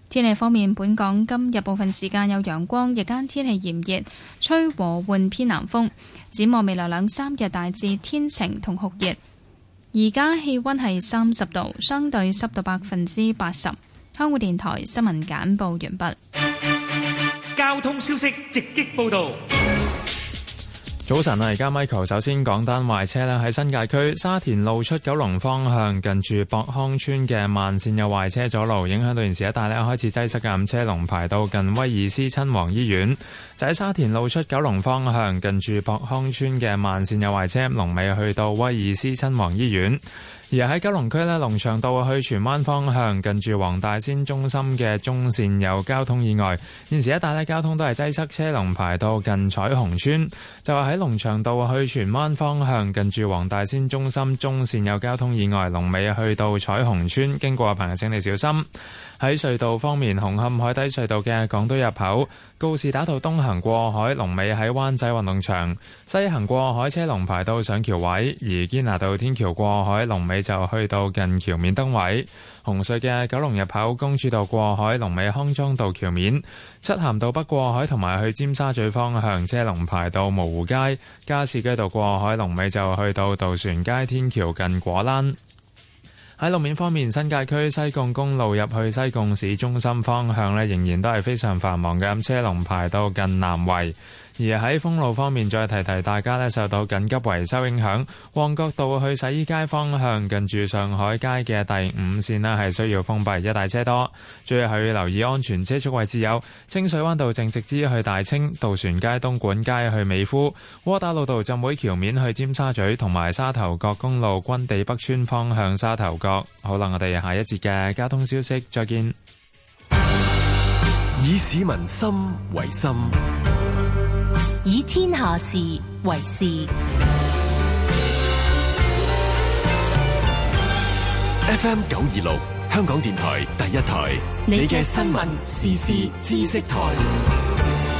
[SPEAKER 11] 天氣方面，本港今日部分時間有陽光，日間天氣炎熱，吹和緩偏南風。展望未來兩三日大致天晴同酷熱。而家氣温係三十度，相對濕度百分之八十。香港電台新聞簡報完畢。
[SPEAKER 4] 交通消息直擊報導。
[SPEAKER 12] 早晨啊！而家 Michael 首先講單壞車呢，喺新界區沙田路出九龍方向近住博康村嘅慢線有壞車阻路，影響到現時一帶呢開始擠塞嘅車龍排到近威爾斯親王醫院。就喺沙田路出九龍方向近住博康村嘅慢線有壞車，龍尾去到威爾斯親王醫院。而喺九龍區呢，龍翔道去荃灣方向，近住黃大仙中心嘅中線有交通意外，現時一帶呢，交通都係擠塞，車龍排到近彩虹村。就係喺龍翔道去荃灣方向，近住黃大仙中心中線有交通意外，龍尾去到彩虹村，經過嘅朋友請你小心。喺隧道方面，紅磡海底隧道嘅港島入口，告士打道東行過海，龍尾喺灣仔運動場；西行過海車龍排到上橋位，而堅拿道天橋過海龍尾就去到近橋面燈位。紅隧嘅九龍入口公主道過海，龍尾康莊道橋面；漆咸道北過海同埋去尖沙咀方向車龍排到蕪湖街；加士居道過海龍尾就去到渡船街天橋近果欄。喺路面方面，新界區西貢公路入去西貢市中心方向呢，仍然都係非常繁忙嘅，咁車龍排到近南圍。而喺封路方面，再提提大家呢，受到緊急維修影響，旺角道去洗衣街方向近住上海街嘅第五線呢，係需要封閉，一大車多。最後要留意安全車速位置有清水灣道正直支去大清、渡船街、東莞街去美孚、窩打老道浸會橋面去尖沙咀，同埋沙頭角公路軍地北村方向沙頭角。好啦，我哋下一節嘅交通消息再見。
[SPEAKER 13] 以市民心為心，
[SPEAKER 14] 以天下事為事。
[SPEAKER 13] FM 九二六，香港電台第一台，你嘅新聞時事知識台。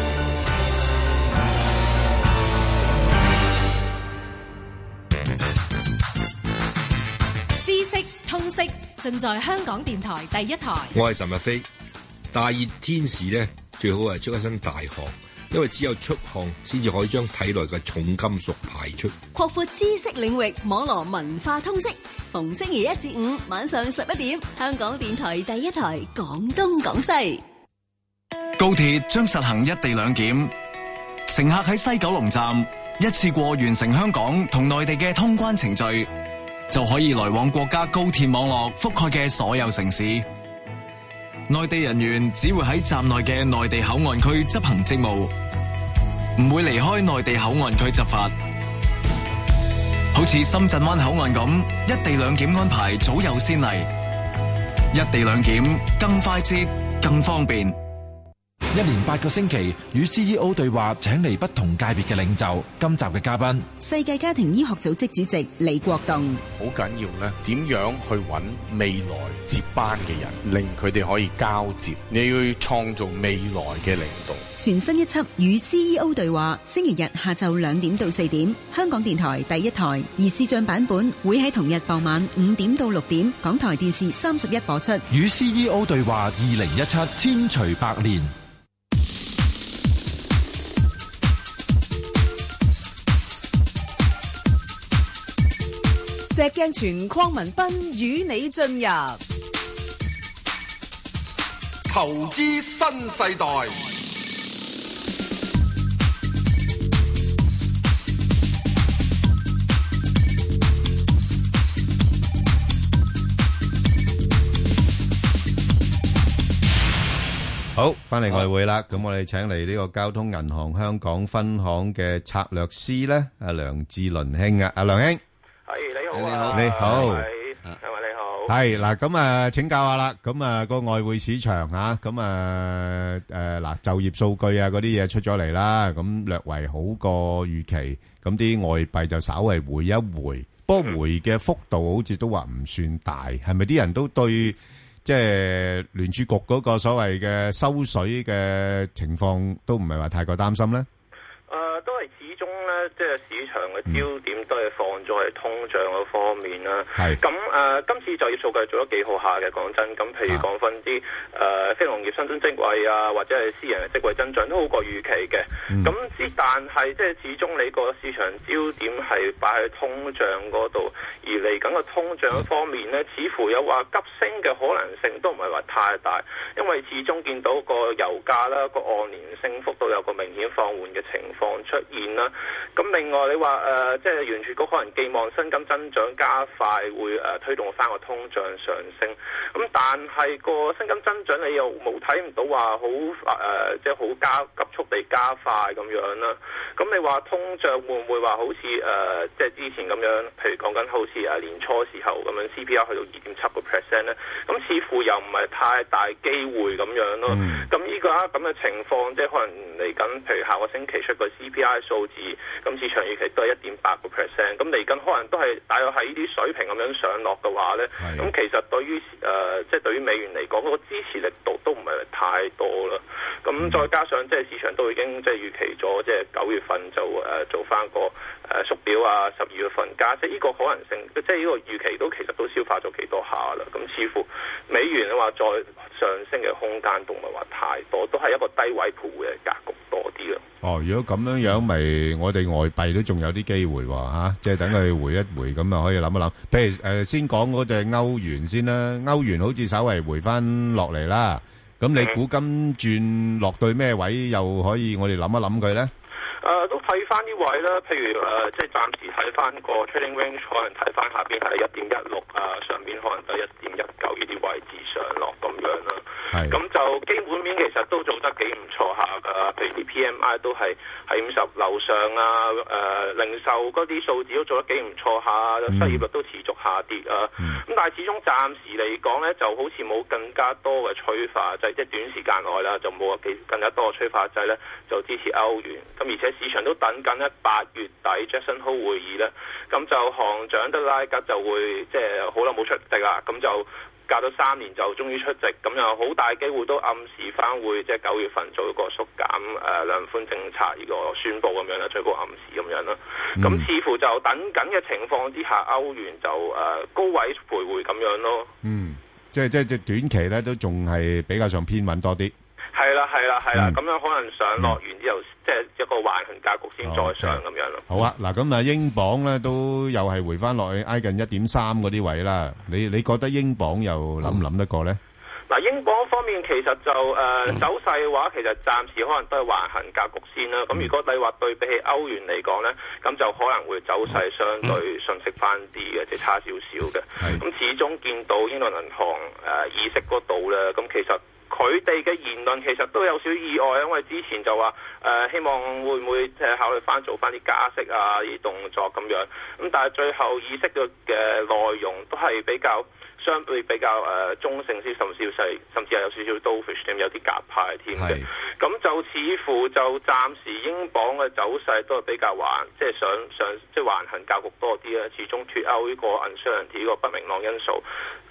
[SPEAKER 15] 知識通識盡在香港電台第一台。
[SPEAKER 28] 我係岑日飛，大熱天時呢，最好係出一身大汗。因為只有出汗，先至可以將體內嘅重金屬排出。
[SPEAKER 17] 擴闊知識領域，網羅文化通識。逢星期一至五晚上十一點，香港電台第一台，廣東廣西。
[SPEAKER 29] 高鐵將實行一地兩檢，乘客喺西九龍站一次過完成香港同內地嘅通關程序，就可以來往國家高鐵網絡覆蓋嘅所有城市。內地人員只會喺站內嘅內地口岸區執行職務，唔會離開內地口岸區執法。好似深圳灣口岸咁，一地兩檢安排早有先例，一地兩檢更快捷、更方便。
[SPEAKER 4] 一連八個星期與 CEO 對話，請嚟不同界別嘅領袖。今集嘅嘉賓，
[SPEAKER 21] 世界家庭醫學組織主席李國棟。
[SPEAKER 25] 好緊要咧，點樣去揾未來接班嘅人，令佢哋可以交接？你要創造未來嘅領導。
[SPEAKER 21] 全新一輯與 CEO 對話，星期日下晝兩點到四點，香港電台第一台；而視像版本會喺同日傍晚五點到六點，港台電視三十一播出。
[SPEAKER 4] 與 CEO 對話二零一七，千錘百煉。
[SPEAKER 6] 石鏡泉鄺民彬與你進入
[SPEAKER 7] 投資新世代。
[SPEAKER 3] 好，翻嚟外匯啦，咁我哋請嚟呢個交通銀行香港分行嘅策略師咧，阿梁志倫兄啊，阿梁兄。
[SPEAKER 30] 係你好啊，
[SPEAKER 3] 你好，
[SPEAKER 30] 係咪你好？
[SPEAKER 3] 係嗱，咁啊，請教下啦，咁啊個外匯市場啊，咁啊誒嗱就業數據啊嗰啲嘢出咗嚟啦，咁略為好過預期，咁啲外幣就稍為回一回，不過回嘅幅度好似都話唔算大，係咪啲人都對即係聯儲局嗰個所謂嘅收水嘅情況都唔係話太過擔心咧？
[SPEAKER 30] 誒，啊都係始終咧，即係市場嘅焦點都係放咗喺通脹嗰方面啦。
[SPEAKER 3] 係
[SPEAKER 30] 咁誒，今次就業數據做得幾好下嘅，講真。咁譬如講翻啲誒非農業新增職位啊，或者係私人嘅職位增長都好過預期嘅。咁之但係即係始終你個市場焦點係擺喺通脹嗰度，而嚟緊個通脹方面咧，似乎有話急升嘅可能性都唔係話太大，因為始終見到個油價啦，個按年升幅都有個明顯放緩嘅情況。出現啦。咁另外你話誒、呃，即係聯儲局可能寄寄望薪金增長加快會誒、呃推動翻個通脹上升。咁但係個薪金增長你又冇睇唔到話好誒，呃即係好加急速地加快咁樣啦。咁你話通脹會唔會話好似誒、呃即係之前咁樣，譬如講緊好似誒年初時候咁樣 CPI 去到二點七個 percent 咧？咁似乎又唔係太大機會咁樣咯。咁呢、個啊咁嘅情況，即係可能嚟緊，譬如下個星期出個 CPI 數字，咁市場預期都係一點八個 percent。咁嚟緊可能都係大約喺呢啲水平咁樣上落嘅話咧，咁其實對於誒、呃即係對於美元嚟講，嗰、個支持力度都唔係太多啦。咁再加上即係市場都已經即係預期咗，即係九月份就誒、呃做翻個誒縮表啊，十二月份加息，呢、個可能性，即係呢個預期都其實都消化咗幾多下啦。咁似乎美元啊嘅話再上升嘅空間都唔係話太多，都係一個低位徘徊嘅格局多啲咯。
[SPEAKER 3] 哦，如果咁樣樣，咪我哋外幣都仲有啲機會喎、啊即係等佢回一回咁啊，可以諗一諗。譬如誒、呃先講嗰只歐元先啦，歐元好似稍微回翻落嚟啦。咁你估金轉落對咩位又可以我哋諗一諗佢咧？
[SPEAKER 30] 誒、啊都睇翻呢位啦，譬如誒、呃即係暫時睇翻個 trading range，可能睇翻下邊係一點一六啊，上邊可能都一點一九呢啲位置上落咁樣啦。咁就基本面其實都做得幾唔錯下㗎，譬如啲 PMI 都係喺五十樓上啊，誒、零售嗰啲數字都做得幾唔錯下，失業率都持續下跌啊。咁、但係始終暫時嚟講咧，就好似冇更加多嘅催化劑，即係短時間內啦，就冇幾更加多嘅催化劑咧，就支持歐元。咁而且市場都等緊咧八月底 Jackson Hole 會議咧，咁就行長德拉吉就會即係呃好耐冇出席啦，咁就。隔咗三年就終於出席，咁又好大機會都暗示翻會即係九月份做一個縮減誒、呃量寬政策呢個宣佈咁樣啦，最高暗示咁樣啦。咁、似乎就等緊嘅情況之下，歐元就誒、呃高位徘徊咁樣咯。
[SPEAKER 3] 嗯，即係即係即係短期咧都仲係比較上偏穩多啲。
[SPEAKER 30] 係啦，係啦，係啦，
[SPEAKER 3] 嗯
[SPEAKER 30] 咁、樣可能上落完之後，即係一個橫行格局先再上咁樣咯。
[SPEAKER 3] 好啊，嗱咁啊，英鎊咧都又係回翻落去挨近一點三嗰啲位啦。你你覺得英鎊又諗唔諗得過咧？
[SPEAKER 30] 嗱，英鎊方面其實就誒、呃走勢嘅話，其實暫時可能都係橫行格局先啦。咁如果你話對比起歐元嚟講呢，咁就可能會走勢相對遜色翻啲嘅，即係差少少嘅。咁始終見到英倫銀行誒、呃、議息嗰度咧，咁其實。佢哋嘅言論其實都有少少意外，因為之前就話誒、呃希望會唔會即係考慮翻做翻啲加息啊啲動作咁樣，咁但係最後議息嘅嘅內容都係比較相對比較誒、呃中性啲，甚至係甚至係有少少 dovish 添，有啲鴿派添嘅。咁就似乎就暫時英鎊嘅走勢都係比較橫，即係上上即係橫行格局多啲啦。始終脱歐呢個 uncertainty 呢個不明朗因素，誒、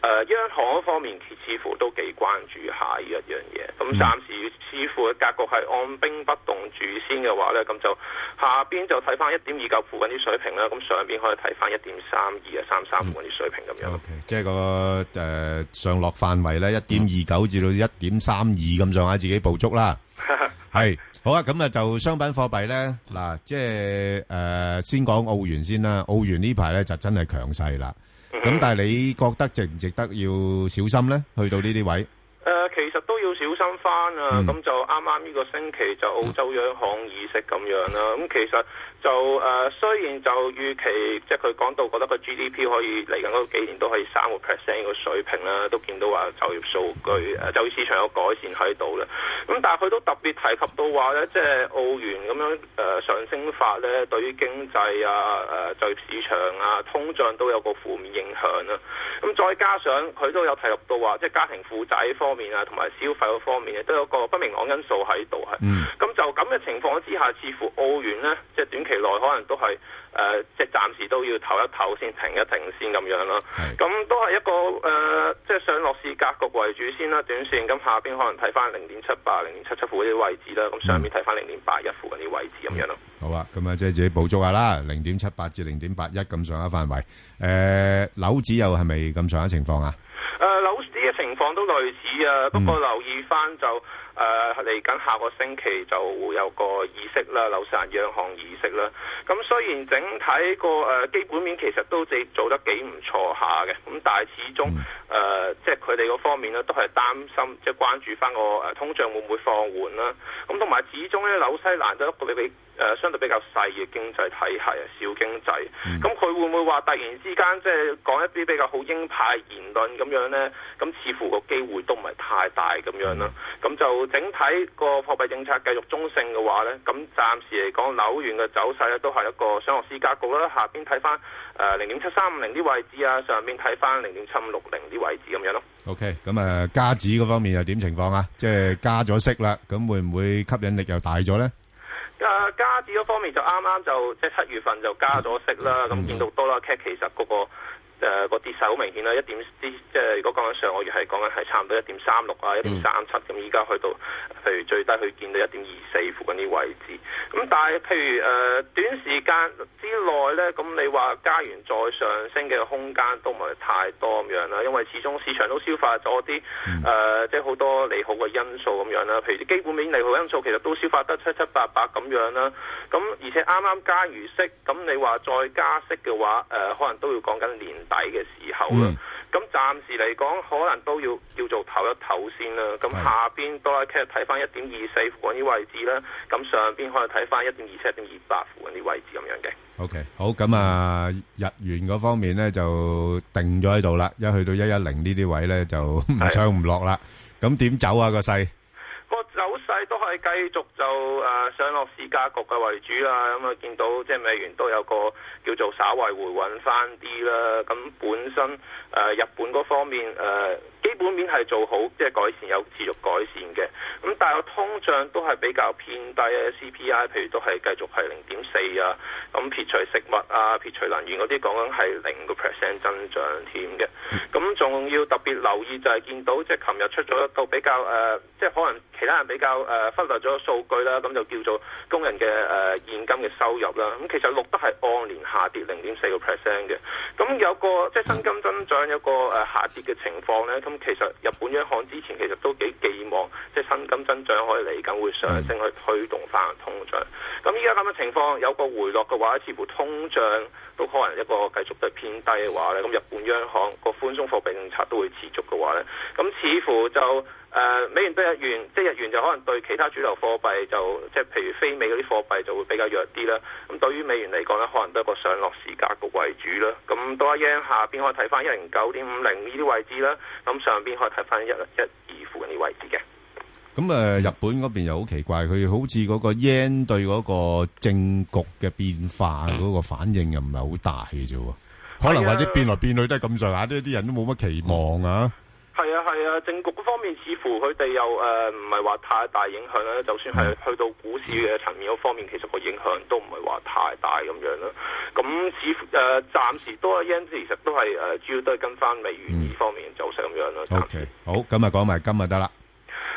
[SPEAKER 30] 呃央行方面似乎都幾關注下呢一樣嘢。咁暫時似乎嘅格局係按兵不動住先嘅話咧，咁就下邊就睇翻一點二九附近啲水平啦，咁上邊可以睇翻一點三二啊、三三附近啲水平咁樣。
[SPEAKER 3] 即係個誒上落範圍咧，一點二九至到一點三二咁上下，自己捕捉啦。系好啊，咁啊就商品貨幣咧，嗱，即係诶、呃先講澳元先啦。澳元呢排咧就真係強勢啦。咁但係你覺得值唔值得要小心咧？去到呢啲位，
[SPEAKER 30] 誒、呃其實都要小心翻啊！咁、就啱啱呢個星期就澳洲央行議息咁樣啦。咁、其實就誒、雖然就預期即係佢講到覺得個 GDP 可以嚟緊嗰幾年都可以三個 percent 個水平啦，都見到話就業數據誒、呃就業市場有改善喺度啦。咁但係佢都特別提及到話咧，即係澳元咁樣誒、呃上升法咧，對於經濟啊、誒、就業市場啊、通脹都有個負面影響啦、咁再加上佢都有提及到話，即係家庭負債方面啊，同埋消費嗰方面咧，都有個不明朗因素喺度係。咁、就咁嘅情況之下，似乎澳元呢，即係短期內可能都係誒、呃即係暫時都要唞一唞先，停一停先咁樣啦。咁都係一個誒、呃即係上落市格局為主先啦，短線咁下邊可能睇翻零點七八、零點七七附近啲位置啦，咁上面睇翻零點八一附近啲位置咁樣咯。
[SPEAKER 3] 好啊，咁啊即係自己捕捉下啦，零點七八至零點八一咁上下範圍。诶、樓指又係咪咁上下情況啊？
[SPEAKER 30] 呃誒樓市嘅情況都類似啊，不過留意翻就誒嚟緊下個星期就會有個議息啦，紐西蘭央行議息啦。咁雖然整體個誒、呃基本面其實都自做得幾唔錯下嘅，咁但係始終誒、呃即係佢哋嗰方面咧都係擔心，即係關注翻個誒通脹會唔會放緩啦。咁同埋始終咧紐西蘭都一個比誒、呃相對比較細嘅經濟體系啊，小經濟。咁佢、會唔會話突然之間即係講一啲比較好鷹派言論咁樣呢？咁似乎個機會都唔係太大咁樣啦。咁、就整體個貨幣政策繼續中性嘅話呢，咁暫時嚟講紐元嘅走勢咧都係一個上落市格局啦。下邊睇翻誒零點七三五零啲位置啊，上邊睇翻零點七五六零啲位置咁樣咯。
[SPEAKER 3] OK，咁啊，加指嗰方面又點情況啊？即係加咗息啦，咁會唔會吸引力又大咗咧？
[SPEAKER 30] 誒啊加指嗰方面就啱啱就即係七月份就加咗息啦，咁見到多啦 cat 其實嗰、個。誒、個跌勢好明顯啦，一點之即係如果講緊上個月係講緊係差唔多一點三六啊，一點三七咁，依家去到譬如最低去見到一點二四附近啲位置。咁但係譬如誒、呃短時間之內咧，咁你話加元再上升嘅空間都唔係太多咁樣啦，因為始終市場都消化咗啲誒即係好多利好嘅因素咁樣啦，譬如啲基本面利好因素其實都消化得七七八八咁樣啦。咁而且啱啱加完息，咁你話再加息嘅話，誒、呃可能都要講緊年底嘅時候啦。咁暫時嚟講，可能都要叫做唞一唞先啦。咁下邊多啦 K 睇翻一點二四附近啲位置啦，咁上邊可能睇翻一點二七、一點二八附近啲位置咁樣嘅。
[SPEAKER 3] OK，好，咁啊，日元嗰方面呢，就定咗喺度啦，一去到110呢啲位呢，就唔上唔落啦。咁點走啊，個勢？
[SPEAKER 30] 個走勢都係繼續就誒、呃上落市格局嘅為主啦，咁、啊見到即係美元都有個叫做稍為回穩翻啲啦，咁、本身誒、呃日本嗰方面誒、呃基本面係做好，即係改善有持續改善嘅，咁但係個通脹都係比較偏低啊嘅 CPI，譬如都係繼續係零點四啊，咁撇除食物啊、撇除能源嗰啲講緊係零個 percent 增長添嘅，咁仲要特別留意就係見到即係琴日出咗一個比較誒、呃即係可能其他人比較誒、呃忽略咗數據啦，咁就叫做工人嘅誒、呃、現金嘅收入啦，咁其實錄得係按年下跌零點四個 percent 嘅，咁有個即係薪金增長有個誒、呃下跌嘅情況咧，咁其實日本央行之前其實都幾寄望即係薪金增長可以嚟緊會上升去推動翻通脹，咁依家咁嘅情況有個回落嘅話，似乎通脹都可能一個繼續都係偏低嘅話咧，咁日本央行個寬鬆貨幣政策都會持續嘅話咧，咁似乎就。誒、美元對日元，即係日元就可能對其他主流貨幣就即係譬如非美嗰啲貨幣就會比較弱啲啦。咁對於美元嚟講咧，可能都係一個上落市格局為主啦。咁多一 yen 下邊可以睇翻一零九點五零呢啲位置啦，咁上邊可以睇翻一一二附近啲位置嘅。
[SPEAKER 3] 咁，呃，日本嗰邊又好奇怪，佢好似嗰個yen對嗰個政局嘅變化嗰個反應又唔係好大嘅啫喎。可能
[SPEAKER 30] 係啊。
[SPEAKER 3] 或者變來變去都係咁上下，啲-啲人都冇乜期望啊。
[SPEAKER 30] 係啊係啊，政局嗰方面似乎佢哋又誒唔係話太大影響啦。就算係去到股市嘅層面嗰方面，其實個影響都唔係話太大咁樣啦。咁似乎誒、呃、暫時多一 yen 其實都係誒、呃主要都係跟翻美元呢方面嘅走勢咁樣啦。
[SPEAKER 3] OK，好，咁啊，講埋金就得啦。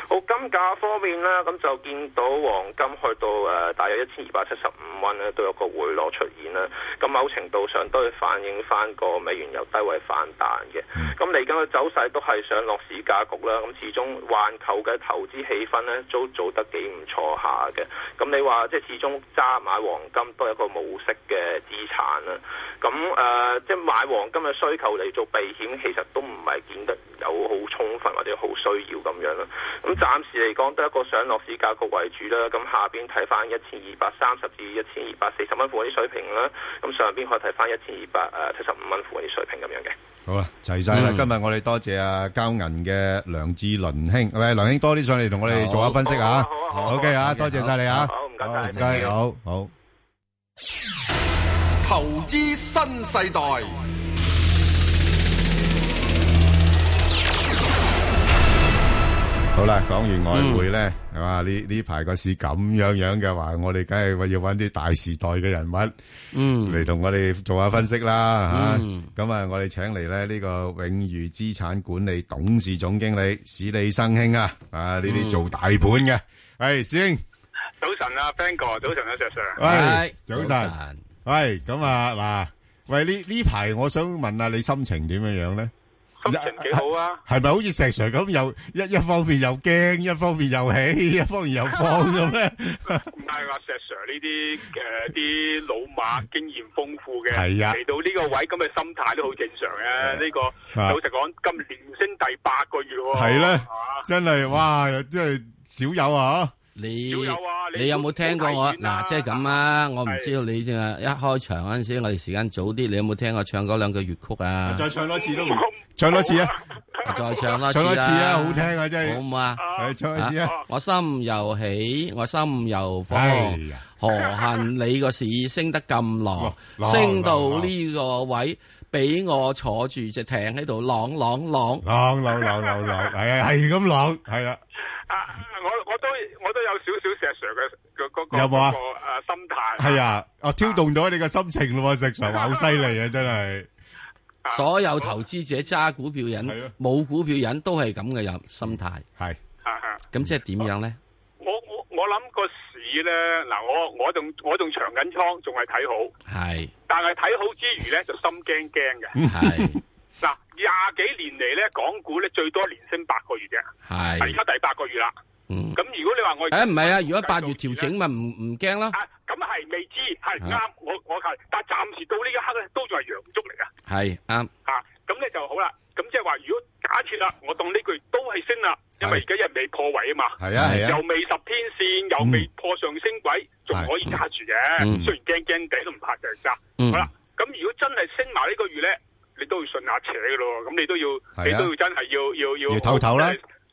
[SPEAKER 30] 好，金價方面啦，咁就見到黃金去到誒、呃大約一千二百七十五蚊咧，都有個回落出現啦。咁某程度上都係反映翻個美元由低位反彈嘅。咁嚟緊嘅走勢都係上落市價局啦。咁始終環球嘅投資氣氛咧都做得幾唔錯下嘅。咁你話即係始終揸買黃金都係一個冇息嘅資產啦。咁誒、呃即係買黃金嘅需求嚟做避險，其實都唔係見得有好充分或者好需要咁樣啦。咁暫時嚟講都係一個上落市格局為主啦。咁下邊睇翻一千二百三十至一千二百四十蚊附近啲水平啦。咁上邊可以睇翻一千二百誒呃七十五蚊附近啲水平咁樣嘅。
[SPEAKER 3] 好啦，齊晒啦，
[SPEAKER 30] 嗯。
[SPEAKER 3] 今日我哋多謝啊，交銀嘅梁志麟兄。喂，梁兄，多啲上嚟同我哋做下分析啊。OK啊，多謝晒你啊。好，唔該，好，好。
[SPEAKER 7] 投資新世代，
[SPEAKER 3] 好啦，講完外匯咧，係嘛？呢呢排個市咁樣樣嘅話，我哋梗係要揾啲大時代嘅人物，嗯，嚟同我哋做下分析啦，
[SPEAKER 1] 嗯
[SPEAKER 3] 吓。咁啊，我哋請嚟咧呢個永裕資產管理董事總經理史利生兄啊，啊呢啲
[SPEAKER 2] 嗯
[SPEAKER 3] 做大盤嘅，係史兄，
[SPEAKER 2] 早晨啊 b a n 哥，早晨啊石 Sir。
[SPEAKER 3] 喂，早晨，à. 喂，咁啊嗱，喂呢呢排我想問下你心情點樣樣咧？
[SPEAKER 2] 心情幾好啊！
[SPEAKER 3] 系咪好似石 Sir 咁又一一方面又驚，一方面又 喜，一方面又慌咁咧？
[SPEAKER 2] 唔係話石 Sir 呢啲誒啲老馬經驗豐富嘅，
[SPEAKER 3] 係啊
[SPEAKER 2] 嚟到呢個位咁嘅心態都好正常嘅。呢個
[SPEAKER 3] 啊
[SPEAKER 2] 老實講，今年升第八個月喎。
[SPEAKER 3] 係咧
[SPEAKER 2] 啊，
[SPEAKER 3] 真係哇，又真係少有啊！
[SPEAKER 8] 你
[SPEAKER 2] 啊
[SPEAKER 8] 你有冇聽過我嗱？即係咁啊！我唔知道你正係一開場嗰陣時，我哋時間早啲，你有冇聽我唱嗰兩句粵曲啊？
[SPEAKER 3] 再唱多次都唔唱多次啊！
[SPEAKER 8] 再唱多次
[SPEAKER 3] 唱多次
[SPEAKER 8] 啦
[SPEAKER 3] 啊，好聽啊，真係
[SPEAKER 8] 好唔好啊？
[SPEAKER 3] 係唱多次啊！
[SPEAKER 8] 我心又喜，我心又
[SPEAKER 3] 哎
[SPEAKER 8] 慌，何恨你個市升得咁狼，升到呢個位，俾我坐住只艇喺度朗朗朗。
[SPEAKER 3] 朗朗朗朗朗，係啊，係咁朗，係啦，
[SPEAKER 2] 我我都我都有少少石 Sir 嘅嗰嗰個
[SPEAKER 3] 有冇啊
[SPEAKER 2] 嗰個誒心態。
[SPEAKER 3] 係啊，我挑動到你嘅心情咯喎，石 Sir 話好犀利啊，真係。
[SPEAKER 8] 所有投資者揸股票人，冇股票人都係咁嘅人心態。
[SPEAKER 3] 系，
[SPEAKER 8] 咁即係點樣咧？
[SPEAKER 2] 啊我我我諗個市咧，嗱，我我仲我仲長緊倉，仲係睇好。
[SPEAKER 8] 係
[SPEAKER 2] 但係睇好之餘咧，就心驚驚嘅。
[SPEAKER 8] 係
[SPEAKER 2] 嗱，廿幾年嚟咧，港股咧最多連升八個月啫，
[SPEAKER 8] 係
[SPEAKER 2] 而家第八個月啦。
[SPEAKER 8] 嗯。
[SPEAKER 2] 咁如果你話我
[SPEAKER 8] 誒唔係啊，如果八月調整咪唔唔驚啦。
[SPEAKER 2] 咁係未知係
[SPEAKER 8] 啊
[SPEAKER 2] 啱，我我係，但暫時到呢一刻咧，都仲係陽燭嚟噶。
[SPEAKER 8] 係啱，
[SPEAKER 2] 嚇，咁咧就好啦。咁即係話，如果假設啦，我當呢句都係升啦，因為而家又未破位啊嘛，
[SPEAKER 3] 係啊係啊
[SPEAKER 2] 又未十天線，又
[SPEAKER 8] 嗯
[SPEAKER 2] 未破上升軌，仲可以揸住嘅。
[SPEAKER 3] 嗯
[SPEAKER 2] 雖然驚驚地都唔怕就揸。
[SPEAKER 3] 嗯
[SPEAKER 2] 好啦，咁如果真係升埋呢個月咧，你都要順下扯嘅咯。咁你都要，
[SPEAKER 3] 係啊
[SPEAKER 2] 你都要真係要要要
[SPEAKER 3] 要唞唞啦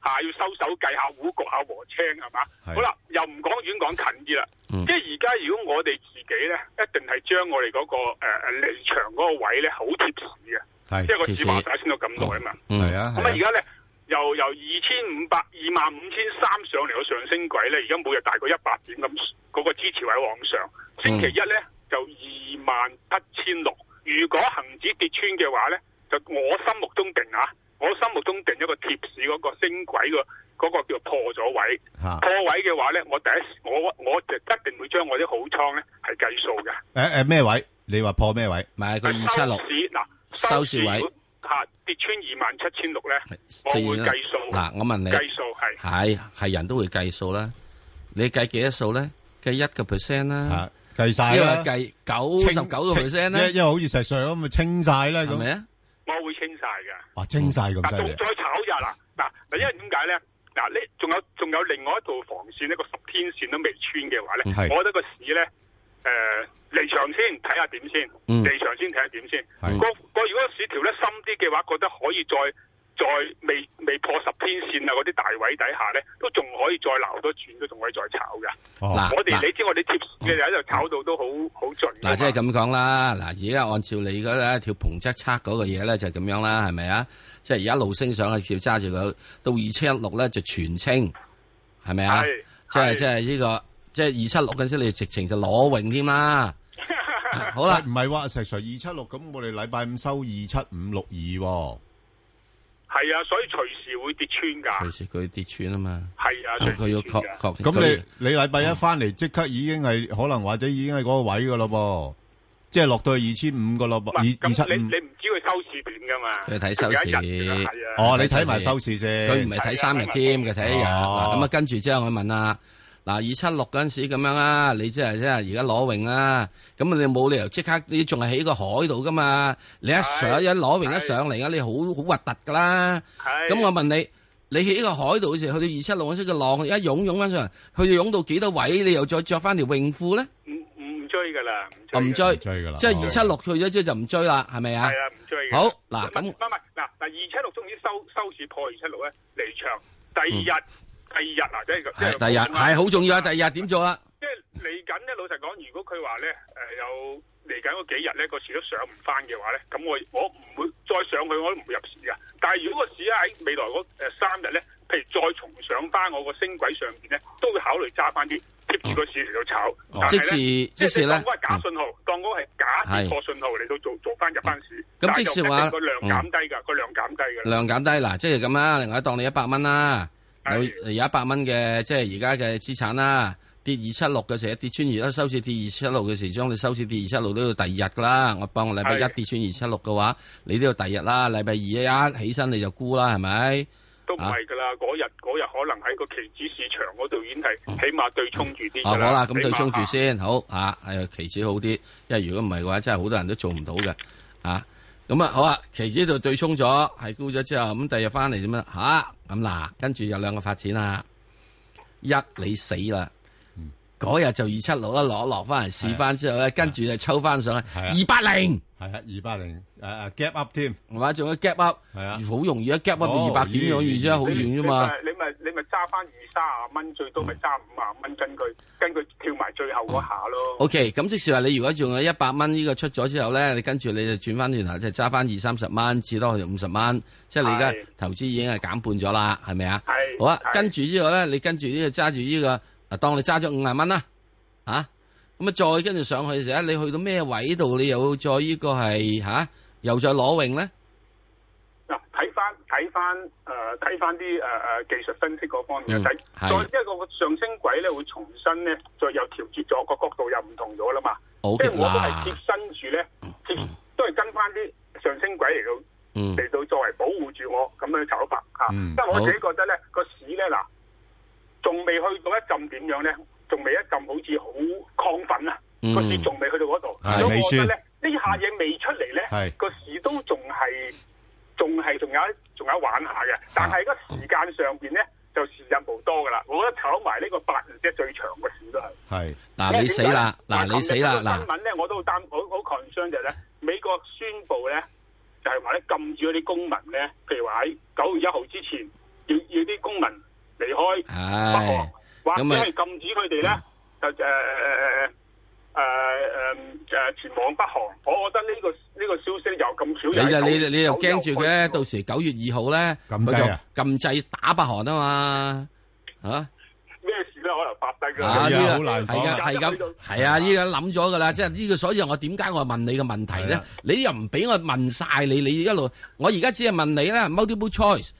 [SPEAKER 2] 嚇要收手計下糊，焗下和青係嘛？
[SPEAKER 3] 係
[SPEAKER 2] 好啦，又唔講遠講近啲啦。
[SPEAKER 3] 嗯
[SPEAKER 2] 即係而家如果我哋自己咧，一定係將我哋嗰、個誒誒離場嗰個位咧，好貼市嘅。
[SPEAKER 3] 係
[SPEAKER 2] 即係個指話打升到咁耐啊嘛。
[SPEAKER 3] 係啊，
[SPEAKER 2] 咁啊，而家咧由由二千五百二萬五千三上嚟個上升軌咧，而家每日大概一百點咁，嗰、個支持位往上。星期一咧就二萬七千六，如果恒指跌穿嘅話咧，就我心目中定啊，我心目中定一個貼市嗰個升軌個。嗰個叫破咗位，
[SPEAKER 3] 嚇
[SPEAKER 2] 破位嘅話咧，我第一時我我就一定會將我啲好倉咧係計數嘅。
[SPEAKER 3] 誒誒咩位？你話破咩位？
[SPEAKER 8] 買
[SPEAKER 3] 個
[SPEAKER 2] 收市嗱，
[SPEAKER 3] 收市位
[SPEAKER 2] 吓跌穿二萬七千六咧，我
[SPEAKER 8] 即係
[SPEAKER 2] 會計數。
[SPEAKER 8] 嗱，我問你，
[SPEAKER 2] 計數係
[SPEAKER 8] 係係人都會計數啦。你計幾多數咧？計一個 percent 啦，
[SPEAKER 3] 計晒啦
[SPEAKER 8] 因為計九十九個 percent
[SPEAKER 3] 清
[SPEAKER 8] 咧，
[SPEAKER 3] 因因為好似石 Sir 咁，咪清晒啦咁。
[SPEAKER 8] 係咪啊？
[SPEAKER 2] 我會清晒嘅。
[SPEAKER 3] 哇，清晒咁犀
[SPEAKER 2] 嗱，仲
[SPEAKER 3] 利啊！
[SPEAKER 2] 再炒日嗱嗱嗱，因為點解咧？嗱，呢仲有仲有另外一道防線，呢個十天線都未穿嘅話咧
[SPEAKER 3] 嗯，係
[SPEAKER 2] 我覺得個市咧，誒、離場先睇下點先，
[SPEAKER 3] 嗯
[SPEAKER 2] 離場先睇下點先。
[SPEAKER 3] 係
[SPEAKER 2] 個個如果市調得深啲嘅話，覺得可以再再未未破十天線啊嗰啲大位底下咧，都仲可以再鬧多轉，都仲可以再炒嘅。
[SPEAKER 3] 哦
[SPEAKER 8] 嗱
[SPEAKER 2] 我哋
[SPEAKER 8] 嗱
[SPEAKER 2] 你知我哋貼市嘅人就炒到都好好盡㗎嘛。
[SPEAKER 8] 嗱，即係咁講啦。嗱，而家按照你嗰咧條盤質測嗰個嘢咧，就係咁樣啦，係咪啊？即係而家一路升上去，照揸住佢到二七一六咧就全清，係咪啊
[SPEAKER 1] 係？
[SPEAKER 8] 即係
[SPEAKER 1] 係
[SPEAKER 8] 即係呢個即係二七六嗰陣時，你直情就攞泳添啦。好啦，
[SPEAKER 3] 唔係喎，石 Sir 二七六咁，我哋禮拜五收二七五六二。
[SPEAKER 2] 係啊，所以隨時會跌穿㗎。
[SPEAKER 8] 隨時佢跌穿啊嘛。
[SPEAKER 2] 係啊，
[SPEAKER 8] 佢要確確
[SPEAKER 3] 咁你你禮拜一翻嚟即刻已經係可能或者已經係嗰個位噶咯噃，即係落到去二千五個咯噃，二二七
[SPEAKER 2] 咁你你
[SPEAKER 3] 五。
[SPEAKER 2] 唔知佢收市點㗎嘛？
[SPEAKER 8] 佢睇收
[SPEAKER 2] 有一
[SPEAKER 8] 市
[SPEAKER 2] 日㗎係啊。
[SPEAKER 3] 哦你睇埋收市先
[SPEAKER 8] 佢唔係睇三日添，佢睇一日。
[SPEAKER 3] 哦
[SPEAKER 8] 嗱咁啊，跟住之後我問啊，嗱二七六嗰陣時咁樣啦，你即係即係而家攞泳啦，咁你冇理由即刻你仲係喺個海度噶嘛？你一上一攞泳一上嚟啊，你好好核突噶啦。咁我問你。你喺個海度嗰時，去到二七六嗰陣時個浪一湧湧翻上嚟，去到湧到幾多位，你又再着翻條泳褲咧？
[SPEAKER 2] 唔追噶啦，
[SPEAKER 8] 我唔追，
[SPEAKER 3] 追噶啦
[SPEAKER 8] 即係二七六去咗之後就唔追啦，係咪啊？
[SPEAKER 2] 係啊，唔追嘅。
[SPEAKER 8] 好嗱，
[SPEAKER 2] 唔係
[SPEAKER 8] 咁
[SPEAKER 2] 唔係唔係嗱嗱，二七六終於收收市破二七六咧，離場。第二日，第二日啊嗱，即係即
[SPEAKER 8] 嗯係
[SPEAKER 2] 係
[SPEAKER 8] 第二日係好重要啊！第二日點做啊？
[SPEAKER 2] 即係嚟緊咧，老實講，如果佢話咧，誒有嚟緊嗰幾日咧，個市都上唔翻嘅話咧，咁我我唔會再上去，我都唔會入市噶。但係如果個市喺未來嗰誒三日咧，譬如再重上翻我個升軌上邊咧，都會考慮揸翻啲貼住個市嚟到炒。
[SPEAKER 8] 哦
[SPEAKER 2] 但係呢
[SPEAKER 8] 即時嗯
[SPEAKER 2] 即
[SPEAKER 8] 即
[SPEAKER 2] 係
[SPEAKER 8] 時咧
[SPEAKER 2] 當嗰個係假信號，當嗰個係假跌破信號嚟到做做翻入翻市。
[SPEAKER 8] 咁
[SPEAKER 2] 但係
[SPEAKER 8] 即
[SPEAKER 2] 就
[SPEAKER 8] 時
[SPEAKER 2] 一定
[SPEAKER 8] 話嗯
[SPEAKER 2] 個量減低㗎，個量減低㗎啦。
[SPEAKER 8] 量減低嗱，即係啊咁啦。另外當你一百蚊啦，有有一百蚊嘅即係而家嘅資產啦，跌二七六嘅時候，跌穿而家收市跌二七六嘅時，將你收市跌二七六都要第二日噶啦。我幫我禮拜一跌穿二七六嘅話，你都要第二日啦。禮拜二一起身你就沽啦，係咪？
[SPEAKER 2] 都唔係㗎
[SPEAKER 8] 啊
[SPEAKER 2] 啦，嗰日嗰日可能喺個期指市場嗰度已經係起碼對沖住啲
[SPEAKER 8] 哦，好
[SPEAKER 2] 㗎啦。
[SPEAKER 8] 啦，咁對沖
[SPEAKER 2] 起
[SPEAKER 8] 住
[SPEAKER 2] 碼
[SPEAKER 8] 先，好啊，係啊期指好啲，因為如果唔係嘅話，真係好多人都做唔到嘅啊。咁啊，好啊，期指度對沖咗，係沽咗之後，咁第二日翻嚟點樣吓？咁嗱，跟住有兩個發展啦，一你死啦，
[SPEAKER 3] 嗯
[SPEAKER 8] 嗰日就二七六啦，攞落翻嚟試翻之後咧，跟住就抽翻上去
[SPEAKER 3] 啊
[SPEAKER 8] 二八零，
[SPEAKER 3] 係啊，280，誒，誒，gap up 添。
[SPEAKER 8] 係嘛？仲有 gap up，好容易啊，gap up
[SPEAKER 3] 哦
[SPEAKER 8] 二百點樣
[SPEAKER 3] 咦
[SPEAKER 8] 易啫，好遠啫嘛。
[SPEAKER 2] 你咪你咪你咪揸翻二三啊蚊，最多咪揸五啊蚊，跟佢跟佢跳埋最後嗰下咯。
[SPEAKER 8] O K，咁即是話你如果仲有一百蚊呢個出咗之後咧，你跟住你就轉翻轉頭，就揸翻二三十蚊，至多去五十蚊，即係你而家投資已經係減半咗啦，係咪啊？
[SPEAKER 2] 係
[SPEAKER 8] 好啊，跟住之後咧，你跟住呢個揸住呢個，啊當你揸咗五廿蚊啦，啊，咁啊再跟住上去嘅時候，你去到咩位度，你又再呢個係吓、啊又再攞泳咧？
[SPEAKER 2] 嗱，睇翻睇翻誒睇翻啲誒誒技術分析嗰方面
[SPEAKER 8] 嗯
[SPEAKER 2] 睇，再
[SPEAKER 8] 係
[SPEAKER 2] 因為個上升軌咧會重新咧再又調節咗個角度又唔同咗啦嘛。
[SPEAKER 8] 好
[SPEAKER 2] 即係
[SPEAKER 8] 嘅
[SPEAKER 2] 我都係貼
[SPEAKER 8] 啦，
[SPEAKER 2] 身住咧，貼都係跟翻啲上升軌嚟到
[SPEAKER 8] 嗯
[SPEAKER 2] 嚟到作為保護住我咁樣走法嚇。
[SPEAKER 8] 嗯
[SPEAKER 2] 因為我
[SPEAKER 8] 好
[SPEAKER 2] 自己覺得咧個市咧嗱，仲未去到一陣點樣咧，仲未一陣好似好亢奮啊！
[SPEAKER 8] 嗯
[SPEAKER 2] 個市仲未去到嗰度，
[SPEAKER 3] 係
[SPEAKER 2] 所以
[SPEAKER 3] 未
[SPEAKER 2] 我覺
[SPEAKER 3] 算
[SPEAKER 2] 得咧 呢下嘢未出嚟咧
[SPEAKER 3] 係，
[SPEAKER 2] 個市都仲係仲係仲有一仲有得玩下嘅，但係個時間上邊咧就時日無多噶啦。我覺得炒埋呢個八年即係最長嘅市都係。
[SPEAKER 3] 係
[SPEAKER 8] 嗱你死啦，
[SPEAKER 2] 因為
[SPEAKER 8] 嗱
[SPEAKER 2] 點解呢
[SPEAKER 8] 你死啦，
[SPEAKER 2] 琴日嗰個
[SPEAKER 8] 嗱
[SPEAKER 2] 新。聞咧我都好擔好好 concern 就係咧，美國宣布咧就係話咧禁止嗰啲公民咧，譬如話喺九月一號之前要要啲公民離開北韓
[SPEAKER 8] 唉，，
[SPEAKER 2] 或者
[SPEAKER 8] 咁啊嗯
[SPEAKER 2] 係禁止佢哋咧就誒呃誒誒誒誒誒誒呃前往北韓。我覺得呢個呢個消息又咁巧
[SPEAKER 8] 你就
[SPEAKER 2] 又係九
[SPEAKER 8] 啊你
[SPEAKER 2] 月
[SPEAKER 8] 你就
[SPEAKER 2] 九
[SPEAKER 8] 驚住
[SPEAKER 2] 又開
[SPEAKER 8] 嘅，到時九月二號咧，
[SPEAKER 3] 禁制啊
[SPEAKER 8] 佢就禁制打北韓啊嘛，啊
[SPEAKER 2] 咩事咧可能發生㗎
[SPEAKER 8] 啊呢
[SPEAKER 3] 係啊
[SPEAKER 8] 個
[SPEAKER 3] 好
[SPEAKER 8] 係
[SPEAKER 3] 難
[SPEAKER 8] 噶係
[SPEAKER 3] 講
[SPEAKER 8] 咁係啊，呢個諗咗噶啦，即係呢個，所以我點解我問你嘅問題
[SPEAKER 3] 係
[SPEAKER 8] 咧
[SPEAKER 3] 啊？
[SPEAKER 8] 你又唔俾我問晒你，你一路我而家只係問你啦，multiple choice，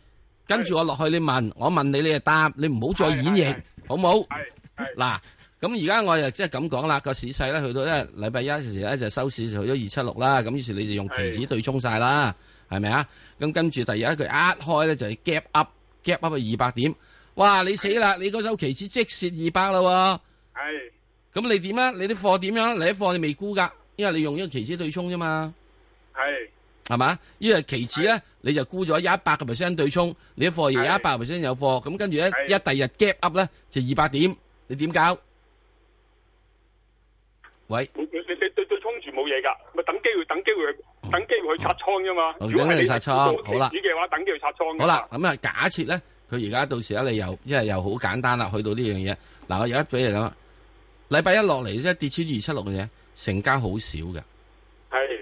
[SPEAKER 8] 跟住我落去你問，我問你你就答，你唔好再演繹，好冇？嗱。咁而家我又即係咁講啦，個市勢咧去到咧禮拜一嘅時咧就收市就去咗二七六啦，咁於是你就用期指對沖晒啦，係咪啊？咁跟住第二日佢一開咧就係 gap up，gap up 二百點，哇！你死啦！你嗰手期指即蝕二百啦
[SPEAKER 2] 係
[SPEAKER 8] 喎，咁你點啊？你啲貨點樣？你啲貨你未沽㗎，因為你用呢個期指對沖啫嘛，
[SPEAKER 2] 係
[SPEAKER 8] 係嘛？因為期指咧你就沽咗一百個 percent 對沖，你啲貨而家一百 percent 有貨，咁跟住咧一第二日 gap up 咧就二百點，你點搞？喂。
[SPEAKER 2] 你你你對對衝住冇嘢㗎，咪等機會等機會等機會去拆倉啫嘛。
[SPEAKER 8] 哦
[SPEAKER 2] 如果
[SPEAKER 8] 等
[SPEAKER 2] 係
[SPEAKER 8] 佢
[SPEAKER 2] 你
[SPEAKER 8] 拆倉
[SPEAKER 2] 做期
[SPEAKER 8] 好啦
[SPEAKER 2] 指嘅話，等機會拆倉㗎。
[SPEAKER 8] 好啦，咁啊，假設咧，佢而家到時咧，你又因為又好簡單啦，去到呢樣嘢，嗱，我有一俾你諗，啊禮拜一落嚟啫，跌穿二七六嘅嘢，成交好少嘅，
[SPEAKER 2] 係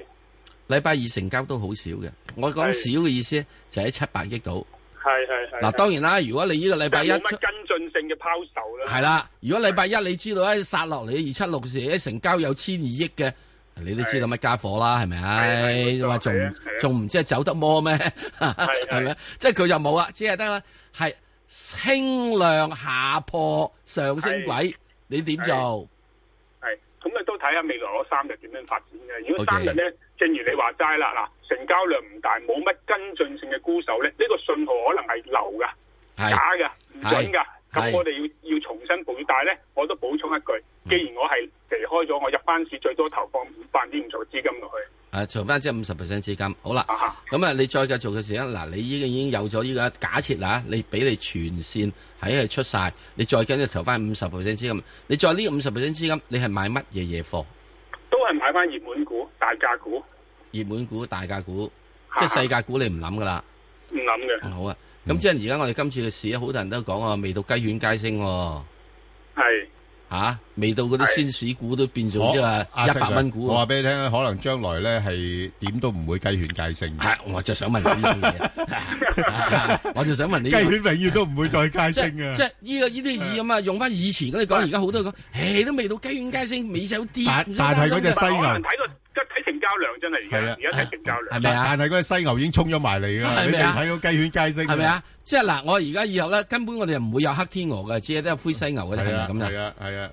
[SPEAKER 8] 禮拜二成交都好少嘅。我講少嘅意思就喺七百億度。
[SPEAKER 2] 係係係。
[SPEAKER 8] 嗱，當然啦，如果你呢個禮拜一
[SPEAKER 2] 即係冇乜跟進性嘅拋售啦。
[SPEAKER 8] 係啦，如果禮拜一你知道咧哎殺落嚟二七六時，成交有千二億嘅。你都知道乜家伙啦，係咪？話仲
[SPEAKER 2] 啊係啊係啊
[SPEAKER 8] 仲唔即係走得摩 咩？係咪？即係佢就冇啦，啊只係得啦，係輕量下破上升軌，你點做？
[SPEAKER 2] 係，咁啊都睇下未來嗰三日點樣發展嘅。如果
[SPEAKER 8] OK
[SPEAKER 2] 三日咧正如你話齋啦，嗱，成交量唔大，冇乜跟進性嘅沽手咧，呢個信號可能係流㗎、
[SPEAKER 8] 係
[SPEAKER 2] 假㗎、唔準㗎。
[SPEAKER 8] 係嗯
[SPEAKER 2] 咁我哋要要重新補，但係咧，我都補充一句，既然我係離開咗，我入翻市最多投放五百點五十嘅資金落去。
[SPEAKER 8] 啊，除翻即係五十 percent 資金，好啦，咁啊，你再繼續嘅時間，嗱，你已經已經有咗呢個假設啦，你俾你全線喺係出晒，你再跟住投翻五十 percent 資金，你再呢五十 percent 資金，你係買乜嘢嘢貨？
[SPEAKER 2] 都係買翻熱門股、大價股，啊
[SPEAKER 8] 熱門股、大價股，即係細價股，你唔諗噶啦。
[SPEAKER 2] 唔諗嘅。
[SPEAKER 8] 好啊，
[SPEAKER 2] 嗯
[SPEAKER 8] 咁即係而家我哋今次嘅市，好多人都講啊，未到雞犬皆升喎，
[SPEAKER 2] 係
[SPEAKER 8] 嚇、未到嗰啲仙市股都變做即
[SPEAKER 3] 阿
[SPEAKER 8] 係一
[SPEAKER 3] Sir，
[SPEAKER 8] 百蚊股
[SPEAKER 3] 我話
[SPEAKER 8] 喎。
[SPEAKER 3] 俾你聽，可能將來咧係點都唔會雞犬皆 升。
[SPEAKER 8] 係，我就想問呢樣嘢， 我就想問你
[SPEAKER 3] 雞
[SPEAKER 8] 呢樣
[SPEAKER 3] 犬
[SPEAKER 8] 嘢
[SPEAKER 3] 永遠都唔會再皆
[SPEAKER 8] 即係
[SPEAKER 3] 升啊！
[SPEAKER 8] 即係呢個呢啲以咁啊，用翻以前嗰啲講，而家好多人講，誒都未到雞犬皆升，美酒跌。
[SPEAKER 3] 但但係嗰隻西牛
[SPEAKER 8] 可能
[SPEAKER 2] 睇個即係睇成交量啫真係而家而家睇成交量
[SPEAKER 8] 係咪啊
[SPEAKER 3] 但係嗰隻犀牛已經衝咗埋嚟啦，
[SPEAKER 8] 係
[SPEAKER 3] 你
[SPEAKER 8] 咪
[SPEAKER 3] 哋
[SPEAKER 8] 啊
[SPEAKER 3] 睇到雞犬皆升，
[SPEAKER 8] 係咪啊？？即係嗱，我而家以後咧，根本我哋唔會有黑天鵝嘅，只係都有灰犀牛嗰啲
[SPEAKER 3] 係
[SPEAKER 8] 係
[SPEAKER 3] 啊
[SPEAKER 8] 咪咁
[SPEAKER 3] 係啊，係啊。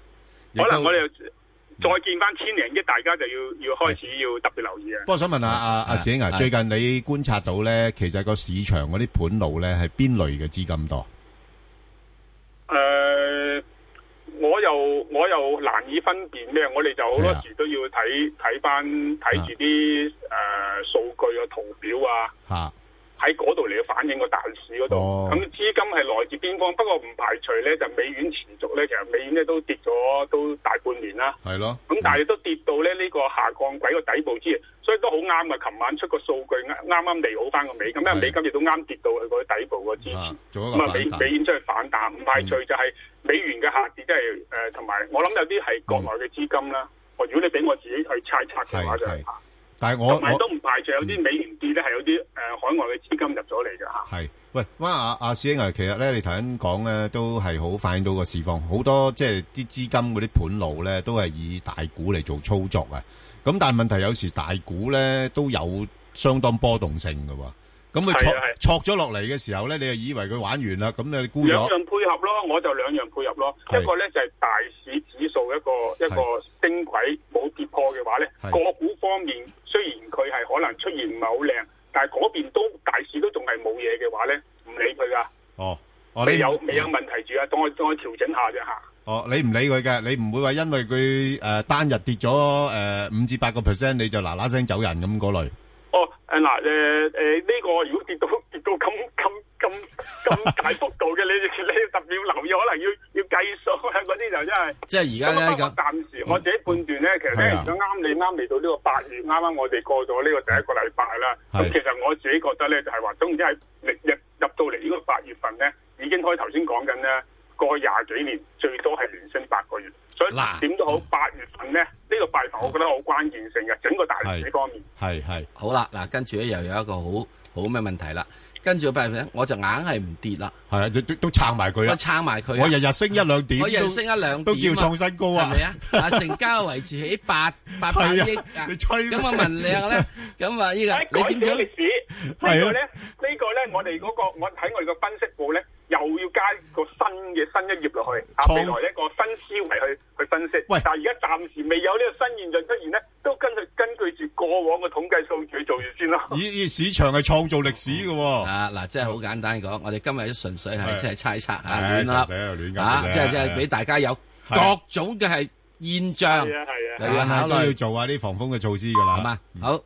[SPEAKER 2] 可能我哋又再見翻千零億，大家就要要開始要特別留意啊
[SPEAKER 3] 不。過想問下阿阿史英啊，
[SPEAKER 2] 係
[SPEAKER 3] 最近你觀察到咧，其實個市場嗰啲盤路咧係邊類嘅資金多？
[SPEAKER 2] 誒、呃我又我又難以分辨咩，我哋就好多時都要睇睇翻睇住啲誒數據啊、圖表啊，
[SPEAKER 3] 嚇
[SPEAKER 2] 喺嗰度嚟到反映個大市嗰度。
[SPEAKER 3] 哦
[SPEAKER 2] 咁、資金係來自邊方？不過唔排除咧，就美元持續咧，其實美元咧都跌咗都大半年啦。
[SPEAKER 3] 係咯，
[SPEAKER 2] 咁但係都跌到咧呢個下降軌個底部之前，所以都好啱嘅。琴晚出個數據啱啱利好翻個美金，因為美金亦都啱跌到去個底部個支持。
[SPEAKER 3] 做一個
[SPEAKER 2] 咁啊，
[SPEAKER 3] 反
[SPEAKER 2] 美
[SPEAKER 3] 彈嗯
[SPEAKER 2] 美元出去反彈，唔排除就係美元嘅下跌，即係誒同埋我諗有啲係國內嘅資金啦。我如果你俾我自己去猜測嘅話，就係
[SPEAKER 3] 但係我
[SPEAKER 2] 同埋
[SPEAKER 3] 我嗯
[SPEAKER 2] 都唔排除有啲美元跌咧，係有啲誒海外嘅資金入咗嚟㗎嚇。
[SPEAKER 3] 係，喂，哇！阿阿史英啊，其實咧，你頭先講咧，都係好反映到個市況，好多即係啲資金嗰啲盤路咧，都係以大股嚟做操作啊。咁但係問題有時大股咧都有相當波動性嘅喎。咁佢
[SPEAKER 2] 係
[SPEAKER 3] 挫
[SPEAKER 2] 啊係
[SPEAKER 3] 挫咗落嚟嘅時候咧，你就以為佢玩完啦，咁你沽
[SPEAKER 2] 兩
[SPEAKER 3] 咗
[SPEAKER 2] 樣配合咯，我就兩樣配合咯。
[SPEAKER 3] 係
[SPEAKER 2] 一個咧就係大市指數一個一個升軌冇跌破嘅話咧，
[SPEAKER 3] 係
[SPEAKER 2] 個股方面雖然佢係可能出現唔係好靚，但係嗰邊都大市都仲係冇嘢嘅話咧，唔理佢噶，
[SPEAKER 3] 哦，哦
[SPEAKER 2] 未
[SPEAKER 3] 你
[SPEAKER 2] 有未有問題住啊，當我當我調整下啫嚇。
[SPEAKER 3] 哦，你唔理佢嘅，你唔會話因為佢誒單日跌咗誒五至八個 percent，你就嗱嗱聲走人咁嗰類。
[SPEAKER 2] 哦，誒嗱，誒誒呢個如果跌到跌到咁咁咁咁大幅度嘅，你你特別要留意，可能要要計數啊嗰啲就真係。
[SPEAKER 8] 即係而家咧
[SPEAKER 2] 咁啊
[SPEAKER 8] 咁
[SPEAKER 2] 不過暫時我自己判斷咧，其實
[SPEAKER 8] 係
[SPEAKER 2] 咧
[SPEAKER 8] 啊，
[SPEAKER 2] 如果啱你啱嚟到呢個八月，啱啱我哋過咗呢個第一個禮拜啦。咁
[SPEAKER 8] 係
[SPEAKER 2] 其實我自己覺得咧，就係話，總之係入入入到嚟呢個八月份咧，已經開頭先講緊咧，過去廿幾年最多係連升八個月，所以
[SPEAKER 8] 嗱嗯
[SPEAKER 2] 點都好，八月份咧呢個八月份，我覺得好關鍵性嘅整個大市方面。
[SPEAKER 3] 係係
[SPEAKER 8] 好啦，嗱，跟住咧又有一個好好咩問題啦。跟住八月份我就硬係唔跌啦，
[SPEAKER 3] 係啊，都都都撐埋佢啊！
[SPEAKER 8] 我撐埋佢啊
[SPEAKER 3] 我日日升一兩點都，
[SPEAKER 8] 我日日升一兩點
[SPEAKER 3] 都叫創新高
[SPEAKER 8] 係
[SPEAKER 3] 啊！
[SPEAKER 8] 咪啊？啊，成交維持喺八八百
[SPEAKER 3] 係啊
[SPEAKER 8] 億啊！咁我問你咧，咁啊呢個
[SPEAKER 2] 哎改
[SPEAKER 8] 你
[SPEAKER 2] 寫
[SPEAKER 8] 點樣
[SPEAKER 2] 歷？史呢 個
[SPEAKER 8] 係啊
[SPEAKER 2] 咧，呢個咧，我哋嗰個我睇我哋個分析部咧，又要加個新嘅新一頁落去，啊，
[SPEAKER 3] 創
[SPEAKER 2] 未來一個新思維去去分析。
[SPEAKER 3] 喂
[SPEAKER 2] 但係而家暫時未有呢個新現象出現咧，都根據根據住過往嘅統計數據去做住先咯。
[SPEAKER 3] 以以市場係創造歷史嘅喎。
[SPEAKER 8] 啊嗱，即係好簡單講，我哋今日都純粹係
[SPEAKER 3] 係
[SPEAKER 8] 即係猜測嚇，
[SPEAKER 3] 係
[SPEAKER 8] 亂
[SPEAKER 3] 純粹喺度亂
[SPEAKER 8] 笠
[SPEAKER 3] 噏
[SPEAKER 8] 啊
[SPEAKER 3] 嘅啫
[SPEAKER 8] 即係即
[SPEAKER 3] 係
[SPEAKER 8] 係俾大家有
[SPEAKER 3] 係
[SPEAKER 8] 各種嘅係現象，
[SPEAKER 3] 係啊
[SPEAKER 8] 又要考
[SPEAKER 3] 都要
[SPEAKER 8] 慮
[SPEAKER 3] 做下啲防風嘅措施㗎啦。嗯
[SPEAKER 8] 係嘛？好，